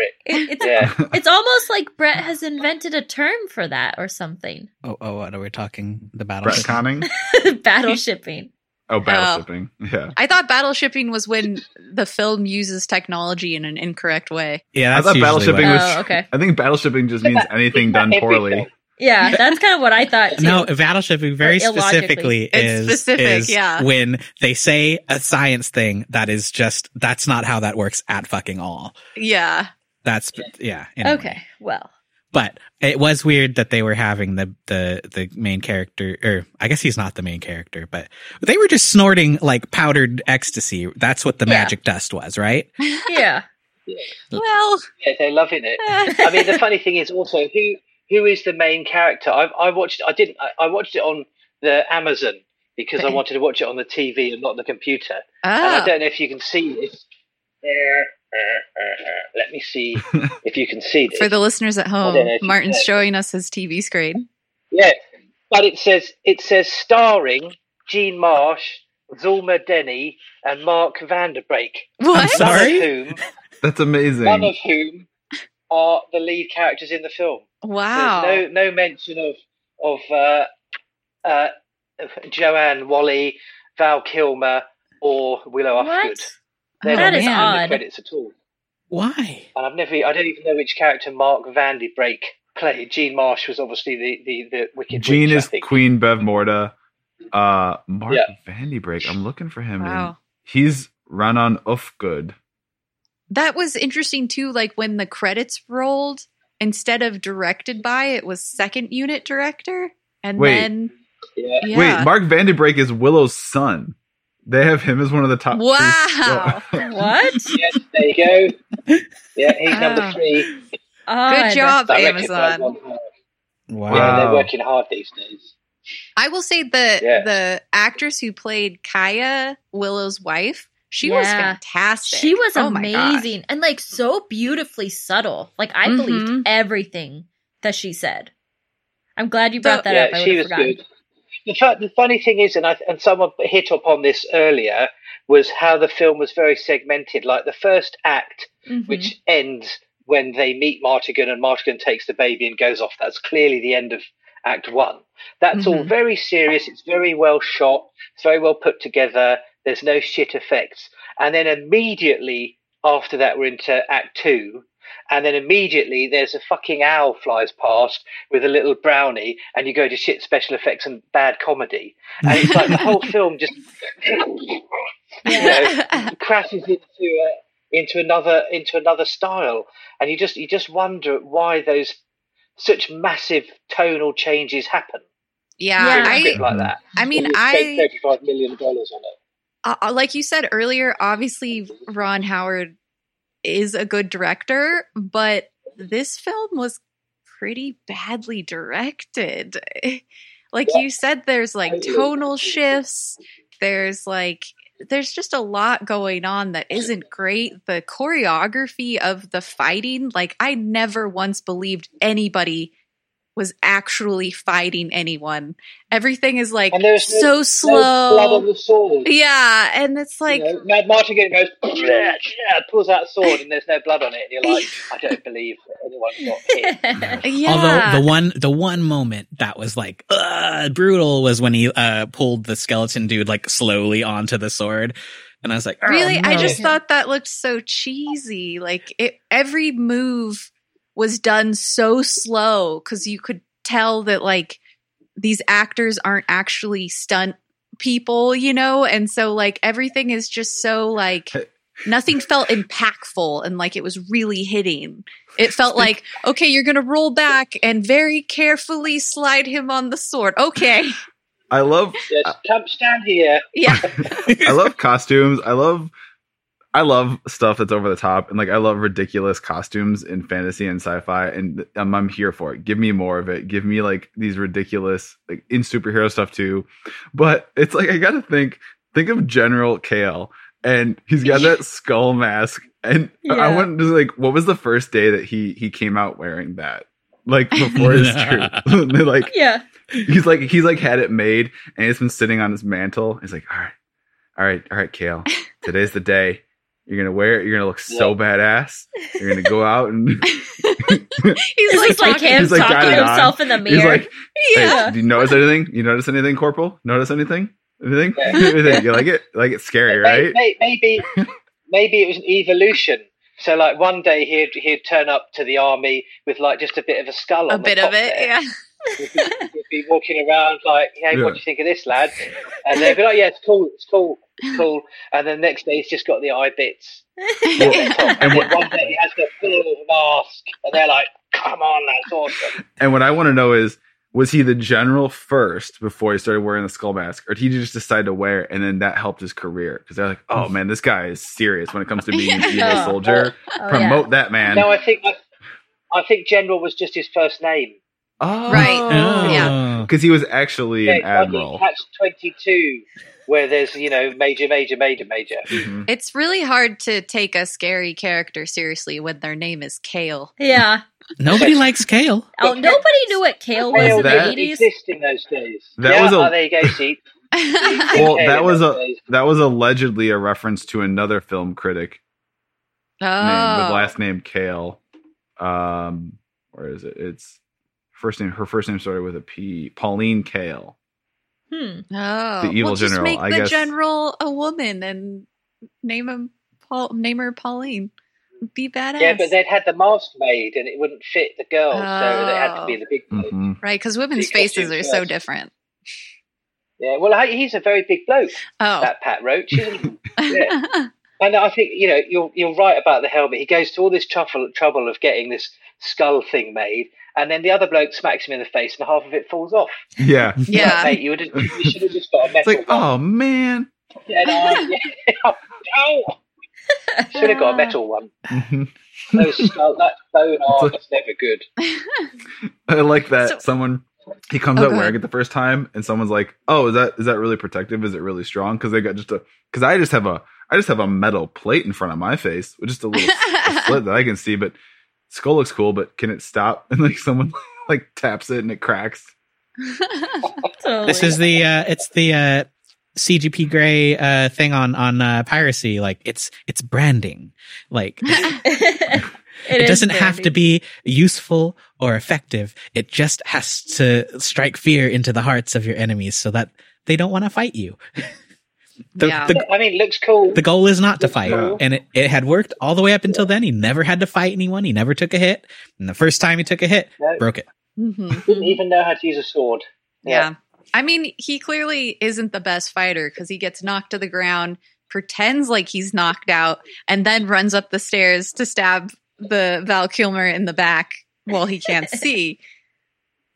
Speaker 5: it.
Speaker 3: It- it's
Speaker 5: Yeah.
Speaker 3: it's almost like Brett has invented a term for that or something.
Speaker 2: Oh, oh, what are we talking? The battle.
Speaker 1: Retconning?
Speaker 3: Battleshipping.
Speaker 1: Oh, battleshipping. Yeah.
Speaker 4: I thought battleshipping was when the film uses technology in an incorrect way.
Speaker 2: Yeah,
Speaker 1: I
Speaker 2: that's
Speaker 1: thought
Speaker 2: usually
Speaker 1: battleshipping
Speaker 2: what-
Speaker 1: was-
Speaker 3: Oh, okay.
Speaker 1: I think battleshipping just means anything done poorly.
Speaker 3: Yeah, that's kind of what I thought too.
Speaker 2: No, battleshipping very
Speaker 3: Or illogically.
Speaker 2: specifically
Speaker 4: It's
Speaker 2: is,
Speaker 4: specific,
Speaker 2: is
Speaker 4: yeah.
Speaker 2: when they say a science thing that is just that's not how that works at fucking all.
Speaker 4: yeah.
Speaker 2: That's yeah. anyway.
Speaker 3: okay, well,
Speaker 2: but it was weird that they were having the the the main character or I guess he's not the main character, but they were just snorting like powdered ecstasy. That's what the
Speaker 3: Yeah.
Speaker 2: magic dust was, right?
Speaker 3: yeah.
Speaker 4: Well,
Speaker 5: Yeah, they're loving it. I mean, the funny thing is also who who is the main character? I, I watched. I didn't. I, I watched it on the Amazon because I
Speaker 4: Okay.
Speaker 5: wanted to watch it on the TV and not the computer. And I
Speaker 4: oh,
Speaker 5: don't know if you can see this. Uh, Let me see if you can see this.
Speaker 4: for the listeners at
Speaker 5: I don't know
Speaker 4: home,
Speaker 5: if you
Speaker 4: Martin's
Speaker 5: can.
Speaker 4: showing us his TV screen.
Speaker 5: yeah, but it says it says starring Gene Marsh, Zulma Denny, and Mark Vanderbrake.
Speaker 4: What?
Speaker 2: sorry.
Speaker 5: None of whom,
Speaker 1: That's amazing.
Speaker 5: none of whom are the lead characters in the film.
Speaker 4: Wow.
Speaker 5: There's no no mention of of uh, uh, Joanne Wally, Val Kilmer, or Willow
Speaker 3: what?
Speaker 5: Osgood. They're
Speaker 3: That
Speaker 5: not
Speaker 3: is
Speaker 5: mentioned in the
Speaker 3: odd.
Speaker 5: credits at all.
Speaker 2: Why?
Speaker 5: And I've never, I don't even know which character Mark Vandybrake played. Gene Marsh was obviously the the, the Wicked
Speaker 1: Gene
Speaker 5: Witch, I
Speaker 1: is
Speaker 5: think.
Speaker 1: Queen Bev Morda. Uh, Mark
Speaker 5: Yeah.
Speaker 1: Vandybrake. I'm looking for him. and
Speaker 4: Wow.
Speaker 1: He's Ranon Ufgood.
Speaker 4: That was interesting too. Like when the credits rolled, instead of directed by, it was second unit director. And
Speaker 1: Wait.
Speaker 4: then,
Speaker 5: Yeah.
Speaker 4: yeah.
Speaker 1: Wait, Mark Vandybrake is Willow's son. They have him as one of the top. three-
Speaker 4: Wow.
Speaker 1: Yeah.
Speaker 3: What?
Speaker 5: Yeah, there you go. Yeah, he's number
Speaker 4: Ah.
Speaker 5: three.
Speaker 4: Good
Speaker 3: Odd.
Speaker 4: job,
Speaker 5: directed by
Speaker 4: Amazon.
Speaker 5: Ron Howard.
Speaker 2: Wow.
Speaker 5: Yeah, they're working hard these days.
Speaker 4: I will say the
Speaker 5: Yeah.
Speaker 4: the actress who played Kaya Willow's wife, she was
Speaker 3: Yeah.
Speaker 4: fantastic.
Speaker 3: She was
Speaker 4: Oh my gosh.
Speaker 3: amazing and like so beautifully subtle. Like I
Speaker 4: Mhm.
Speaker 3: believed everything that she said. I'm glad you brought
Speaker 4: So-
Speaker 3: that up. I
Speaker 5: she
Speaker 3: would
Speaker 5: was
Speaker 3: have forgotten.
Speaker 5: good. The, fu- the funny thing is, and I, and someone hit upon this earlier, was how the film was very segmented. Like the first act,
Speaker 3: Mhm.
Speaker 5: which ends when they meet Martigan and Martigan takes the baby and goes off. That's clearly the end of Act One. That's all
Speaker 4: Mhm.
Speaker 5: very serious. It's very well shot. It's very well put together. There's no shit effects. And then immediately after that, we're into Act Two. And then immediately there's a fucking owl flies past with a little brownie, and you go to shit special effects and bad comedy. And it's like the whole film just you know, crashes into a, into another into another style, and you just you just wonder why those such massive tonal changes happen.
Speaker 4: yeah,
Speaker 3: Yeah.
Speaker 5: It's a
Speaker 4: I
Speaker 5: bit like that.
Speaker 4: I mean,
Speaker 5: You spend
Speaker 4: I
Speaker 5: thirty-five million dollars on it.
Speaker 4: uh, like you said earlier, obviously Ron Howard is a good director, but this film was pretty badly directed. like you said there's like tonal shifts, there's like there's just a lot going on that isn't great. The choreography of the fighting, like I never once believed anybody was actually fighting anyone. Everything is like
Speaker 5: And there's no-
Speaker 4: so
Speaker 5: No
Speaker 4: slow.
Speaker 5: blood on the sword.
Speaker 4: Yeah, and it's like,
Speaker 5: you know, Mad Martigan goes, yeah, yeah, pulls out a sword, and there's no blood on it, and you're like, I don't believe that anyone got hit.
Speaker 4: yeah,
Speaker 2: Although the one the one moment that was like "Ugh," brutal was when he uh pulled the skeleton dude like slowly onto the sword, and I was like, "Oh,
Speaker 4: really, I
Speaker 2: no."
Speaker 4: just thought that looked so cheesy. Like it, every move was done so slow because you could tell that like these actors aren't actually stunt people, you know, and so like everything is just so like. Nothing felt impactful and like it was really hitting. It felt like, okay, you're going to roll back and very carefully slide him on the sword. Okay.
Speaker 1: I love
Speaker 5: Yes, come stand here.
Speaker 4: Yeah.
Speaker 1: I love costumes. I love I love stuff that's over the top and like I love ridiculous costumes in fantasy and sci-fi and um, I'm here for it. Give me more of it. Give me like these ridiculous like in superhero stuff too. But it's like I got to think think of General Kale and he's got that skull mask and I
Speaker 3: Yeah.
Speaker 1: went to like what was the first day that he he came out wearing that? Like before his troop. They're like
Speaker 3: Yeah.
Speaker 1: he's like he's like had it made and it's been sitting on his mantle. He's like, all right, all right, all right, Kale. Today's the day. You're gonna wear it. You're gonna look so badass. You're gonna go out and
Speaker 4: He's
Speaker 3: It's just like
Speaker 4: talking-
Speaker 3: him
Speaker 1: He's like, got
Speaker 3: talking
Speaker 1: it
Speaker 3: to
Speaker 1: on.
Speaker 3: himself in the
Speaker 1: he's
Speaker 3: mirror.
Speaker 1: like, hey, do you notice anything? You notice anything, Corporal? Notice anything? Anything?
Speaker 5: Yeah.
Speaker 1: anything? You like it? Like it's scary, right?
Speaker 5: May- may- Maybe, maybe it was an evolution. So, like one day he'd he'd turn up to the army with like just a bit of a skull,
Speaker 4: a
Speaker 5: on the
Speaker 4: bit
Speaker 5: top
Speaker 4: of it.
Speaker 5: there.
Speaker 4: Yeah.
Speaker 5: You'd be, you'd be walking around like, hey,
Speaker 1: Yeah.
Speaker 5: what do you think of this, lad? And they'd be like, yeah, it's cool, it's cool, it's cool. And then next day, he's just got the eye bits.
Speaker 1: And
Speaker 5: And
Speaker 1: what-
Speaker 5: one day, he has the full mask. And they're like, come on, that's awesome.
Speaker 1: And what I want to know is, was he the general first before he started wearing the skull mask, or did he just decide to wear it and then that helped his career? Because they're like, oh man, this guy is serious when it comes to being an evil
Speaker 3: Yeah.
Speaker 1: soldier.
Speaker 3: Oh,
Speaker 1: Promote that man.
Speaker 5: No, I think I, I think General was just his first name.
Speaker 1: oh,
Speaker 4: Right.
Speaker 2: yeah.
Speaker 4: Yeah.
Speaker 2: Oh.
Speaker 1: Because he was actually
Speaker 5: Yeah,
Speaker 1: an
Speaker 5: it's like in
Speaker 1: admiral.
Speaker 5: Catch 22, where there's, you know, major, major, major, major.
Speaker 1: Mhm.
Speaker 4: It's really hard to take a scary character seriously when their name is Kale.
Speaker 3: yeah. yeah.
Speaker 2: Nobody likes kale.
Speaker 3: Oh, nobody knew what kale was
Speaker 1: That-
Speaker 3: in the
Speaker 5: didn't
Speaker 3: eighties.
Speaker 5: exist in those days.
Speaker 1: That
Speaker 5: yeah,
Speaker 1: was a-
Speaker 5: oh, there you go, see.
Speaker 4: oh,
Speaker 1: Well,
Speaker 5: Okay,
Speaker 1: that
Speaker 5: in
Speaker 1: was
Speaker 5: those
Speaker 1: a-
Speaker 5: days.
Speaker 1: That was allegedly a reference to another film critic
Speaker 4: Oh.
Speaker 1: named with last name Kale. Um, where is it? It's first name. Her first name started with a P. Pauline Kale.
Speaker 3: Hmm.
Speaker 4: oh.
Speaker 1: the evil
Speaker 4: well, just
Speaker 1: general,
Speaker 4: make
Speaker 1: I
Speaker 4: the
Speaker 1: guess.
Speaker 4: general a woman and name him Paul. Name her Pauline. Be badass.
Speaker 5: Yeah, but they'd had the mask made and it wouldn't fit the girl, so they had to
Speaker 4: Oh.
Speaker 5: be the big bloke.
Speaker 1: Mhm.
Speaker 4: right? Because women's
Speaker 5: Big costume
Speaker 4: faces are so
Speaker 5: first.
Speaker 4: different.
Speaker 5: Yeah, well, he- he's a very big bloke,
Speaker 4: Oh,
Speaker 5: that Pat Roach, isn't he? yeah. And I think you know you're you're right about the helmet. He goes to all this trouble trouble of getting this skull thing made, and then the other bloke smacks him in the face, and half of it falls off.
Speaker 1: Yeah.
Speaker 5: Like,
Speaker 4: yeah.
Speaker 5: mate, you, would have, you should have just got a
Speaker 1: It's
Speaker 5: metal.
Speaker 1: like, oh man.
Speaker 5: one. Yeah, no, yeah. Ow! should have got a metal one.
Speaker 1: Mhm.
Speaker 5: Those skull, that bone arm
Speaker 1: It's
Speaker 5: is never good.
Speaker 1: I like that
Speaker 4: So-
Speaker 1: someone he comes
Speaker 4: Oh,
Speaker 1: out
Speaker 4: go
Speaker 1: wearing
Speaker 4: ahead.
Speaker 1: it the first time, and someone's like, "Oh, is that is that really protective? Is it really strong?" Because they got just a because I just have a I just have a metal plate in front of my face, with just a little s- slit that I can see. But skull looks cool, but can it stop? And like someone like taps it and it cracks.
Speaker 3: Totally.
Speaker 2: This is the uh it's the uh CGP Grey uh thing on on uh, piracy like it's it's branding. Like it,
Speaker 3: is
Speaker 2: doesn't have to
Speaker 3: brandy.
Speaker 2: be useful or effective. It just has to strike fear into the hearts of your enemies so that they don't want to fight you. the,
Speaker 4: Yeah.
Speaker 2: the
Speaker 5: I mean, it looks cool.
Speaker 2: the goal is not to fight.
Speaker 1: Yeah.
Speaker 2: And it, it had worked all the way up until then. He never had to fight anyone. He never took a hit. And the first time he took a hit,
Speaker 5: No.
Speaker 2: broke it.
Speaker 4: Mhm.
Speaker 5: Didn't
Speaker 3: Mm-hmm.
Speaker 5: even know how to use a sword.
Speaker 4: Yeah. I mean, he clearly isn't the best fighter because he gets knocked to the ground, pretends like he's knocked out, and then runs up the stairs to stab the Val Kilmer in the back while he can't see.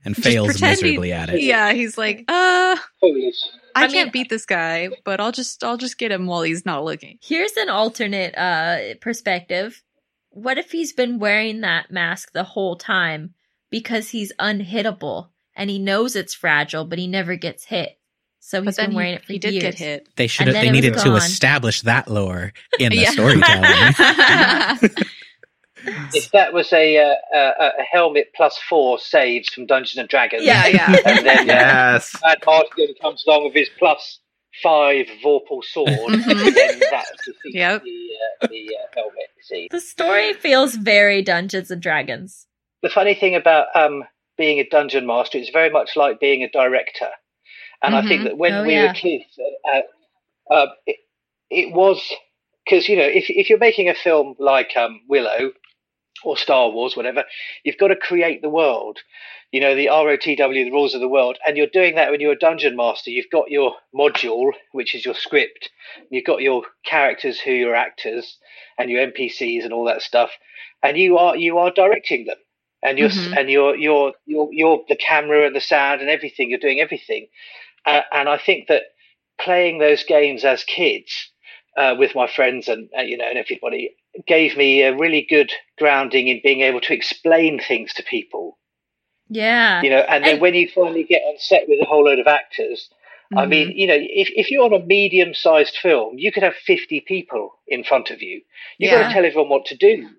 Speaker 2: And
Speaker 4: Just
Speaker 2: fails
Speaker 4: pretend he-
Speaker 2: miserably at it.
Speaker 4: yeah, he's like, uh,
Speaker 5: Foolish.
Speaker 4: I,
Speaker 3: I mean-
Speaker 4: can't beat this guy, but I'll just I'll just get him while he's not looking.
Speaker 3: Here's an alternate uh perspective. What if he's been wearing that mask the whole time because he's unhittable and he knows it's fragile, but he never gets hit. So
Speaker 4: But
Speaker 3: he's
Speaker 4: then
Speaker 3: been
Speaker 4: he,
Speaker 3: wearing it for
Speaker 4: he did
Speaker 3: years.
Speaker 4: get hit.
Speaker 2: They should
Speaker 3: And
Speaker 2: have,
Speaker 3: then
Speaker 2: they
Speaker 3: it was
Speaker 2: needed to
Speaker 3: gone.
Speaker 2: establish that lore in the
Speaker 4: Yeah.
Speaker 2: storytelling.
Speaker 5: If that was a, uh, a, a helmet plus four sage from Dungeons and Dragons,
Speaker 4: yeah, yeah.
Speaker 5: and then uh,
Speaker 1: Yes.
Speaker 5: Mad Martin comes along with his plus five Vorpal sword,
Speaker 4: Mhm.
Speaker 5: then that defeats
Speaker 4: Yep.
Speaker 5: the, uh, the uh, helmet. See,
Speaker 3: The story feels very Dungeons and Dragons.
Speaker 5: the funny thing about um, being a dungeon master is very much like being a director, and I think
Speaker 4: Mhm.
Speaker 5: that when
Speaker 3: Oh,
Speaker 5: we
Speaker 3: yeah.
Speaker 5: were kids, uh, uh, it, it was because you know if if you're making a film like um, Willow or Star Wars, whatever, you've got to create the world. You know the ROTW, the rules of the world, and you're doing that when you're a dungeon master. You've got your module, which is your script. You've got your characters, who your actors, and your NPCs, and all that stuff. And you are you are directing them, and you're
Speaker 4: Mhm.
Speaker 5: and you're you're you're you're the camera and the sound and everything. You're doing everything, uh, and I think that playing those games as kids uh, with my friends and uh, you know and everybody gave me a really good grounding in being able to explain things to people
Speaker 3: Yeah.
Speaker 5: you know and then
Speaker 3: And-
Speaker 5: when you finally get on set with a whole load of actors
Speaker 4: Mm-hmm.
Speaker 5: i mean you know if, if you're on a medium sized film you could have 50 people in front of you you've got
Speaker 4: Yeah.
Speaker 5: to tell everyone what to do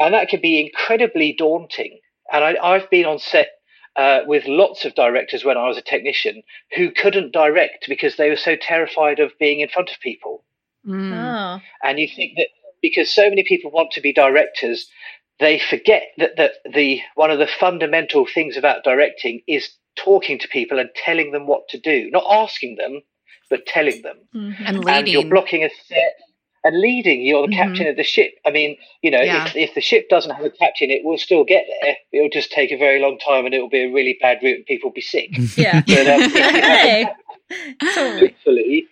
Speaker 5: and that can be incredibly daunting and I, i've been on set uh, with lots of directors when i was a technician who couldn't direct because they were so terrified of being in front of people
Speaker 4: Mm.
Speaker 3: Oh.
Speaker 5: and you think that because so many people want to be directors, they forget that, that the one of the fundamental things about directing is talking to people and telling them what to do, not asking them, but telling them.
Speaker 3: Mhm.
Speaker 4: And
Speaker 5: And you're
Speaker 4: leading.
Speaker 5: blocking a set, and leading. You're the
Speaker 4: Mhm.
Speaker 5: captain of the ship. I mean, you know,
Speaker 4: Yeah.
Speaker 5: if, if the ship doesn't have a captain, it will still get there. It'll just take a very long time, and it will be a really bad route, and people will be sick.
Speaker 3: Yeah.
Speaker 5: But, um, if you have a
Speaker 3: hey. Totally.
Speaker 5: hopefully.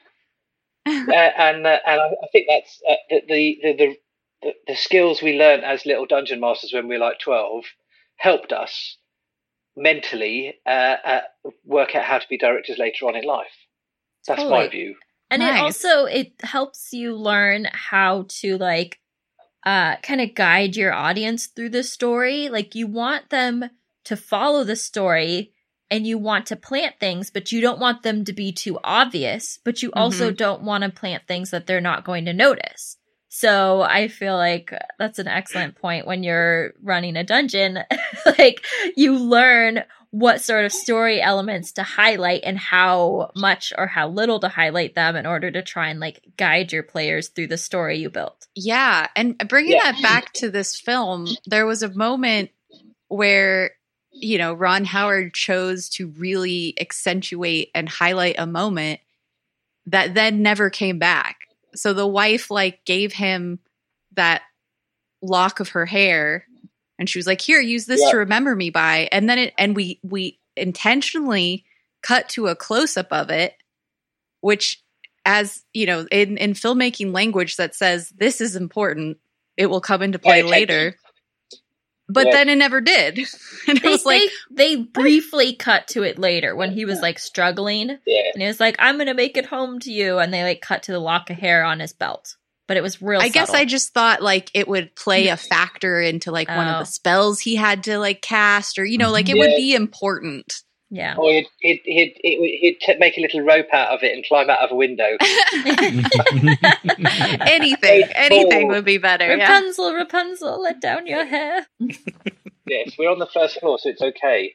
Speaker 5: Uh, and uh, and I, I think that's uh, the, the, the the the the skills we learned as little dungeon masters when we were like twelve helped us mentally uh, uh, work out how to be directors later on in life. That's
Speaker 3: Totally.
Speaker 5: my view.
Speaker 3: And it
Speaker 4: Nice.
Speaker 3: also it helps you learn how to like uh kind of guide your audience through the story. Like you want them to follow the story and you want to plant things, but you don't want them to be too obvious, but you also
Speaker 4: Mm-hmm.
Speaker 3: don't want to plant things that they're not going to notice. So I feel like that's an excellent point when you're running a dungeon. like you learn what sort of story elements to highlight and how much or how little to highlight them in order to try and like guide your players through the story you built.
Speaker 4: Yeah, and bringing
Speaker 5: Yeah.
Speaker 4: that back to this film, there was a moment where you know Ron Howard chose to really accentuate and highlight a moment that then never came back. So the wife like gave him that lock of her hair and she was like, "Here, use this
Speaker 5: Yeah.
Speaker 4: to remember me by." And then it and we we intentionally cut to a close up of it which as you know in in filmmaking language that says this is important it will come into play
Speaker 5: Pay attention.
Speaker 4: later but
Speaker 5: Yeah.
Speaker 4: then it never did and it
Speaker 3: They,
Speaker 4: was like
Speaker 3: they, they briefly cut to it later when he was like struggling
Speaker 5: Yeah,
Speaker 3: and he was like, I'm going to make it home to you. And they like cut to the lock of hair on his belt. But it was real.
Speaker 4: i guess
Speaker 3: subtle.
Speaker 4: i just thought like it would play a factor into like one of
Speaker 3: Oh.
Speaker 4: the spells he had to like cast or you know like it would
Speaker 5: Yeah.
Speaker 4: be important
Speaker 3: Yeah.
Speaker 5: or he'd he'd he'd, he'd, he'd t- make a little rope out of it and climb out of a window.
Speaker 4: anything anything
Speaker 5: Oh.
Speaker 4: would be better yeah
Speaker 3: Rapunzel, Rapunzel, let down your hair.
Speaker 5: yes, we're on the first floor, so it's okay.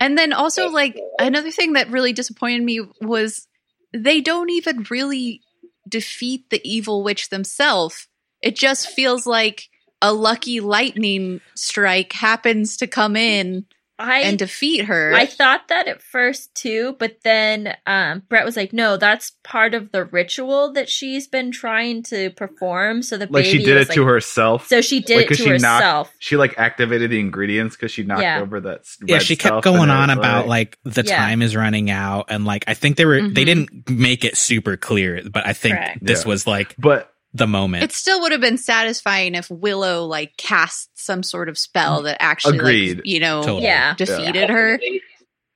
Speaker 4: And then also,
Speaker 5: Yes.
Speaker 4: like, another thing that really disappointed me was they don't even really defeat the evil witch themselves. It just feels like a lucky lightning strike happens to come in
Speaker 3: I
Speaker 4: and defeat her.
Speaker 3: I thought that at first too, but then um, Brett was like, "No, that's part of the ritual that she's been trying to perform." So the
Speaker 1: Like
Speaker 3: baby
Speaker 1: she did
Speaker 3: was
Speaker 1: it to
Speaker 3: like-
Speaker 1: herself.
Speaker 3: So she did
Speaker 1: Like,
Speaker 3: it
Speaker 1: 'cause
Speaker 3: to
Speaker 1: she knocked-
Speaker 3: herself.
Speaker 1: she like activated the ingredients because she knocked
Speaker 3: Yeah.
Speaker 1: over that. s-
Speaker 2: yeah
Speaker 1: red
Speaker 2: she kept
Speaker 1: stuff, and
Speaker 2: going
Speaker 1: it
Speaker 2: on
Speaker 1: was
Speaker 2: about like the
Speaker 3: Yeah. Mm-hmm.
Speaker 2: time is running out and like i think they were they
Speaker 4: Mhm.
Speaker 2: didn't make it super clear but i think
Speaker 3: Correct.
Speaker 2: this
Speaker 1: Yeah.
Speaker 2: was like
Speaker 1: But
Speaker 2: the moment
Speaker 4: it still would have been satisfying if Willow, like, cast some sort of spell that actually, like,
Speaker 1: Agreed.
Speaker 4: you know,
Speaker 2: Totally.
Speaker 3: Yeah.
Speaker 4: defeated her.
Speaker 5: He-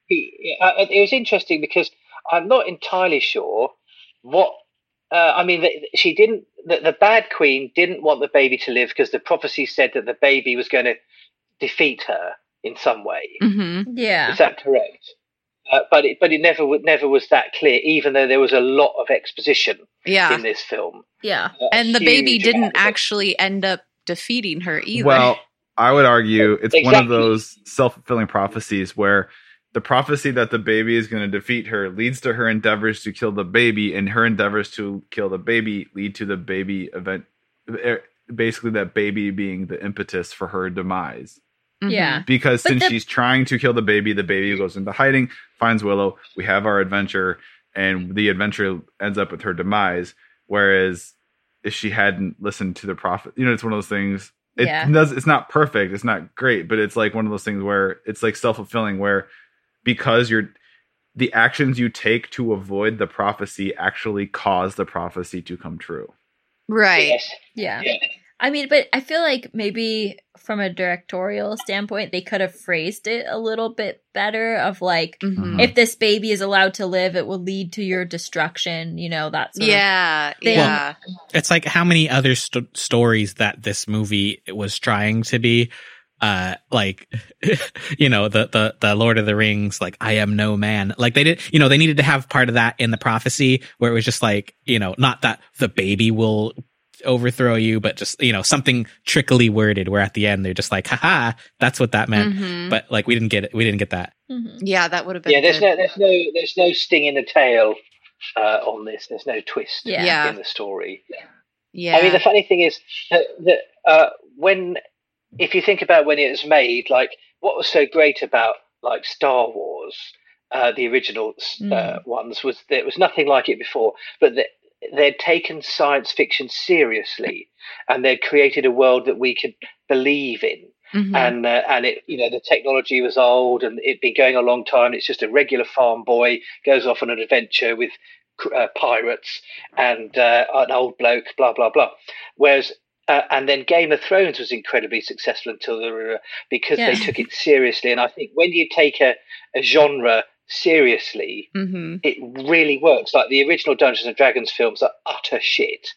Speaker 5: he- uh, It was interesting because I'm not entirely sure what. Uh, I mean, the, she didn't. The, the bad queen didn't want the baby to live because the prophecy said that the baby was going to defeat her in some way.
Speaker 4: hmm
Speaker 3: Yeah.
Speaker 5: Is that correct? Uh, but it, but it never w- never was that clear, even though there was a lot of exposition
Speaker 4: Yeah.
Speaker 5: in this film.
Speaker 3: Yeah.
Speaker 5: A
Speaker 4: And the baby
Speaker 5: huge
Speaker 4: didn't
Speaker 5: amount of it.
Speaker 4: actually end up defeating her either.
Speaker 1: Well, I would argue it's one of
Speaker 5: Exactly.
Speaker 1: those self fulfilling prophecies where the prophecy that the baby is going to defeat her leads to her endeavors to kill the baby, and her endeavors to kill the baby lead to the baby event. er, Basically, that baby being the impetus for her demise.
Speaker 4: Mhm.
Speaker 3: Yeah.
Speaker 1: Because
Speaker 3: But
Speaker 1: since
Speaker 3: the-
Speaker 1: she's trying to kill the baby, the baby goes into hiding, finds Willow. We have our adventure, and the adventure ends up with her demise. Whereas if she hadn't listened to the prophet, you know, it's one of those things it
Speaker 3: Yeah.
Speaker 1: does it's not perfect it's not great but it's like one of those things where it's like self-fulfilling where because you're the actions you take to avoid the prophecy actually cause the prophecy to come true
Speaker 4: Right.
Speaker 5: Yes.
Speaker 3: Yeah.
Speaker 5: Yeah.
Speaker 3: I mean, but I feel like maybe from a directorial standpoint, they could have phrased it a little bit better of like,
Speaker 4: Mhm.
Speaker 3: if this baby is allowed to live, it will lead to your destruction, you know,
Speaker 5: uh,
Speaker 3: that sort of
Speaker 4: yeah
Speaker 3: thing.
Speaker 4: yeah
Speaker 2: it's like how many other st- stories that this movie was trying to be uh like you know the the the lord of the rings like i am no man like they did you know they needed to have part of that in the prophecy where it was just like you know not that the baby will overthrow you but just you know something trickily worded where at the end they're just like haha that's what that meant
Speaker 4: Mhm.
Speaker 2: but like we didn't get it we didn't get that
Speaker 3: Mhm.
Speaker 4: yeah that would have been
Speaker 5: Yeah. There's
Speaker 4: good.
Speaker 5: no there's no there's no sting in the tail uh, on this. There's no twist
Speaker 3: Yeah.
Speaker 4: yeah
Speaker 5: in the story.
Speaker 4: yeah
Speaker 5: I mean, the funny thing is that, that uh, when, if you think about when it was made, like what was so great about like Star Wars, uh, the original uh, ones was there was nothing like it before. But the, they'd taken science fiction seriously and they'd created a world that we could believe in
Speaker 4: Mhm.
Speaker 5: and uh, and it you know the technology was old and it'd been going a long time it's just a regular farm boy goes off on an adventure with cr- uh, pirates and uh, an old bloke blah blah blah whereas uh, and then Game of Thrones was incredibly successful until the uh, because they
Speaker 3: Yeah.
Speaker 5: took it seriously and I think when you take a, a genre seriously
Speaker 4: Mhm.
Speaker 5: it really works. Like the original Dungeons and Dragons films are utter shit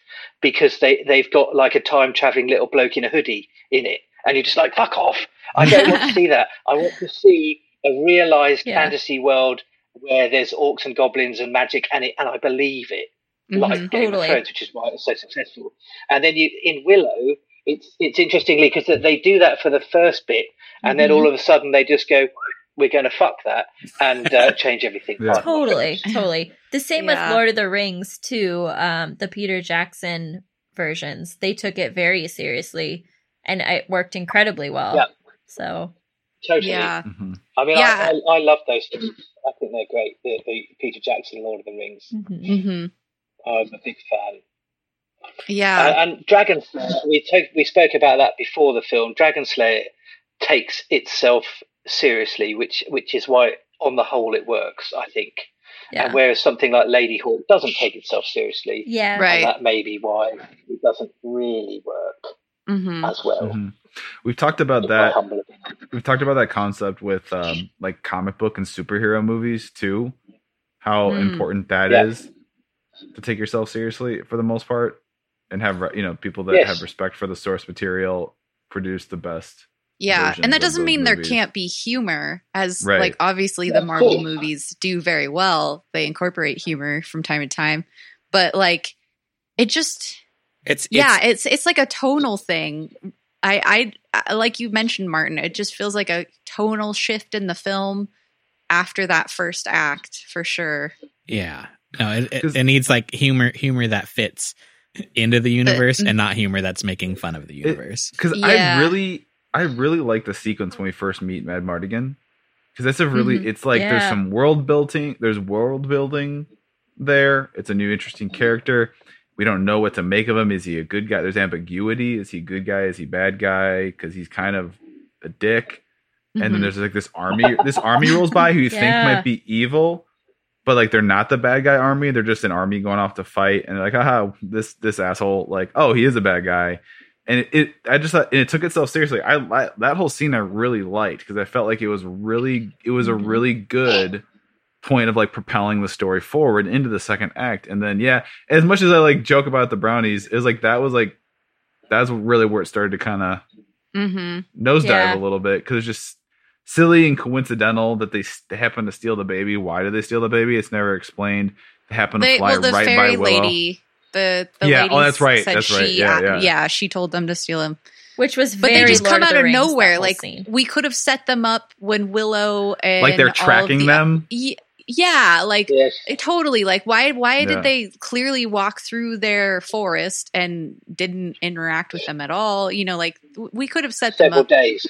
Speaker 5: because they they've got like a time traveling little bloke in a hoodie in it, and you're just like, fuck off! I don't want to see that. I want to see a realized
Speaker 3: Yeah.
Speaker 5: fantasy world where there's orcs and goblins and magic, and it and I believe it like
Speaker 4: Mhm.
Speaker 5: Game
Speaker 3: Mm-hmm, Totally.
Speaker 5: of Thrones, which is why it's so successful. And then you in Willow, it's it's interestingly because they do that for the first bit, and then
Speaker 3: Mm-hmm.
Speaker 4: Mhm.
Speaker 5: all of a sudden they just go, "We're going to fuck that and uh, change everything."
Speaker 1: Yeah.
Speaker 5: Pardon my
Speaker 3: totally
Speaker 4: Yeah.
Speaker 3: totally the same
Speaker 4: Yeah.
Speaker 3: with lord of the rings too um the peter jackson versions they took it very seriously and it worked incredibly well
Speaker 5: Yeah.
Speaker 3: so
Speaker 5: Totally.
Speaker 4: Yeah.
Speaker 1: Mhm.
Speaker 5: I mean,
Speaker 4: Yeah.
Speaker 5: I, I, I love those films. I think they're great. The, the Peter Jackson Lord of the Rings.
Speaker 3: mhm.
Speaker 4: hmm
Speaker 5: I'm a big fan.
Speaker 4: Yeah.
Speaker 5: And, and Dragon Slayer, we, took we spoke about that before the film. Dragon Slayer takes itself seriously, which which is why, on the whole, it works, I think.
Speaker 3: yeah
Speaker 5: And whereas something like Lady Hawk doesn't take itself seriously,
Speaker 3: yeah
Speaker 4: Right.
Speaker 5: and that may be why it doesn't really work
Speaker 4: hmm
Speaker 5: as well.
Speaker 1: Mhm. We've talked about
Speaker 5: in my
Speaker 1: that.
Speaker 5: humble opinion.
Speaker 1: We've talked about that concept with um, like comic book and superhero movies too. How
Speaker 4: Mm.
Speaker 1: important that
Speaker 5: Hmm. Yeah.
Speaker 1: is to take yourself seriously for the most part, and have re- you know people that
Speaker 5: Yes.
Speaker 1: have respect for the source material produce the best.
Speaker 4: Yeah,
Speaker 1: versions
Speaker 4: and
Speaker 1: of
Speaker 4: that doesn't
Speaker 1: those
Speaker 4: mean there
Speaker 1: movies.
Speaker 4: can't be humor, as
Speaker 1: Right.
Speaker 4: like obviously
Speaker 5: Yeah,
Speaker 4: the
Speaker 5: of
Speaker 4: Marvel
Speaker 5: course.
Speaker 4: movies do very well. They incorporate humor from time to time, but like it just
Speaker 2: It's,
Speaker 4: yeah,
Speaker 2: it's
Speaker 4: it's it's like a tonal thing. I, I I like you mentioned, Martin. It just feels like a tonal shift in the film after that first act, for sure.
Speaker 2: yeah. No, it, it,
Speaker 1: 'Cause-
Speaker 2: it needs like humor humor that fits into the universe
Speaker 4: mhm.
Speaker 2: and not humor that's making fun of the universe.
Speaker 1: Because
Speaker 4: Yeah.
Speaker 1: I really, I really like the sequence when we first meet Mad Mardigan. Because that's a really,
Speaker 4: Mhm.
Speaker 1: it's like there's
Speaker 3: Yeah.
Speaker 1: some world building. There's world building there. It's a new interesting character. We don't know what to make of him. Is he a good guy? There's ambiguity. Is he good guy? Is he bad guy? Because he's kind of a dick. And then
Speaker 4: Mhm.
Speaker 1: there's like this army. This army rolls by who you think
Speaker 3: Yeah.
Speaker 1: might be evil, but like they're not the bad guy army. They're just an army going off to fight. And they're like, haha, this this asshole. Like, oh, he is a bad guy. And it, it I just thought and it took itself seriously. I, li that whole scene I really liked because I felt like it was really it was a
Speaker 3: Mhm.
Speaker 1: really good point of like propelling the story forward into the second act. And then yeah, as much as I like joke about the brownies, it was like that was like that's really where it started to kind of
Speaker 4: Mhm.
Speaker 1: nosedive
Speaker 3: Yeah.
Speaker 1: a little bit because it's just silly and coincidental that they s- they happen to steal the baby. Why did they steal the baby? It's never explained. They happen to
Speaker 4: They,
Speaker 1: fly
Speaker 4: well, the
Speaker 1: right
Speaker 4: fairy
Speaker 1: by Willow.
Speaker 4: lady, the, the
Speaker 1: Yeah,
Speaker 4: lady
Speaker 1: oh, that's right,
Speaker 4: said
Speaker 1: that's right,
Speaker 4: she,
Speaker 1: yeah,
Speaker 4: uh,
Speaker 1: yeah.
Speaker 4: she told them to steal him.
Speaker 3: which was
Speaker 4: But
Speaker 3: very
Speaker 4: they just
Speaker 3: Lord
Speaker 4: come out
Speaker 3: the
Speaker 4: of
Speaker 3: Rings, that
Speaker 4: nowhere.
Speaker 3: whole
Speaker 4: Like
Speaker 3: scene.
Speaker 4: we could have set them up when Willow and
Speaker 1: Like they're
Speaker 4: all
Speaker 1: tracking
Speaker 4: the-
Speaker 1: them.
Speaker 4: Y- yeah, like
Speaker 5: Yes.
Speaker 4: it- totally. Like why? Why
Speaker 1: Yeah.
Speaker 4: did they clearly walk through their forest and didn't interact with them at all? You know, like w- we could have set them
Speaker 5: Several
Speaker 4: up.
Speaker 5: days.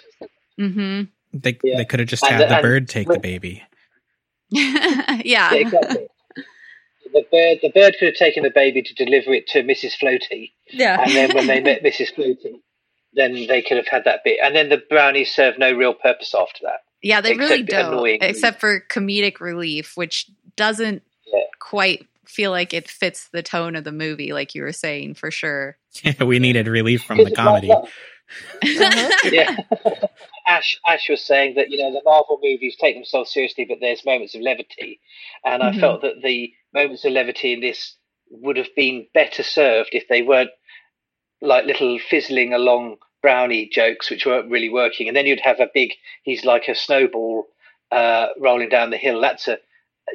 Speaker 4: hmm
Speaker 2: They
Speaker 5: Yeah.
Speaker 2: they could have just
Speaker 5: And
Speaker 2: had
Speaker 5: the-
Speaker 2: the
Speaker 5: and-
Speaker 2: bird take the baby.
Speaker 5: Yeah,
Speaker 4: Mm-hmm. yeah.
Speaker 5: exactly. the bird, the bird could have taken the baby to deliver it to Mrs. Floaty,
Speaker 3: yeah
Speaker 5: and then when they met Mrs. Floaty, then they could have had that bit. And then the brownies serve no real purpose after that.
Speaker 4: Yeah, they really
Speaker 5: Except
Speaker 4: don't.
Speaker 5: annoyingly.
Speaker 4: Except for comedic relief, which doesn't
Speaker 5: Yeah.
Speaker 4: quite feel like it fits the tone of the movie, like you were saying, for sure.
Speaker 2: we needed relief from the
Speaker 5: Because
Speaker 2: comedy.
Speaker 5: like- yeah. Ash, Ash was saying that you know the Marvel movies take themselves seriously, but there's moments of levity, and I
Speaker 4: Mhm.
Speaker 5: felt that the moments of levity in this would have been better served if they weren't like little fizzling along brownie jokes, which weren't really working. And then you'd have a big, he's like a snowball uh, rolling down the hill. That's a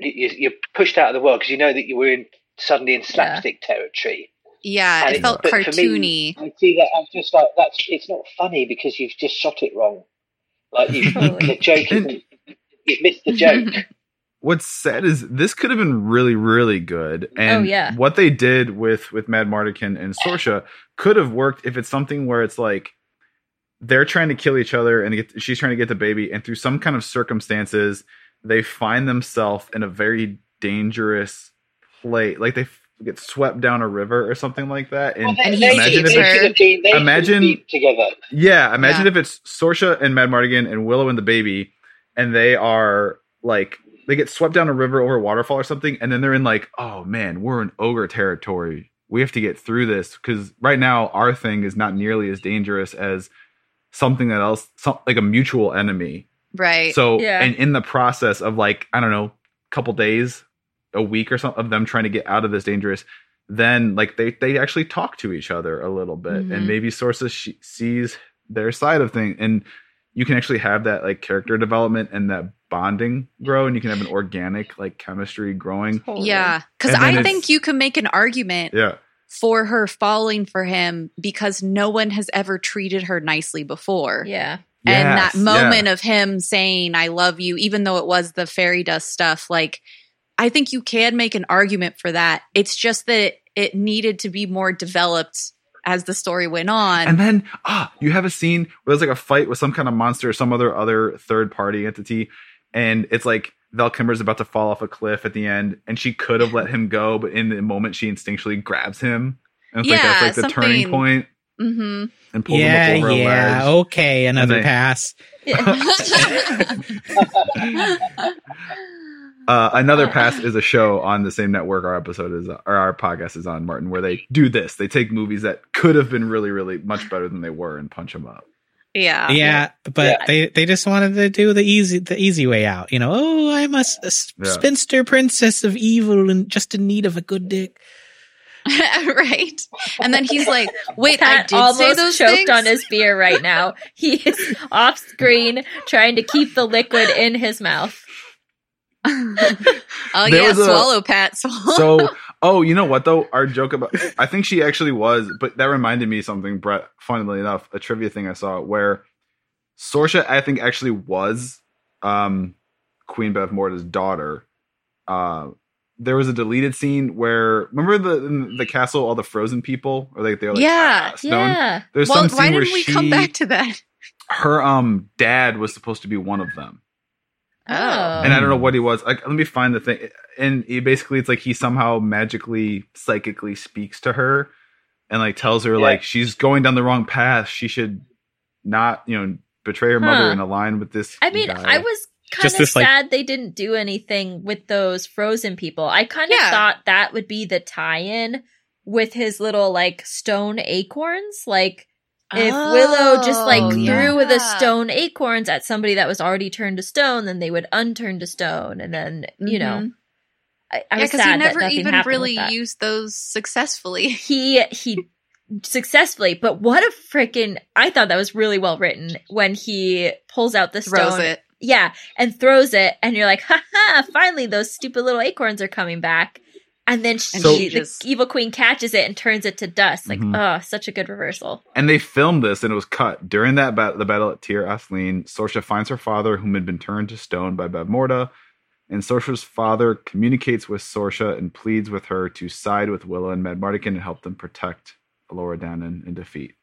Speaker 5: you, you're pushed out of the world because you know that you were in suddenly in slapstick territory.
Speaker 4: Yeah,
Speaker 5: And
Speaker 4: it
Speaker 5: it-
Speaker 4: felt
Speaker 5: but for me-
Speaker 4: cartoony.
Speaker 5: I see that. I'm just like that's. It's not funny because you've just shot it wrong. Like you,
Speaker 3: Totally.
Speaker 5: the joke,
Speaker 1: And-
Speaker 5: is, you've missed the joke.
Speaker 1: What's sad is this could have been really, really good. And
Speaker 3: yeah.
Speaker 1: what they did with with Mad Mardikin and Sorsha could have worked if it's something where it's like they're trying to kill each other and get, she's trying to get the baby, and through some kind of circumstances, they find themselves in a very dangerous place. Like they f- gets swept down a river or something like that. And
Speaker 4: And
Speaker 5: they,
Speaker 4: he
Speaker 5: they,
Speaker 1: imagine
Speaker 4: sees
Speaker 1: if
Speaker 5: they
Speaker 1: it's,
Speaker 4: her.
Speaker 5: should have been- they should have
Speaker 1: Imagine-
Speaker 5: been together.
Speaker 1: yeah, imagine if it's Sorsha and Mad Mardigan and Willow and the baby, and they are like they get swept down a river over a waterfall or something, and then they're in like, oh man, we're in ogre territory. We have to get through this because right now our thing is not nearly as dangerous as something that else, some, like a mutual enemy.
Speaker 4: Right.
Speaker 1: So
Speaker 3: Yeah.
Speaker 1: and in the process of like I don't know, couple days, a week or something of them trying to get out of this dangerous, then like they they actually talk to each other a little bit,
Speaker 4: Mhm.
Speaker 1: and maybe sources she sees their side of things, and you can actually have that like character development and that bonding grow, and you can have an organic like chemistry growing.
Speaker 4: yeah. Because
Speaker 1: And then
Speaker 4: I
Speaker 1: it's-
Speaker 4: think you can make an argument
Speaker 1: Yeah,
Speaker 4: for her falling for him because no one has ever treated her nicely before.
Speaker 3: Yeah.
Speaker 4: and that
Speaker 1: Yes,
Speaker 4: moment of him saying i love you even though it was the fairy dust stuff like i think you can make an argument for that it's just that it, it needed to be more developed as the story went on
Speaker 1: And then ah, you have a scene where there's like a fight with some kind of monster or some other other third party entity, and it's like Val Kimmer's about to fall off a cliff at the end, and she could have let him go, but in the moment she instinctually grabs him, and it's like that's
Speaker 4: Yeah,
Speaker 1: like the turning
Speaker 4: something-
Speaker 1: point
Speaker 4: hmm
Speaker 1: and pulls
Speaker 2: Yeah,
Speaker 1: him up over
Speaker 2: yeah. Oh.
Speaker 1: a ledge.
Speaker 2: Okay, another
Speaker 1: they-
Speaker 2: pass.
Speaker 1: Uh, another pass is a show on the same network our episode is or our podcast is on Martin, where they do this. They take movies that could have been really, really much better than they were and punch them up.
Speaker 4: Ah, yeah
Speaker 2: yeah, but
Speaker 5: Yeah.
Speaker 2: they they just wanted to do the easy the easy way out. You know, oh, I'm a, s- a s-
Speaker 1: Yeah.
Speaker 2: spinster princess of evil and just in need of a good dick.
Speaker 4: right and then he's like wait i
Speaker 3: Pat
Speaker 4: did
Speaker 3: almost
Speaker 4: say those
Speaker 3: choked
Speaker 4: things
Speaker 3: on his beer right now. He is off screen trying to keep the liquid in his mouth.
Speaker 4: oh
Speaker 1: There
Speaker 4: yeah
Speaker 1: was a-
Speaker 4: swallow pat swallow
Speaker 1: so oh you know what though our joke about i think she actually was but that reminded me of something brett funnily enough a trivia thing i saw where sorsha i think actually was um queen bev morta's daughter uh there was a deleted scene where remember the in the castle all the frozen people or like they're like
Speaker 4: Yeah,
Speaker 1: "Ah, stone
Speaker 3: Yeah.
Speaker 1: there's
Speaker 4: well
Speaker 1: some scene
Speaker 4: why
Speaker 1: where
Speaker 4: didn't we
Speaker 1: she,
Speaker 4: come back to that
Speaker 1: her um dad was supposed to be one of them
Speaker 4: Oh.
Speaker 1: and I
Speaker 3: Um,
Speaker 1: don't know what he was. Like, let me find the thing. And he basically, it's like he somehow magically, psychically speaks to her, and like tells her
Speaker 5: Yeah.
Speaker 1: like she's going down the wrong path. She should not, you know, betray her mother
Speaker 3: Huh.
Speaker 1: and align with this.
Speaker 3: I mean,
Speaker 1: guy.
Speaker 3: I was kind
Speaker 2: Just
Speaker 3: of
Speaker 2: this, like-
Speaker 3: sad they didn't do anything with those frozen people. I kind of
Speaker 4: Yeah.
Speaker 3: thought that would be the tie-in with his little like stone acorns, like if Willow just like
Speaker 4: Oh,
Speaker 3: threw
Speaker 4: yeah.
Speaker 3: the stone acorns at somebody that was already turned to stone, then they would unturn to stone, and then you know,
Speaker 4: Mhm.
Speaker 3: I, I
Speaker 4: yeah
Speaker 3: was
Speaker 4: because he
Speaker 3: sad that
Speaker 4: never
Speaker 3: nothing
Speaker 4: even
Speaker 3: happened with
Speaker 4: really
Speaker 3: that.
Speaker 4: used those successfully
Speaker 3: he he successfully but what a freaking i thought that was really well written when he pulls out the stone
Speaker 4: throws it
Speaker 3: yeah and throws it and you're like ha ha finally those stupid little acorns are coming back and then she,
Speaker 1: And So-
Speaker 4: she
Speaker 3: the
Speaker 4: just-
Speaker 3: evil queen catches it and turns it to dust like
Speaker 1: Mhm.
Speaker 3: oh such a good reversal
Speaker 1: and they filmed this, and it was cut during that bat- the battle at Tir Athleen. Sorsha finds her father, whom had been turned to stone by Bab Morda, and Sorsha's father communicates with Sorsha and pleads with her to side with Willow and Mad Mardigan and help them protect Alora Dannon and defeat.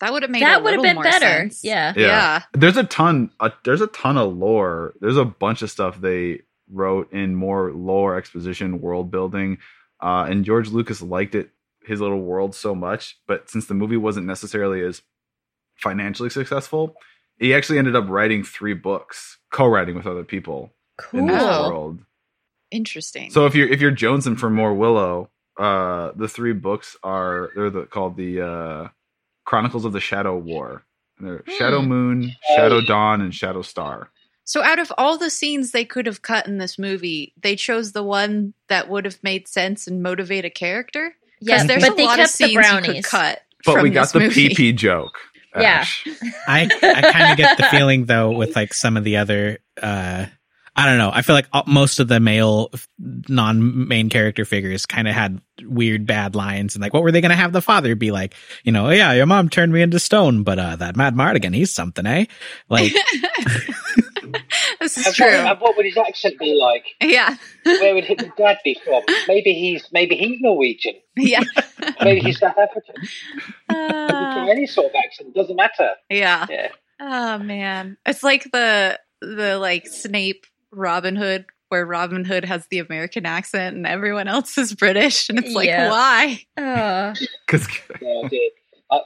Speaker 4: That would have made
Speaker 3: that
Speaker 4: would have
Speaker 3: been better yeah
Speaker 4: yeah.
Speaker 1: there's a ton a, there's a ton of lore there's a bunch of stuff they wrote in more lore exposition world building uh, and george lucas liked it his little world so much but since the movie wasn't necessarily as financially successful he actually ended up writing three books co-writing with other people in this
Speaker 4: Wow.
Speaker 3: cool
Speaker 1: world
Speaker 4: Interesting.
Speaker 1: so if you're if you're jonesing for more willow uh the three books are they're the, called the uh chronicles of the shadow war and they're shadow
Speaker 3: Hmm.
Speaker 1: moon shadow dawn and shadow star
Speaker 4: so out of all the scenes they could have cut in this movie, they chose the one that would have made sense and motivate a character.
Speaker 3: yeah
Speaker 4: Because there's
Speaker 3: but
Speaker 4: a
Speaker 3: they
Speaker 4: lot
Speaker 3: kept
Speaker 4: of
Speaker 3: the
Speaker 4: scenes you could
Speaker 3: brownies
Speaker 4: cut.
Speaker 1: but
Speaker 4: from
Speaker 1: we got
Speaker 4: this
Speaker 1: the
Speaker 4: movie.
Speaker 1: PP joke.
Speaker 3: Yeah.
Speaker 1: Ash.
Speaker 2: I I kind of get the feeling though with like some of the other uh I don't know. I feel like all- most of the male non main character figures kind of had weird bad lines and like what were they going to have the father be like, you know, "Oh, yeah, your mom turned me into stone, but uh that Mad Mardigan, he's something, eh? Like
Speaker 4: this is
Speaker 5: And
Speaker 4: true.
Speaker 5: what, and what would his accent be like?
Speaker 4: yeah.
Speaker 5: Where would his dad be from? Maybe he's maybe he's Norwegian.
Speaker 4: Yeah.
Speaker 5: Maybe he's South African.
Speaker 4: Uh,
Speaker 5: Any sort of accent doesn't matter.
Speaker 4: yeah.
Speaker 5: Yeah.
Speaker 4: Oh man. It's like the the like Snape Robin Hood where Robin Hood has the American accent and everyone else is British, and it's like,
Speaker 3: Yeah.
Speaker 4: why?
Speaker 3: Oh,
Speaker 1: Because
Speaker 5: Yeah, I did. Uh,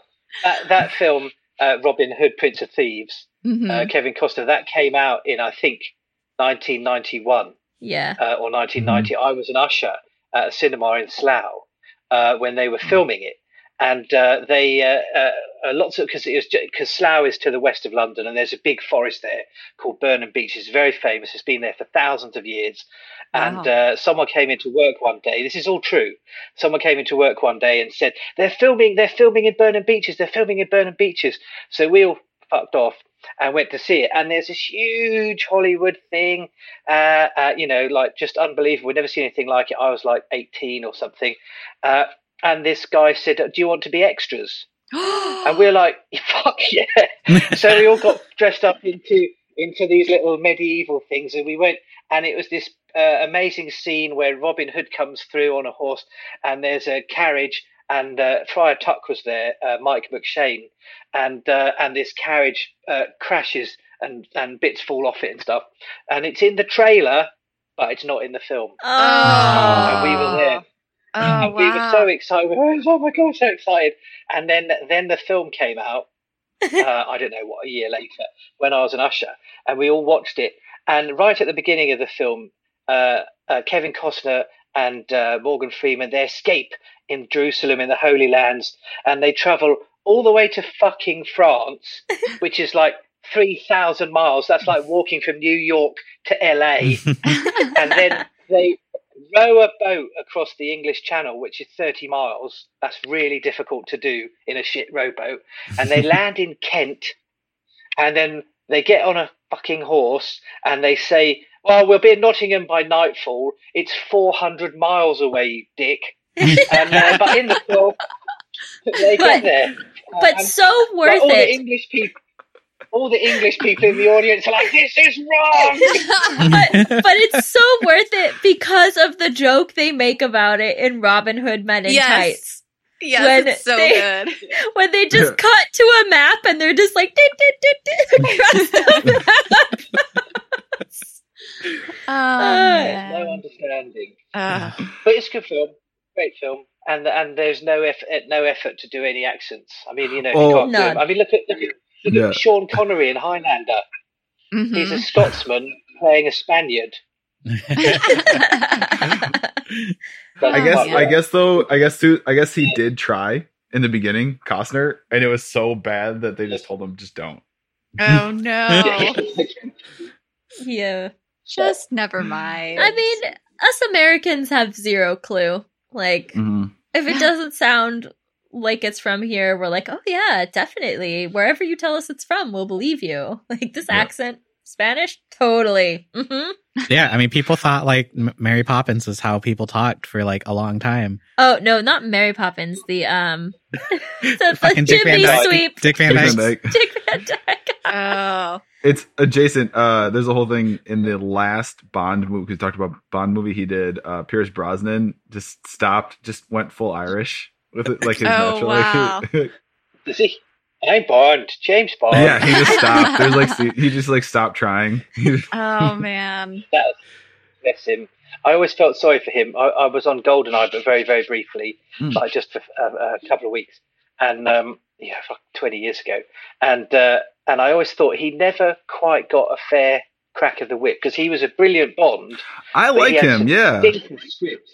Speaker 5: that, that film, uh, Robin Hood, Prince of Thieves,
Speaker 4: Mhm.
Speaker 5: uh, Kevin Costner, that came out in, I think, 1991
Speaker 3: yeah.
Speaker 5: uh, or 1990. I was an usher at a cinema in Slough uh, when they were filming it. And uh, they uh, uh, uh, lots of because it was because Slough is to the west of London, and there's a big forest there called Burnham Beach. It's very famous. It's been there for thousands of years. And
Speaker 4: Wow.
Speaker 5: uh, someone came into work one day. This is all true. Someone came into work one day and said they're filming. They're filming in Burnham Beaches. They're filming in Burnham Beaches. So we all fucked off and went to see it. And there's this huge Hollywood thing uh, uh, you know, like just unbelievable. We'd never seen anything like it. I was like 18 or something. Uh, and this guy said, Do you want to be extras? And we're like, Fuck yeah. so we all got dressed up into into these little medieval things and we went and it was this uh, amazing scene where robin hood comes through on a horse and there's a carriage and uh, friar tuck was there uh, mike mcshane and uh, and this carriage uh, crashes and and bits fall off it and stuff and it's in the trailer but it's not in the film
Speaker 3: Oh,
Speaker 5: and we were there
Speaker 4: Oh,
Speaker 5: and we were so excited. We were, oh my god, so excited! And then, then the film came out. uh, I don't know what a year later, when I was an usher, and we all watched it. And right at the beginning of the film, uh, uh, Kevin Costner and uh, Morgan Freeman they escape in Jerusalem in the Holy Lands, and they travel all the way to fucking France, which is like three thousand miles. That's like walking from New York to LA and then they row a boat across the English Channel, which is 30 miles. That's really difficult to do in a shit rowboat. And they land in Kent, and then they get on a fucking horse and they say, Well, we'll be in Nottingham by nightfall. It's 400 miles away, you dick. And, uh, but in the film, they
Speaker 3: But-
Speaker 5: get there. Uh,
Speaker 3: but
Speaker 5: and-
Speaker 3: so worth
Speaker 5: but all the
Speaker 3: it.
Speaker 5: English people. All the English people in the audience are like, "This is wrong."
Speaker 3: but, but it's so worth it because of the joke they make about it in Robin Hood Men in Tights.
Speaker 4: yes. Yes,
Speaker 3: When
Speaker 4: it's so
Speaker 3: they-
Speaker 4: good.
Speaker 3: When they just cut to a map and they're just like, "Dit, dit, dit, dit," across the map.
Speaker 4: Oh,
Speaker 5: no
Speaker 4: man.
Speaker 5: understanding.
Speaker 4: Uh,
Speaker 5: But it's a good film, great film, and and there's no effort, no effort to do any accents. I mean, you know, you
Speaker 1: Oh.
Speaker 5: can't do
Speaker 3: None.
Speaker 5: them. I mean, look at look at, look
Speaker 1: Yeah.
Speaker 5: at Sean Connery in Highlander.
Speaker 1: Hmm.
Speaker 5: He's a
Speaker 4: mhm.
Speaker 5: Scotsman playing a Spaniard. That's
Speaker 1: I guess
Speaker 5: quite
Speaker 1: I
Speaker 5: rare.
Speaker 1: guess though I guess too I guess he did try in the beginning, Costner, and it was so bad that they just told him just don't.
Speaker 4: oh no.
Speaker 3: yeah.
Speaker 4: Just never mind.
Speaker 3: I mean, us Americans have zero clue. Like,
Speaker 1: Mm.
Speaker 3: if it
Speaker 4: Yeah.
Speaker 3: doesn't sound like it's from here, we're like, oh yeah, definitely. Wherever you tell us it's from, we'll believe you. Like this
Speaker 1: Yeah.
Speaker 3: accent, Spanish, totally. hmm
Speaker 2: yeah, I mean, people thought like M- Mary Poppins was how people talked for like a long time.
Speaker 3: Oh no, not Mary Poppins. The um, the, the
Speaker 2: Fucking Dick Van
Speaker 3: chimney
Speaker 2: Dyke.
Speaker 3: sweep.
Speaker 2: Dick Van
Speaker 1: Dick Van
Speaker 2: Dyke.
Speaker 1: Dyke.
Speaker 3: Dick Van Dyke.
Speaker 4: oh.
Speaker 1: It's adjacent. Uh, there's a whole thing in the last Bond movie. We talked about Bond movie he did. Uh, Pierce Brosnan just stopped, just went full Irish with it, like his
Speaker 4: Oh,
Speaker 1: natural. like-
Speaker 4: wow.
Speaker 5: Does he? I'm Bond, James Bond.
Speaker 1: yeah, he just stopped. There's like se- he just like stopped trying.
Speaker 4: Oh man.
Speaker 5: That, bless him. I always felt sorry for him. I, I was on Goldeneye, but very, very briefly,
Speaker 1: Hmm.
Speaker 5: like just for uh, a, a couple of weeks, and um, yeah, fuck, twenty years ago, and uh, and I always thought he never quite got a fair crack of the whip because he was a brilliant Bond.
Speaker 1: I
Speaker 5: But
Speaker 1: like
Speaker 5: he had
Speaker 1: him.
Speaker 5: some
Speaker 1: Yeah,
Speaker 5: stinking scripts.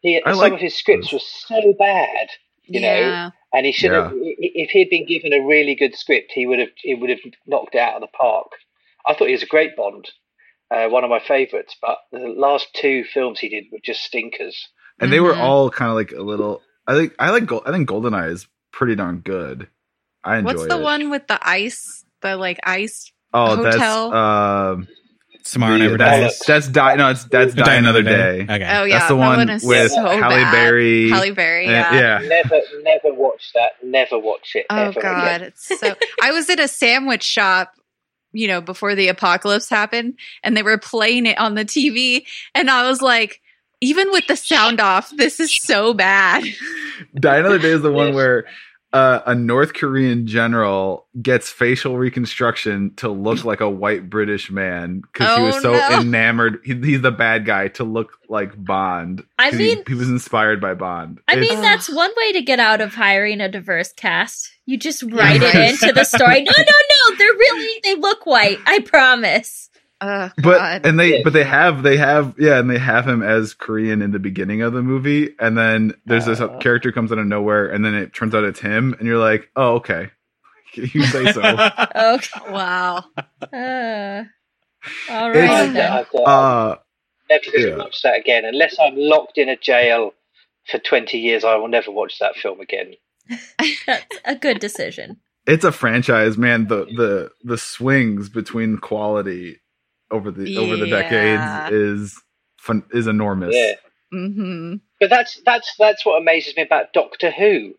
Speaker 5: He,
Speaker 1: I
Speaker 5: some
Speaker 1: like-
Speaker 5: of his scripts were so bad, you know,
Speaker 4: yeah.
Speaker 5: and he should have.
Speaker 1: Yeah.
Speaker 5: i- i- If he'd been given a really good script, he would have. He would have knocked it out of the park. I thought he was a great Bond, uh, one of my favourites. But the last two films he did were just stinkers.
Speaker 1: and they were
Speaker 4: Mhm.
Speaker 1: all kind of like a little. I think I like. Gold, I think Goldeneye is pretty darn good. I enjoy.
Speaker 4: What's the
Speaker 1: it.
Speaker 4: one with the ice? The like ice.
Speaker 1: Oh,
Speaker 4: Hotel?
Speaker 1: that's um.
Speaker 2: Tomorrow
Speaker 1: the-
Speaker 2: never dies.
Speaker 1: that's, that's die. No, it's that's die, another day.
Speaker 2: Okay.
Speaker 4: Oh yeah,
Speaker 1: That's the
Speaker 4: that
Speaker 1: one
Speaker 4: is
Speaker 1: with
Speaker 4: so
Speaker 1: Halle
Speaker 4: bad.
Speaker 1: Berry.
Speaker 4: Halle Berry.
Speaker 1: and-
Speaker 4: Yeah.
Speaker 1: yeah.
Speaker 5: Never, never watch that. Never watch it.
Speaker 4: Oh
Speaker 5: ever
Speaker 4: god,
Speaker 5: again.
Speaker 4: it's so. I was in a sandwich shop. You know, before the apocalypse happened, and they were playing it on the TV, and I was like, even with the sound off, this is so bad.
Speaker 1: Die Another Day is the one
Speaker 5: Yes.
Speaker 1: where uh, a North Korean general gets facial reconstruction to look like a white British man because he
Speaker 4: Oh,
Speaker 1: was so
Speaker 4: no.
Speaker 1: enamored. He, he's the bad guy to look like Bond.
Speaker 3: I
Speaker 1: 'cause he-
Speaker 3: mean-
Speaker 1: he, was inspired by Bond.
Speaker 3: I mean,
Speaker 1: It's-
Speaker 4: Ugh.
Speaker 3: that's one way to get out of hiring a diverse cast. You just write it
Speaker 4: Right.
Speaker 3: into the story. No, no, no. They're really, they look white. I promise.
Speaker 4: Oh,
Speaker 1: but
Speaker 4: God.
Speaker 1: and they but they have they have yeah and they have him as korean in the beginning of the movie and then there's this
Speaker 5: Uh.
Speaker 1: character comes out of nowhere and then it turns out it's him and you're like oh okay you say so
Speaker 3: Okay.
Speaker 4: wow.
Speaker 3: Uh, all
Speaker 1: It's-
Speaker 3: right.
Speaker 5: I've,
Speaker 3: then.
Speaker 5: I've, I've
Speaker 1: uh
Speaker 5: never going
Speaker 1: yeah.
Speaker 5: to watch that again. Unless I'm locked in a jail for 20 years, I will never watch that film again.
Speaker 3: That's a good decision.
Speaker 1: it's a franchise man the the the swings between quality over the over the
Speaker 4: Yeah.
Speaker 1: decades is fun, is enormous
Speaker 5: Yeah.
Speaker 4: hmm
Speaker 5: But that's that's that's what amazes me about Doctor Who.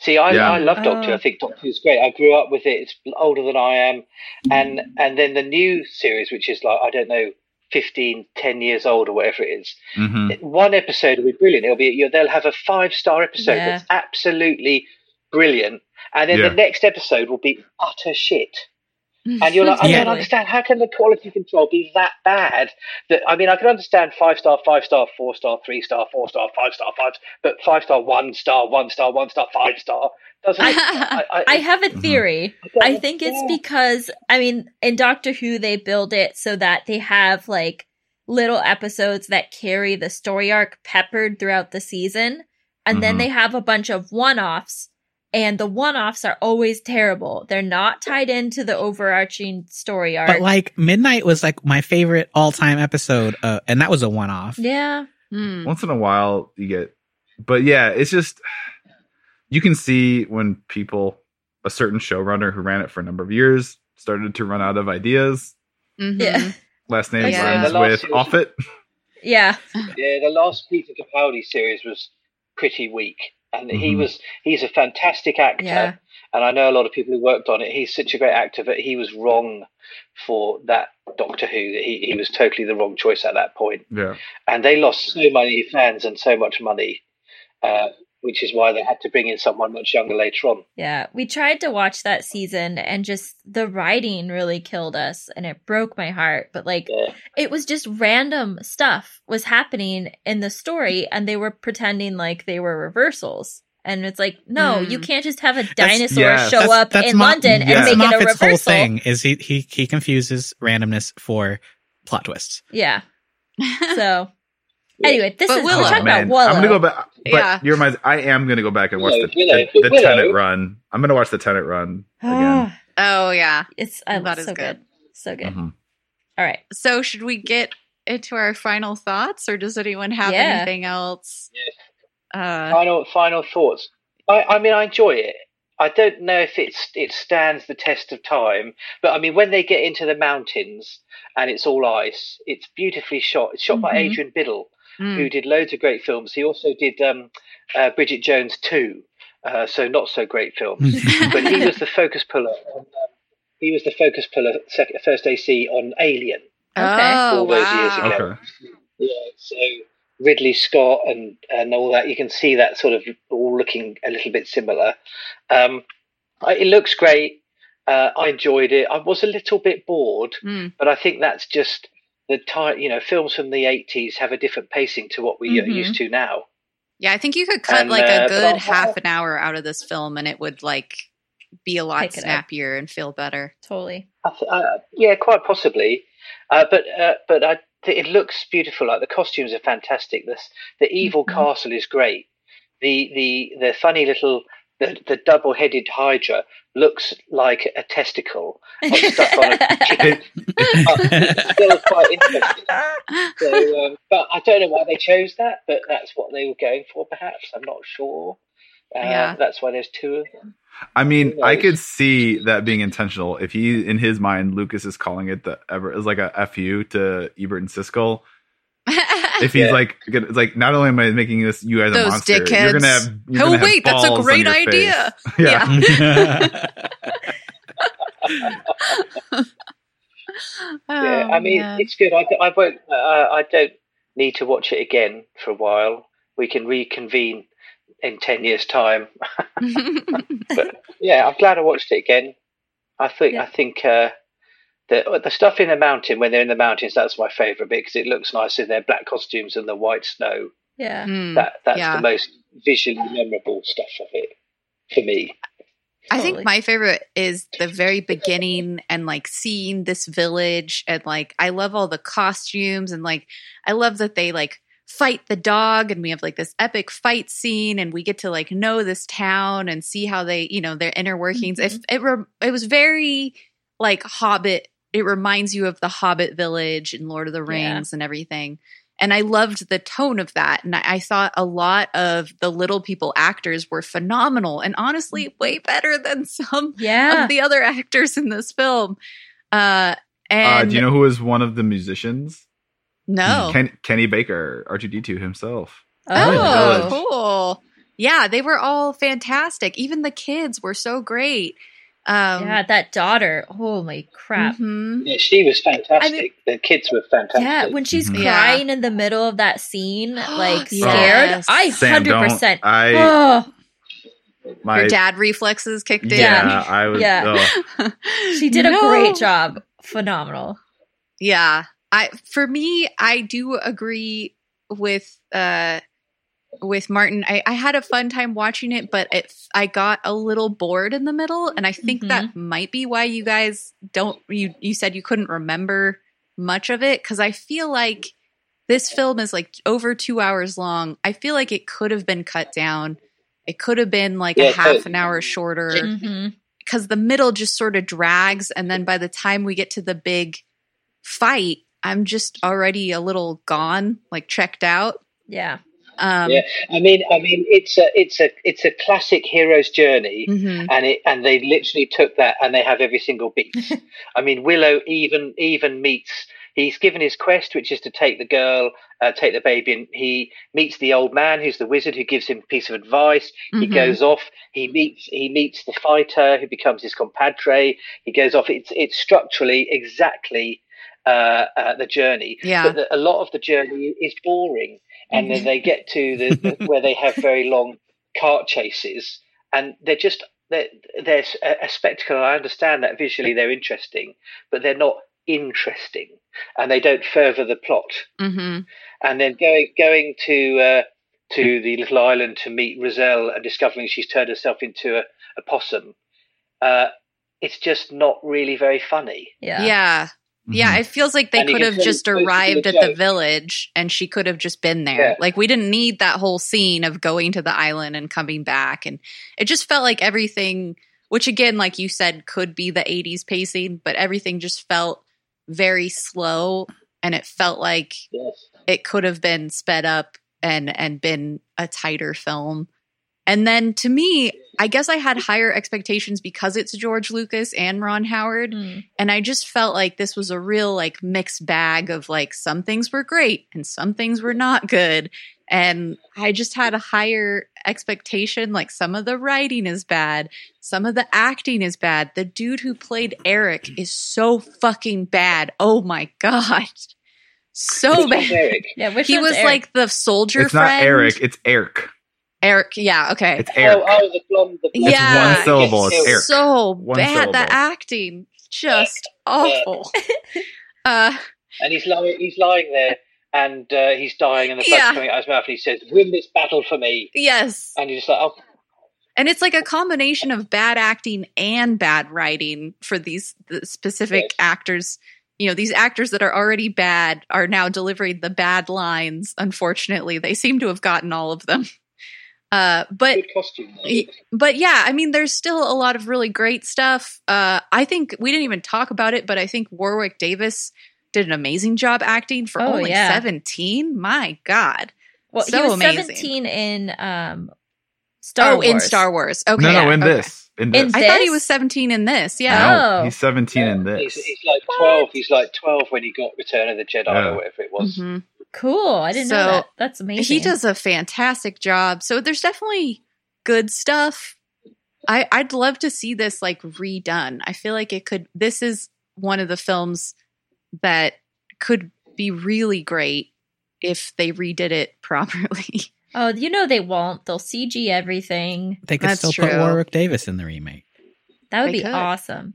Speaker 5: See, I,
Speaker 1: Yeah.
Speaker 5: I love Doctor.
Speaker 3: Oh.
Speaker 5: I think Doctor Who's great. I grew up with it. It's older than I am, and and then the new series, which is like I don't know, 15, 10 years old or whatever it is.
Speaker 1: Mhm.
Speaker 3: Mm.
Speaker 5: One episode will be brilliant. It'll be you know, they'll have a five star episode
Speaker 3: Yeah.
Speaker 5: that's absolutely brilliant, and then
Speaker 1: Yeah.
Speaker 5: the next episode will be utter shit.
Speaker 3: Mm,
Speaker 5: And you're like, I don't
Speaker 3: Totally.
Speaker 5: understand. How can the quality control be that bad? That I mean, I can understand five star, five star, four star, three star, four star, five star, five, but five star, one star, one star, one star, five star doesn't. I, I,
Speaker 3: I have a
Speaker 1: Mhm.
Speaker 3: theory.
Speaker 5: don't
Speaker 3: I think it's
Speaker 5: understand.
Speaker 3: because I mean in Doctor Who they build it so that they have like little episodes that carry the story arc peppered throughout the season and then
Speaker 2: Mm-hmm.
Speaker 1: Mhm.
Speaker 3: they have a bunch of one-offs and the one-offs are always terrible. They're not tied into the overarching story arc.
Speaker 2: but like midnight was like my favorite all-time episode uh, and that was a one-off
Speaker 3: yeah.
Speaker 4: Hmm.
Speaker 1: once in a while you get but yeah it's just you can see when people a certain showrunner who ran it for a number of years started to run out of ideas
Speaker 4: Mhm.
Speaker 3: Yeah.
Speaker 1: last name
Speaker 4: Yeah.
Speaker 1: rhymes
Speaker 5: The last
Speaker 1: with
Speaker 5: season.
Speaker 1: off it
Speaker 3: Yeah.
Speaker 5: yeah, the last Peter Capaldi series was pretty weak, and he
Speaker 1: Mhm.
Speaker 5: was he's a fantastic actor,
Speaker 3: Mm-hmm. Yeah.
Speaker 5: and I know a lot of people who worked on it. He's such a great actor, but he was wrong for that Doctor Who. He he was totally the wrong choice at that point.
Speaker 1: yeah
Speaker 5: and they lost so many fans and so much money, uh, which is why they had to bring in someone much younger later on.
Speaker 3: Yeah, we tried to watch that season and just the writing really killed us and it broke my heart. But like
Speaker 5: Yeah.
Speaker 3: it was just random stuff was happening in the
Speaker 4: Mm-hmm.
Speaker 3: story and they were pretending like they were reversals. And it's like, no,
Speaker 4: Mm.
Speaker 3: you can't just have a dinosaur
Speaker 1: yes.
Speaker 3: show up in
Speaker 2: Mo-
Speaker 3: London
Speaker 1: yeah.
Speaker 2: that's
Speaker 3: and make it a
Speaker 2: Moffat's
Speaker 3: reversal.
Speaker 2: whole thing is he, he he confuses randomness for plot twists
Speaker 3: Yeah. So anyway, this
Speaker 4: But
Speaker 3: is
Speaker 4: Willow-
Speaker 3: we're talking
Speaker 1: Oh, man,
Speaker 3: about Willow.
Speaker 1: i'm gonna go back but
Speaker 4: Yeah.
Speaker 1: you remind i am gonna go back and watch
Speaker 5: Willow,
Speaker 1: the,
Speaker 5: Willow,
Speaker 1: the,
Speaker 5: Willow.
Speaker 1: tenant run i'm gonna watch the tenant run again
Speaker 3: Ah,
Speaker 4: oh yeah.
Speaker 3: it's I,
Speaker 4: That is
Speaker 3: so good.
Speaker 4: good.
Speaker 3: So good.
Speaker 1: Mhm.
Speaker 3: All right.
Speaker 4: So should we get into our final thoughts, or does anyone have
Speaker 3: Yeah.
Speaker 4: anything else?
Speaker 5: Yes.
Speaker 4: Uh,
Speaker 5: Final final thoughts. I, I mean, I enjoy it. I don't know if it's it stands the test of time, but I mean, when they get into the mountains and it's all ice, it's beautifully shot. It's shot by
Speaker 4: Mhm.
Speaker 5: Adrian Biddle,
Speaker 4: mm.
Speaker 5: who did loads of great films. He also did um, uh, Bridget Jones Two, uh, so not so great film. but he was the focus puller. On, um, he was the focus puller sec- first AC on Alien.
Speaker 4: Oh
Speaker 5: All those years
Speaker 4: wow.
Speaker 5: ago.
Speaker 1: okay
Speaker 5: Yeah, so Ridley Scott and and all that. You can see that sort of all looking a little bit similar. Um, I, it looks great. Uh, I enjoyed it. I was a little bit bored,
Speaker 4: Mm.
Speaker 5: but I think that's just the time. You know, films from the '80s have a different pacing to what we are
Speaker 3: Mhm.
Speaker 5: used to now.
Speaker 4: Yeah, I think you could cut
Speaker 5: And,
Speaker 4: like a
Speaker 5: uh, but
Speaker 4: good
Speaker 5: I'll-
Speaker 4: half an hour out of this film, and it would like be a lot
Speaker 3: Pick it up.
Speaker 4: snappier and feel better.
Speaker 3: Totally.
Speaker 5: I th- uh, yeah, quite possibly, uh, but uh, but I th- it looks beautiful. Like the costumes are fantastic. This the evil
Speaker 3: Mhm.
Speaker 5: castle is great. The the the funny little the, the double headed hydra looks like a testicle
Speaker 1: Oh,
Speaker 5: stuck on a chicken. It's still quite interesting. So, um, but I don't know why they chose that, but that's what they were going for. Perhaps I'm not sure. Uh,
Speaker 4: Yeah.
Speaker 5: That's why there's two of them.
Speaker 1: I mean,
Speaker 5: Who
Speaker 1: I
Speaker 5: knows?
Speaker 1: could see that being intentional. If he, in his mind, Lucas is calling it the ever is like a fu to Ebert and Siskel.
Speaker 4: Oh,
Speaker 1: If he's
Speaker 5: Yeah.
Speaker 1: like, gonna- it's like, not only am I making this you guys a
Speaker 4: Those
Speaker 1: monster,
Speaker 4: dickheads.
Speaker 1: you're gonna have. You're
Speaker 4: Oh,
Speaker 1: gonna have
Speaker 4: wait, that's a
Speaker 1: balls on
Speaker 4: great
Speaker 1: your face."
Speaker 4: idea.
Speaker 1: Yeah,
Speaker 4: Oh,
Speaker 5: yeah, I mean, it's good. I, I won't. Uh, I don't need to watch it again for a while. We can reconvene in 10 years' time. Yeah, I'm glad I watched it again. I think
Speaker 3: Yeah.
Speaker 5: I think uh, the the stuff in the mountain when they're in the mountains that's my favourite bit because it looks nice in their black costumes and the white snow.
Speaker 3: Yeah.
Speaker 4: Mm.
Speaker 5: That that's
Speaker 4: yeah.
Speaker 5: the most visually memorable stuff of it for me.
Speaker 4: I think
Speaker 3: Totally.
Speaker 4: my favorite is the very beginning and like seeing this village and like I love all the costumes and like I love that they like fight the dog and we have like this epic fight scene and we get to like know this town and see how they you know their inner workings. If
Speaker 3: Mm-hmm.
Speaker 4: it re- it was very like Hobbit, it reminds you of the Hobbit village and Lord of the
Speaker 3: Yeah.
Speaker 4: Rings and everything and I loved the tone of that. And I, I thought a lot of the little people actors were phenomenal and honestly way better than some
Speaker 3: Mm. Yeah.
Speaker 4: of Oh, the other actors in this film. Uh,
Speaker 1: Uh,
Speaker 4: and Oh.
Speaker 1: do you know who is one of the musicians? Mm,
Speaker 4: no,
Speaker 1: Ken, Kenny Baker, R2D2 himself.
Speaker 4: oh,
Speaker 1: Really?
Speaker 4: cool. Yeah, they were all fantastic. Even the kids were so great. Um,
Speaker 3: yeah, that daughter. Holy crap.
Speaker 4: mhm.
Speaker 5: Yeah, she was fantastic. the kids were fantastic.
Speaker 3: Yeah, when she's
Speaker 1: Mhm.
Speaker 4: Yeah.
Speaker 3: crying in the middle of that scene, like scared,
Speaker 4: Yes.
Speaker 3: I
Speaker 1: Sam,
Speaker 3: hundred
Speaker 1: don't.
Speaker 3: percent.
Speaker 1: I
Speaker 3: Oh,
Speaker 1: my
Speaker 4: Your dad reflexes kicked in.
Speaker 1: yeah. I was.
Speaker 3: Yeah.
Speaker 1: oh.
Speaker 3: she did a great job. Phenomenal.
Speaker 4: Yeah. I for me, I do agree with uh with Martin. I, I had a fun time watching it, but it I got a little bored in the middle, and I think that might be why you guys don't you you said you couldn't remember much of it because I feel like this film is like over two hours long. I feel like it could have been cut down. It could have been like
Speaker 5: Yeah,
Speaker 4: a
Speaker 5: it could.
Speaker 4: half an hour shorter
Speaker 3: hmm
Speaker 4: because the middle just sort of drags and then by the time we get to the big fight i'm just already a little gone like checked out
Speaker 3: Yeah.
Speaker 4: um
Speaker 5: Yeah. I mean, I mean, it's a it's a it's a classic hero's journey.
Speaker 4: mhm.
Speaker 5: and it and they literally took that and they have every single beat. I mean, Willow even even meets. He's given his quest, which is to take the girl, uh, take the baby, and he meets the old man, who's the wizard, who gives him a piece of advice. He
Speaker 4: Mhm.
Speaker 5: goes off. He meets he meets the fighter, who becomes his compadre. He goes off. It's it's structurally exactly uh, uh, the journey,
Speaker 4: Yeah.
Speaker 5: but the, a lot of the journey is boring, and then they get to the, the where they have very long cart chases, and they're just they're, they're a, a spectacle. I understand that visually they're interesting, but they're not interesting, and they don't further the plot.
Speaker 4: Mhm.
Speaker 5: And then going going to uh, to the little island to meet Roselle and discovering she's turned herself into a, a possum. Uh, it's just not really very funny.
Speaker 3: Yeah.
Speaker 4: yeah yeah,
Speaker 1: Mhm.
Speaker 4: it feels like they
Speaker 5: And you
Speaker 4: could
Speaker 5: can
Speaker 4: have
Speaker 5: tell it's
Speaker 4: just
Speaker 5: supposed to be a
Speaker 4: arrived at the
Speaker 5: joke.
Speaker 4: village and she could have just been there
Speaker 5: Yeah.
Speaker 4: like we didn't need that whole scene of going to the island and coming back and it just felt like everything which again like you said could be the 80s pacing but everything just felt very slow and it felt like
Speaker 5: Yes.
Speaker 4: it could have been sped up and and been a tighter film and then to me i guess i had higher expectations because it's george lucas and ron howard
Speaker 3: Mm.
Speaker 4: and i just felt like this was a real like mixed bag of like some things were great and some things were not good and i just had a higher expectation like some of the writing is bad some of the acting is bad the dude who played eric is so fucking bad oh my god so
Speaker 5: Which is
Speaker 4: bad
Speaker 5: Eric.
Speaker 3: Yeah. Which
Speaker 4: he
Speaker 3: one's
Speaker 4: was
Speaker 3: Eric?
Speaker 4: like the soldier
Speaker 1: It's
Speaker 4: friend.
Speaker 1: not Eric. It's Eric.
Speaker 4: Eric, yeah, okay.
Speaker 1: It's Eric.
Speaker 5: Oh, oh, the blonde. The blonde.
Speaker 4: Yeah.
Speaker 1: It's one syllable, it's
Speaker 5: Yes,
Speaker 1: Eric.
Speaker 4: So
Speaker 1: One
Speaker 4: bad. The
Speaker 1: syllable.
Speaker 4: acting just awful. uh,
Speaker 5: and he's lying. He's lying there, and uh, he's dying, and the blood's
Speaker 4: Yeah.
Speaker 5: coming out of his mouth, and he says, "Win this battle for me."
Speaker 4: yes,
Speaker 5: And you're just like, "Oh,
Speaker 4: and it's like a combination of bad acting and bad writing for these the specific
Speaker 5: Yes.
Speaker 4: actors. You know, these actors that are already bad are now delivering the bad lines. Unfortunately, they seem to have gotten all of them. Uh, but
Speaker 5: good costume." though."
Speaker 4: Y- but yeah, I mean, there's still a lot of really great stuff. Uh, I think we didn't even talk about it, but I think Warwick Davis did an amazing job acting for
Speaker 3: Oh,
Speaker 4: only
Speaker 3: yeah.
Speaker 4: 17. My God.
Speaker 3: well,
Speaker 4: so
Speaker 3: he was
Speaker 4: amazing.
Speaker 3: 17 in um Star
Speaker 4: oh,
Speaker 3: Wars.
Speaker 4: in Star Wars. Okay.
Speaker 1: no, no, in
Speaker 4: okay.
Speaker 1: this. In this.
Speaker 3: In
Speaker 4: I thought he
Speaker 3: This?
Speaker 4: was 17 in this. Yeah.
Speaker 1: No,
Speaker 3: Oh.
Speaker 1: he's 17 in
Speaker 5: He's,
Speaker 1: this.
Speaker 5: he's like twelve. He's like twelve when he got Return of the Jedi
Speaker 1: Yeah.
Speaker 5: or whatever it was.
Speaker 3: Mm-hmm.
Speaker 4: Mhm.
Speaker 3: Cool. I didn't
Speaker 4: So,
Speaker 3: know that. That's amazing.
Speaker 4: He does a fantastic job. So there's definitely good stuff. I, I'd love to see this like redone. I feel like it could, this is one of the films that could be really great if they redid it properly.
Speaker 3: Oh, you know they won't. They'll CG everything.
Speaker 2: They could
Speaker 4: That's
Speaker 2: still put
Speaker 4: true.
Speaker 2: Warwick Davis in the remake.
Speaker 3: That would
Speaker 4: They
Speaker 3: be
Speaker 4: could.
Speaker 3: awesome.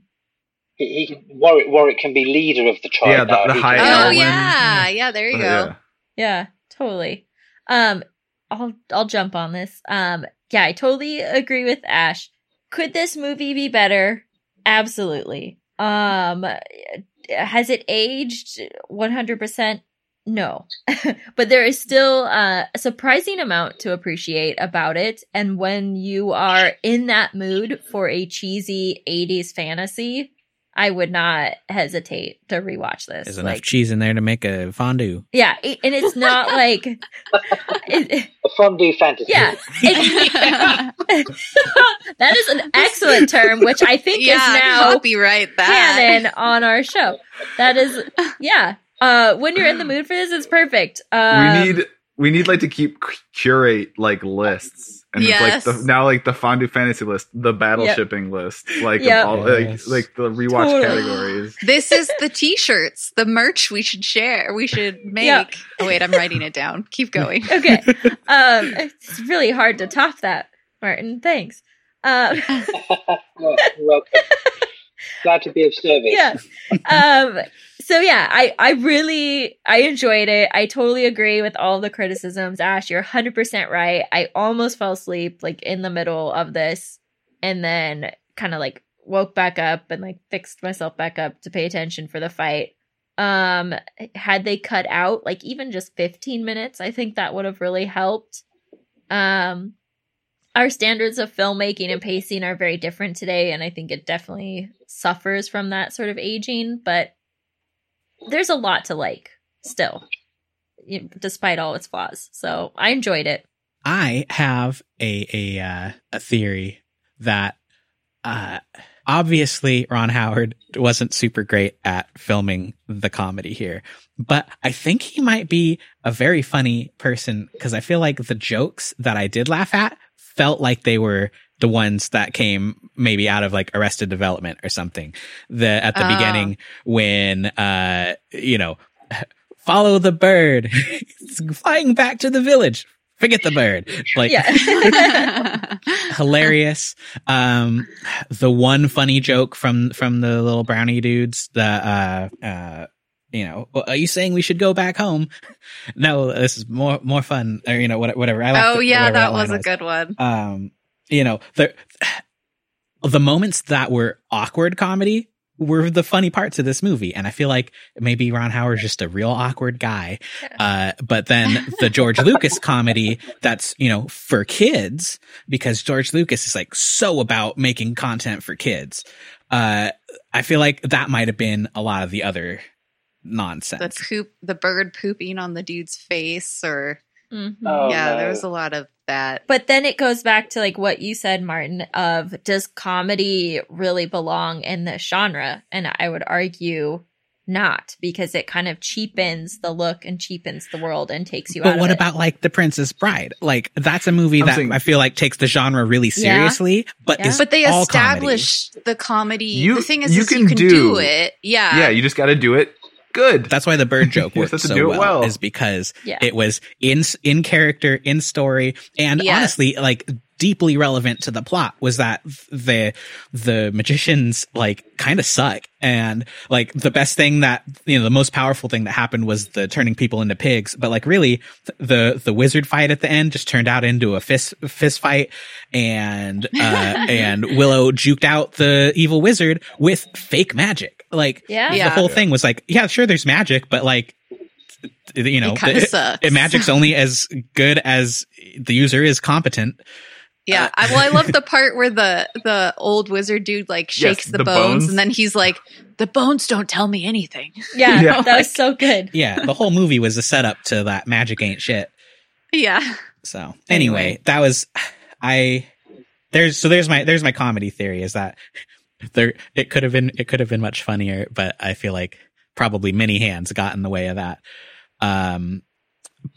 Speaker 5: He, he can, Warwick Warwick can be leader of the tribe.
Speaker 1: Yeah, the-
Speaker 5: now.
Speaker 1: the
Speaker 5: He
Speaker 1: high
Speaker 5: can-
Speaker 1: elf.
Speaker 4: Oh
Speaker 1: Elwyn.
Speaker 4: yeah, yeah. There you
Speaker 1: But,
Speaker 4: go.
Speaker 1: Oh, yeah.
Speaker 3: Yeah, totally. Um, I'll I'll jump on this. Um, yeah, I totally agree with Ash. Could this movie be better? Absolutely. Um, has it aged one hundred percent? No, but there is still uh, a surprising amount to appreciate about it. And when you are in that mood for a cheesy '80s fantasy, I would not hesitate to rewatch this.
Speaker 2: There's enough
Speaker 3: Like-
Speaker 2: cheese in there to make a fondue.
Speaker 3: yeah, it, and it's not like it, it-
Speaker 5: A fondue fantasy.
Speaker 3: yeah. it- that is an excellent term, which I think is now
Speaker 4: copyright that.
Speaker 3: canon on our show. That is yeah. Uh, when you're in the mood for this, it's perfect. Um,
Speaker 1: we need we need like to keep c- curate like lists and it's like
Speaker 4: Yes.
Speaker 1: the, now like the fondue fantasy list the battleshipping list like of
Speaker 3: Yep.
Speaker 1: all
Speaker 2: Yes.
Speaker 1: like, like the rewatch
Speaker 3: Totally.
Speaker 1: categories
Speaker 4: This is the t-shirts, the merch we should share. We should make.
Speaker 3: Yeah.
Speaker 4: Oh wait, I'm writing it down. Keep going.
Speaker 3: okay. Um, it's really hard to top that, Martin. Thanks. Um,
Speaker 5: Well, you're welcome. Glad to be of service.
Speaker 3: yeah. Um, so yeah, I, I really, I enjoyed it. I totally agree with all the criticisms. Ash, you're 100% right. I almost fell asleep like in the middle of this and then kind of like woke back up and like fixed myself back up to pay attention for the fight. Um, had they cut out like even just 15 minutes, I think that would have really helped. Um, our standards of filmmaking and pacing are very different today, and I think it definitely suffers from that sort of aging, but there's a lot to like still, you know, despite all its flaws. So I enjoyed it.
Speaker 2: I have a a uh, a theory that uh, obviously Ron Howard wasn't super great at filming the comedy here, but I think he might be a very funny person because I feel like the jokes that I did laugh at felt like they were the ones that came maybe out of like Arrested Development or something. The at the
Speaker 4: Ah.
Speaker 2: beginning when uh you know follow the bird It's flying back to the village forget the bird like
Speaker 3: yeah.
Speaker 2: hilarious um the one funny joke from from the little brownie dudes the uh uh you know "Well, are you saying we should go back home no this is more more fun or you know what- whatever i like
Speaker 4: oh
Speaker 2: the-
Speaker 4: yeah,
Speaker 2: whatever
Speaker 4: that
Speaker 2: line
Speaker 4: was a good one.
Speaker 2: um you know the the moments that were awkward comedy were the funny parts of this movie and i feel like maybe ron howard's just a real awkward guy uh but then the george lucas comedy that's you know for kids because george lucas is like so about making content for kids uh i feel like that might have been a lot of the other nonsense
Speaker 4: The poop, the bird pooping on the dude's face, or
Speaker 3: Mhm.
Speaker 5: Oh,
Speaker 4: yeah,
Speaker 5: no.
Speaker 4: there was a lot of that.
Speaker 3: But then it goes back to like what you said, Martin, of does comedy really belong in this genre? And I would argue not because it kind of cheapens the look and cheapens the world and takes you out.
Speaker 2: But
Speaker 3: of
Speaker 2: what
Speaker 3: it.
Speaker 2: about like The Princess Bride? Like that's a movie
Speaker 1: I'm
Speaker 2: that
Speaker 1: saying-
Speaker 2: I feel like takes the genre really
Speaker 3: Yeah.
Speaker 2: seriously, but
Speaker 3: Yeah.
Speaker 2: is
Speaker 4: But they
Speaker 2: all
Speaker 4: establish the comedy.
Speaker 1: You-
Speaker 4: the thing is,
Speaker 1: you
Speaker 4: is you
Speaker 1: can
Speaker 4: can do,
Speaker 1: do-
Speaker 4: it. Yeah.
Speaker 1: yeah you just got to do it
Speaker 2: comedy.
Speaker 1: good
Speaker 2: That's why the bird joke
Speaker 1: You
Speaker 2: worked
Speaker 1: have to
Speaker 2: so
Speaker 1: do it
Speaker 2: well,
Speaker 1: well.
Speaker 2: is because
Speaker 3: Yeah.
Speaker 2: it was in in character, in story, and
Speaker 4: Yeah.
Speaker 2: honestly, like deeply relevant to the plot was that the the magicians like kind of suck and like the best thing that you know the most powerful thing that happened was the turning people into pigs but like really th- the the wizard fight at the end just turned out into a fist fist fight and uh and willow juked out the evil wizard with fake magic like
Speaker 3: Yeah.
Speaker 2: the
Speaker 4: Yeah.
Speaker 2: whole thing was like yeah sure there's magic but like t- you know
Speaker 4: it kind of
Speaker 2: the-
Speaker 4: sucks.
Speaker 2: it- magic's only as good as the user is competent
Speaker 4: Yeah. I, well, I love the part where the the old wizard dude like
Speaker 1: Yes,
Speaker 4: shakes the,
Speaker 1: the
Speaker 4: bones,
Speaker 1: bones.
Speaker 4: and then he's like, "The bones don't tell me anything."
Speaker 3: Yeah,
Speaker 1: Yeah.
Speaker 3: that was so good.
Speaker 2: yeah the whole movie was a setup to that magic ain't shit
Speaker 4: Yeah.
Speaker 2: So anyway, that was I there's so there's my there's my comedy theory is that there it could have been it could have been much funnier, but I feel like probably many hands got in the way of that. Um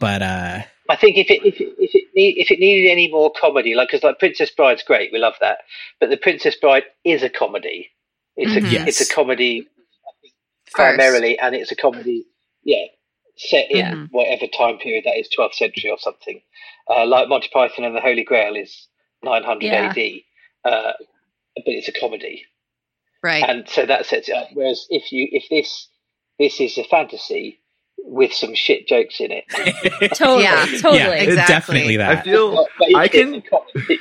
Speaker 2: but uh
Speaker 5: I think if it if it, if it, need, if it needed any more comedy, like because like Princess Bride's great, we love that, but the Princess Bride is a comedy. It's
Speaker 4: Mhm.
Speaker 5: a it's
Speaker 2: Yes.
Speaker 5: a comedy
Speaker 4: First.
Speaker 5: primarily, and it's a comedy. Yeah. set in
Speaker 4: Yeah.
Speaker 5: whatever time period that is, 12th century or something. Uh, like Monty Python and the Holy Grail is 900
Speaker 3: Yeah.
Speaker 5: AD, uh, but it's a comedy,
Speaker 4: Right.
Speaker 5: and so that sets it up. Whereas if you if this this is a fantasy with some shit jokes in it,
Speaker 3: Totally,
Speaker 4: Yeah.
Speaker 3: totally.
Speaker 2: Yeah, it's
Speaker 4: Exactly.
Speaker 2: definitely
Speaker 1: I
Speaker 2: that.
Speaker 1: feel
Speaker 5: But
Speaker 1: I
Speaker 5: it's
Speaker 1: can-
Speaker 5: a comedy.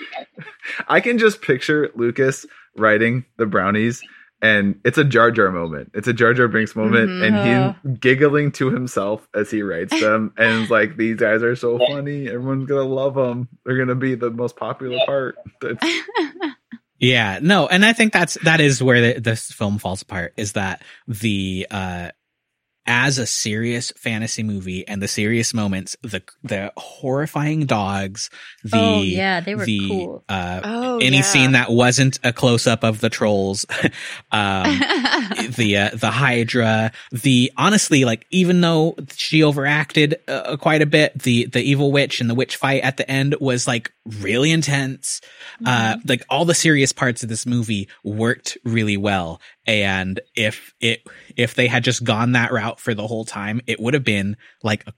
Speaker 1: I can just picture Lucas writing the brownies, and it's a Jar Jar moment. It's a Jar Jar Binks moment,
Speaker 4: Mhm.
Speaker 1: and him giggling to himself as he writes them, and it's like these guys are so
Speaker 5: Yeah.
Speaker 1: funny. Everyone's gonna love them. They're gonna be the most popular
Speaker 5: Yeah.
Speaker 1: part. It's-
Speaker 2: Yeah, no, and I think that's that is where the, this film falls apart is that the uh as a serious fantasy movie and the serious moments, the the horrifying dogs, the
Speaker 3: oh yeah, they were
Speaker 2: the
Speaker 3: cool.
Speaker 2: uh
Speaker 4: oh.
Speaker 2: any
Speaker 4: yeah.
Speaker 2: scene that wasn't a close up of the trolls, um the uh, the Hydra, the honestly, like even though she overacted uh, quite a bit, the the evil witch and the witch fight at the end was like really intense. Uh, like all the serious parts of this movie worked really well, and if it if they had just gone that route for the whole time, it would have been like a,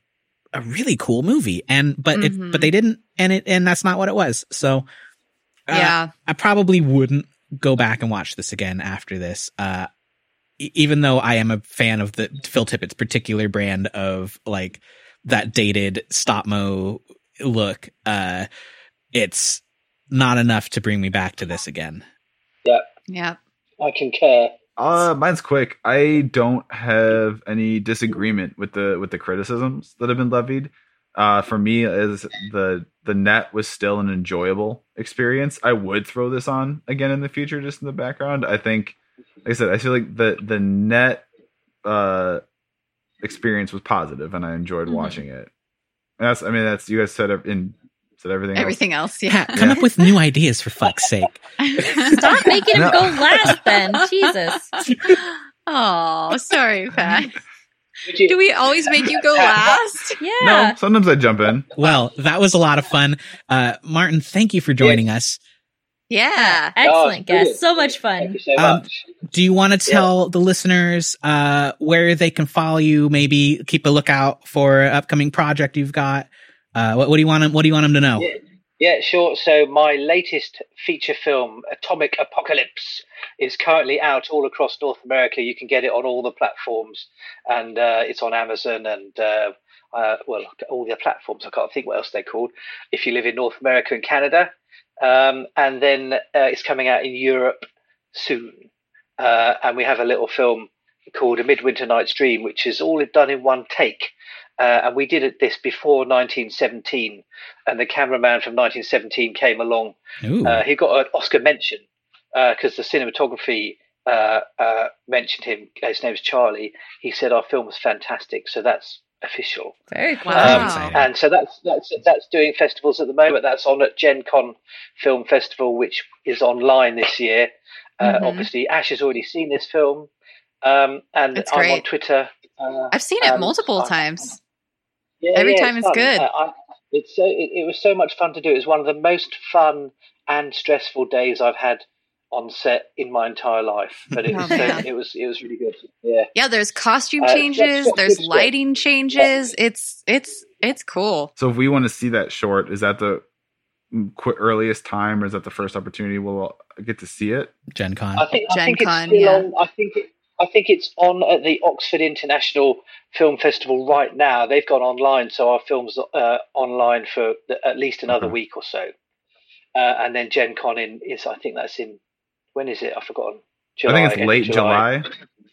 Speaker 2: a really cool movie. And but it
Speaker 4: Mhm.
Speaker 2: but they didn't, and it and that's not what it was. So uh,
Speaker 4: yeah.
Speaker 2: I probably wouldn't go back and watch this again after this. Uh, e- even though I am a fan of the Phil Tippett's particular brand of like that dated stop mo look, uh, it's not enough to bring me back to this again.
Speaker 4: Yeah.
Speaker 5: I concur.
Speaker 1: uh, mine's quick. I don't have any disagreement with the with the criticisms that have been levied. Uh, for me, is the the net was still an enjoyable experience. I would throw this on again in the future, just in the background. I think, like I said, I feel like the the net uh, experience was positive, and I enjoyed
Speaker 3: Mhm.
Speaker 1: watching it. And that's, I mean, that's you guys said ev- in said everything. else.
Speaker 4: Everything else. Yeah.
Speaker 2: Pat, come
Speaker 1: Yeah.
Speaker 2: up with new ideas for fuck's sake.
Speaker 3: Stop making him
Speaker 1: No.
Speaker 3: go last, then Jesus.
Speaker 4: Oh, sorry, Pat.
Speaker 5: Would you-
Speaker 4: Do we always make you go last?
Speaker 3: Yeah.
Speaker 1: No, sometimes I jump in.
Speaker 2: Well, that was a lot of fun. Uh, Martin, thank you for joining us.
Speaker 4: Yeah.
Speaker 3: Excellent
Speaker 5: Oh, it's
Speaker 3: guest. So much
Speaker 5: Thank
Speaker 3: fun.
Speaker 5: you so
Speaker 2: Um,
Speaker 5: much.
Speaker 2: Do you want to tell the listeners uh, where they can follow you? Maybe keep a lookout for an upcoming project you've got. Uh, what, what do you want? 'em- What do you want them to know?
Speaker 5: Yeah. Yeah, sure. So my latest feature film, Atomic Apocalypse, is currently out all across North America. You can get it on all the platforms, and uh, it's on Amazon and uh, uh, well, all the platforms. I can't think what else they're called. If you live in North America and Canada, um, and then uh, it's coming out in Europe soon, uh, and we have a little film called A Midwinter Night's Dream, which is all done in one take. Uh, and we did it this before 1917 and the cameraman from 1917 came along.
Speaker 2: Ooh.
Speaker 5: Uh, he got an Oscar mention because the cinematography uh, uh, mentioned him. His name's Charlie. He said our film was fantastic, so that's official.
Speaker 3: Very
Speaker 1: Um,
Speaker 3: cool.
Speaker 4: Wow.
Speaker 2: Very exciting.
Speaker 5: And so that's that's that's doing festivals at the moment. That's on at Gen Con Film Festival, which is online this year. Uh,
Speaker 4: Mhm.
Speaker 5: Obviously, Ash has already seen this film, um, and
Speaker 4: That's
Speaker 5: I'm on
Speaker 4: great.
Speaker 5: Twitter. Uh,
Speaker 4: I've seen it
Speaker 5: Um,
Speaker 4: multiple
Speaker 5: I-
Speaker 4: times.
Speaker 5: yeah,
Speaker 4: Every time it's
Speaker 5: fun.
Speaker 4: good.
Speaker 5: I, I, it's so it, it was so much fun to do. It was one of the most fun and stressful days I've had on set in my entire life. But it
Speaker 4: Oh,
Speaker 5: was so,
Speaker 4: man.
Speaker 5: it was it was really good. Yeah,
Speaker 4: Yeah, there's costume
Speaker 5: Uh, that's-
Speaker 4: changes,
Speaker 5: that's
Speaker 4: there's
Speaker 5: good stuff.
Speaker 4: lighting changes. It's it's it's cool.
Speaker 1: So if we want to see that short, is that the qu- earliest time, or is that the first opportunity we'll get to see it?
Speaker 2: Gen Con.
Speaker 5: I think I
Speaker 4: Gen
Speaker 5: think
Speaker 4: Con,
Speaker 5: it's still
Speaker 4: yeah.
Speaker 5: on. I think it, I think it's on at the Oxford International Film Festival right now. They've gone online, so our film's uh, online for the, at least another
Speaker 4: Mm-hmm.
Speaker 1: Okay.
Speaker 5: week or so, uh, and then Gen Con in is I think that's in when is it? I've forgotten. July,
Speaker 1: I think
Speaker 5: end
Speaker 1: it's
Speaker 5: of
Speaker 1: late July.
Speaker 4: Yeah.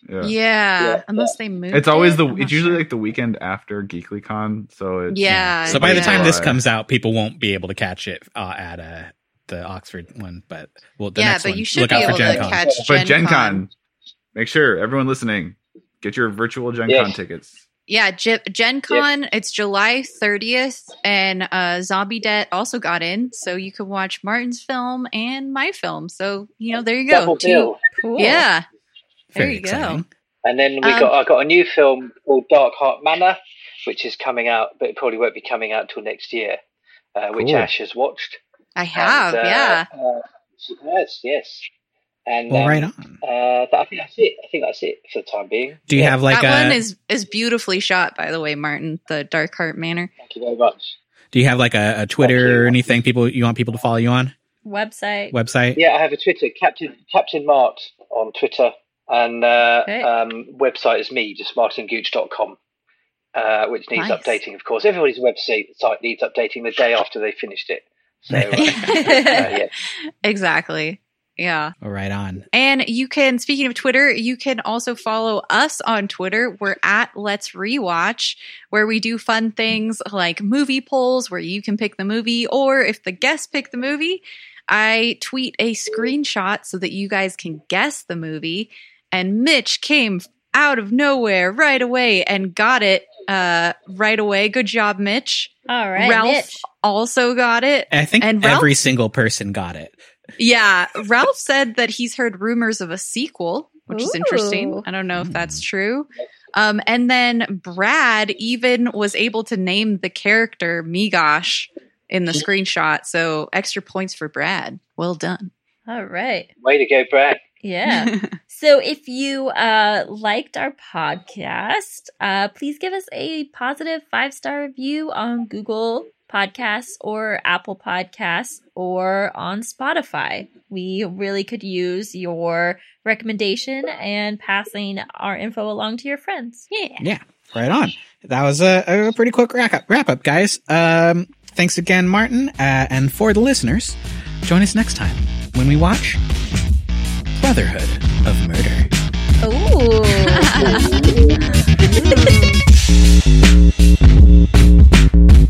Speaker 1: Yeah.
Speaker 5: Yeah.
Speaker 4: Unless they move.
Speaker 1: It's always the it's usually like the weekend after GeeklyCon, so it's
Speaker 4: Yeah.
Speaker 2: So by the
Speaker 1: yeah.
Speaker 2: time this
Speaker 1: Right.
Speaker 2: comes out, people won't be able to catch it uh, at uh, the Oxford one, but well, the
Speaker 4: yeah,
Speaker 2: next
Speaker 4: but
Speaker 2: one.
Speaker 4: you should
Speaker 2: Look
Speaker 4: be
Speaker 2: out for
Speaker 4: able
Speaker 2: Gen
Speaker 4: to
Speaker 2: Con.
Speaker 4: catch Gen
Speaker 1: But Gen
Speaker 4: Con.
Speaker 1: Con, make sure everyone listening get your virtual Gen
Speaker 5: Yes.
Speaker 1: Con tickets.
Speaker 4: Yeah, G- Gen Con, it's July 30th, and uh, Zombie Debt also got in. So you can watch Martin's film and my film. So, you know, there you go.
Speaker 5: Double
Speaker 4: Two-
Speaker 5: bill.
Speaker 3: Cool.
Speaker 4: Yeah. There
Speaker 2: Very
Speaker 4: you go.
Speaker 2: exciting.
Speaker 5: And then we
Speaker 4: Um,
Speaker 5: got I got a new film called Dark Heart Manor, which is coming out, but it probably won't be coming out till next year, uh, which
Speaker 1: Cool.
Speaker 5: Ash has watched.
Speaker 4: I have. yeah.
Speaker 5: Uh, yes, yes. And
Speaker 2: Well,
Speaker 5: um,
Speaker 2: right on.
Speaker 5: Uh, but I think that's it. I think that's it for the time being.
Speaker 2: Do you have like uh,
Speaker 4: that
Speaker 2: a
Speaker 4: one is is beautifully shot, by the way, Martin. The Dark Heart Manor
Speaker 5: Thank you very much.
Speaker 2: Do you have like a, a
Speaker 5: Okay.
Speaker 2: Twitter or anything? People you want people to follow you on
Speaker 3: Website.
Speaker 2: website?
Speaker 5: Yeah, I have a Twitter, Captain Captain Mart on Twitter, and uh,
Speaker 3: Okay.
Speaker 5: um, website is me, just martingooch.com, uh, which needs
Speaker 4: Nice.
Speaker 5: updating, of course. Everybody's website site needs updating the day after they finished it. So, uh, uh, yeah.
Speaker 4: exactly. Yeah.
Speaker 2: Oh, right on.
Speaker 4: And you can, speaking of Twitter, you can also follow us on Twitter. We're at Let's Rewatch, where we do fun things like movie polls where you can pick the movie, or if the guests pick the movie, I tweet a screenshot so that you guys can guess the movie. And Mitch came out of nowhere right away and got it uh, right away. Good job, Mitch.
Speaker 3: All right.
Speaker 4: Ralph
Speaker 3: Mitch.
Speaker 4: also got it.
Speaker 2: I think
Speaker 4: And Ralph?
Speaker 2: every single person got it.
Speaker 4: Yeah, Ralph said that he's heard rumors of a sequel, which is interesting.
Speaker 3: Ooh.
Speaker 4: I don't know if that's
Speaker 2: Mm.
Speaker 4: true. Um, and then Brad even was able to name the character Migosh in the screenshot, so extra points for Brad. Well done.
Speaker 3: All right.
Speaker 5: Way to go, Brad.
Speaker 3: Yeah. So if you uh, liked our podcast, uh, please give us a positive five star review on Google Podcasts or Apple Podcasts or on Spotify. We really could use your recommendation and passing our info along to your friends. Yeah.
Speaker 2: Yeah, right on. That was a, a pretty quick wrap up, wrap up guys. Um, thanks again, Martin. Uh, and for the listeners, join us next time when we watch Brotherhood of Murder.
Speaker 3: Oh.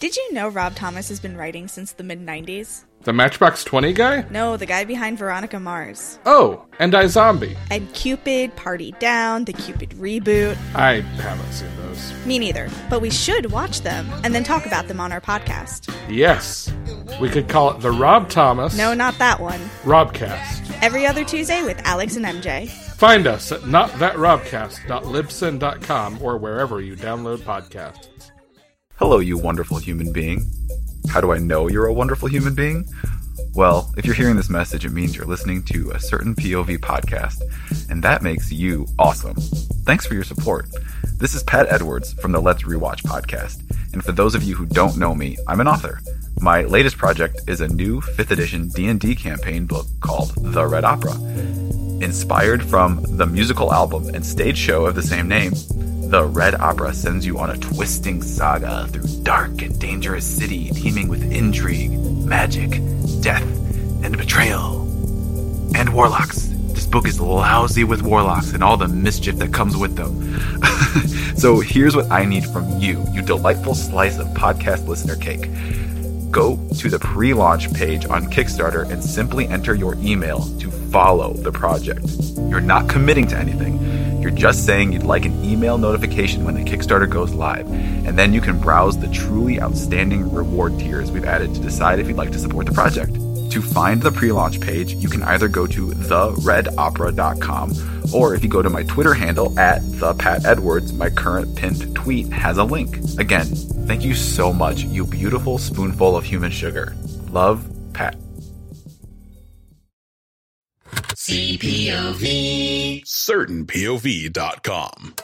Speaker 6: Did you know Rob Thomas has been writing since the mid 90s?
Speaker 7: The Matchbox 20 guy?
Speaker 6: No, the guy behind Veronica Mars.
Speaker 7: Oh, and I Zombie.
Speaker 6: And Cupid, Party Down, the Cupid reboot.
Speaker 7: I haven't seen those.
Speaker 6: Me neither. But we should watch them and then talk about them on our podcast.
Speaker 7: Yes. We could call it the Rob Thomas
Speaker 6: No, not that one.
Speaker 7: Robcast.
Speaker 6: Every other Tuesday with Alex and MJ.
Speaker 7: Find us at notthatrobcast.libsyn.com or wherever you download podcasts.
Speaker 1: Hello, you wonderful human being. How do I know you're a wonderful human being? Well, if you're hearing this message, it means you're listening to a certain POV podcast, and that makes you awesome. Thanks for your support. This is Pat Edwards from the Let's Rewatch podcast, and for those of you who don't know me, I'm an author. My latest project is a new 5th edition D&D campaign book called The Red Opera inspired from the musical album and stage show of the same name. The Red Opera sends you on a twisting saga through dark and dangerous city teeming with intrigue, magic, death, and betrayal. And warlocks. This book is lousy with warlocks and all the mischief that comes with them. so here's what I need from you, you delightful slice of podcast listener cake go to the pre launch page on Kickstarter and simply enter your email to follow the project. You're not committing to anything. You're just saying you'd like an email notification when the Kickstarter goes live, and then you can browse the truly outstanding reward tiers we've added to decide if you'd like to support the project. To find the pre launch page, you can either go to theredopera.com, or if you go to my Twitter handle at ThePatEdwards, my current pinned tweet has a link. Again, thank you so much, you beautiful spoonful of human sugar. Love, Pat.
Speaker 8: CPOV. CertainPOV.com.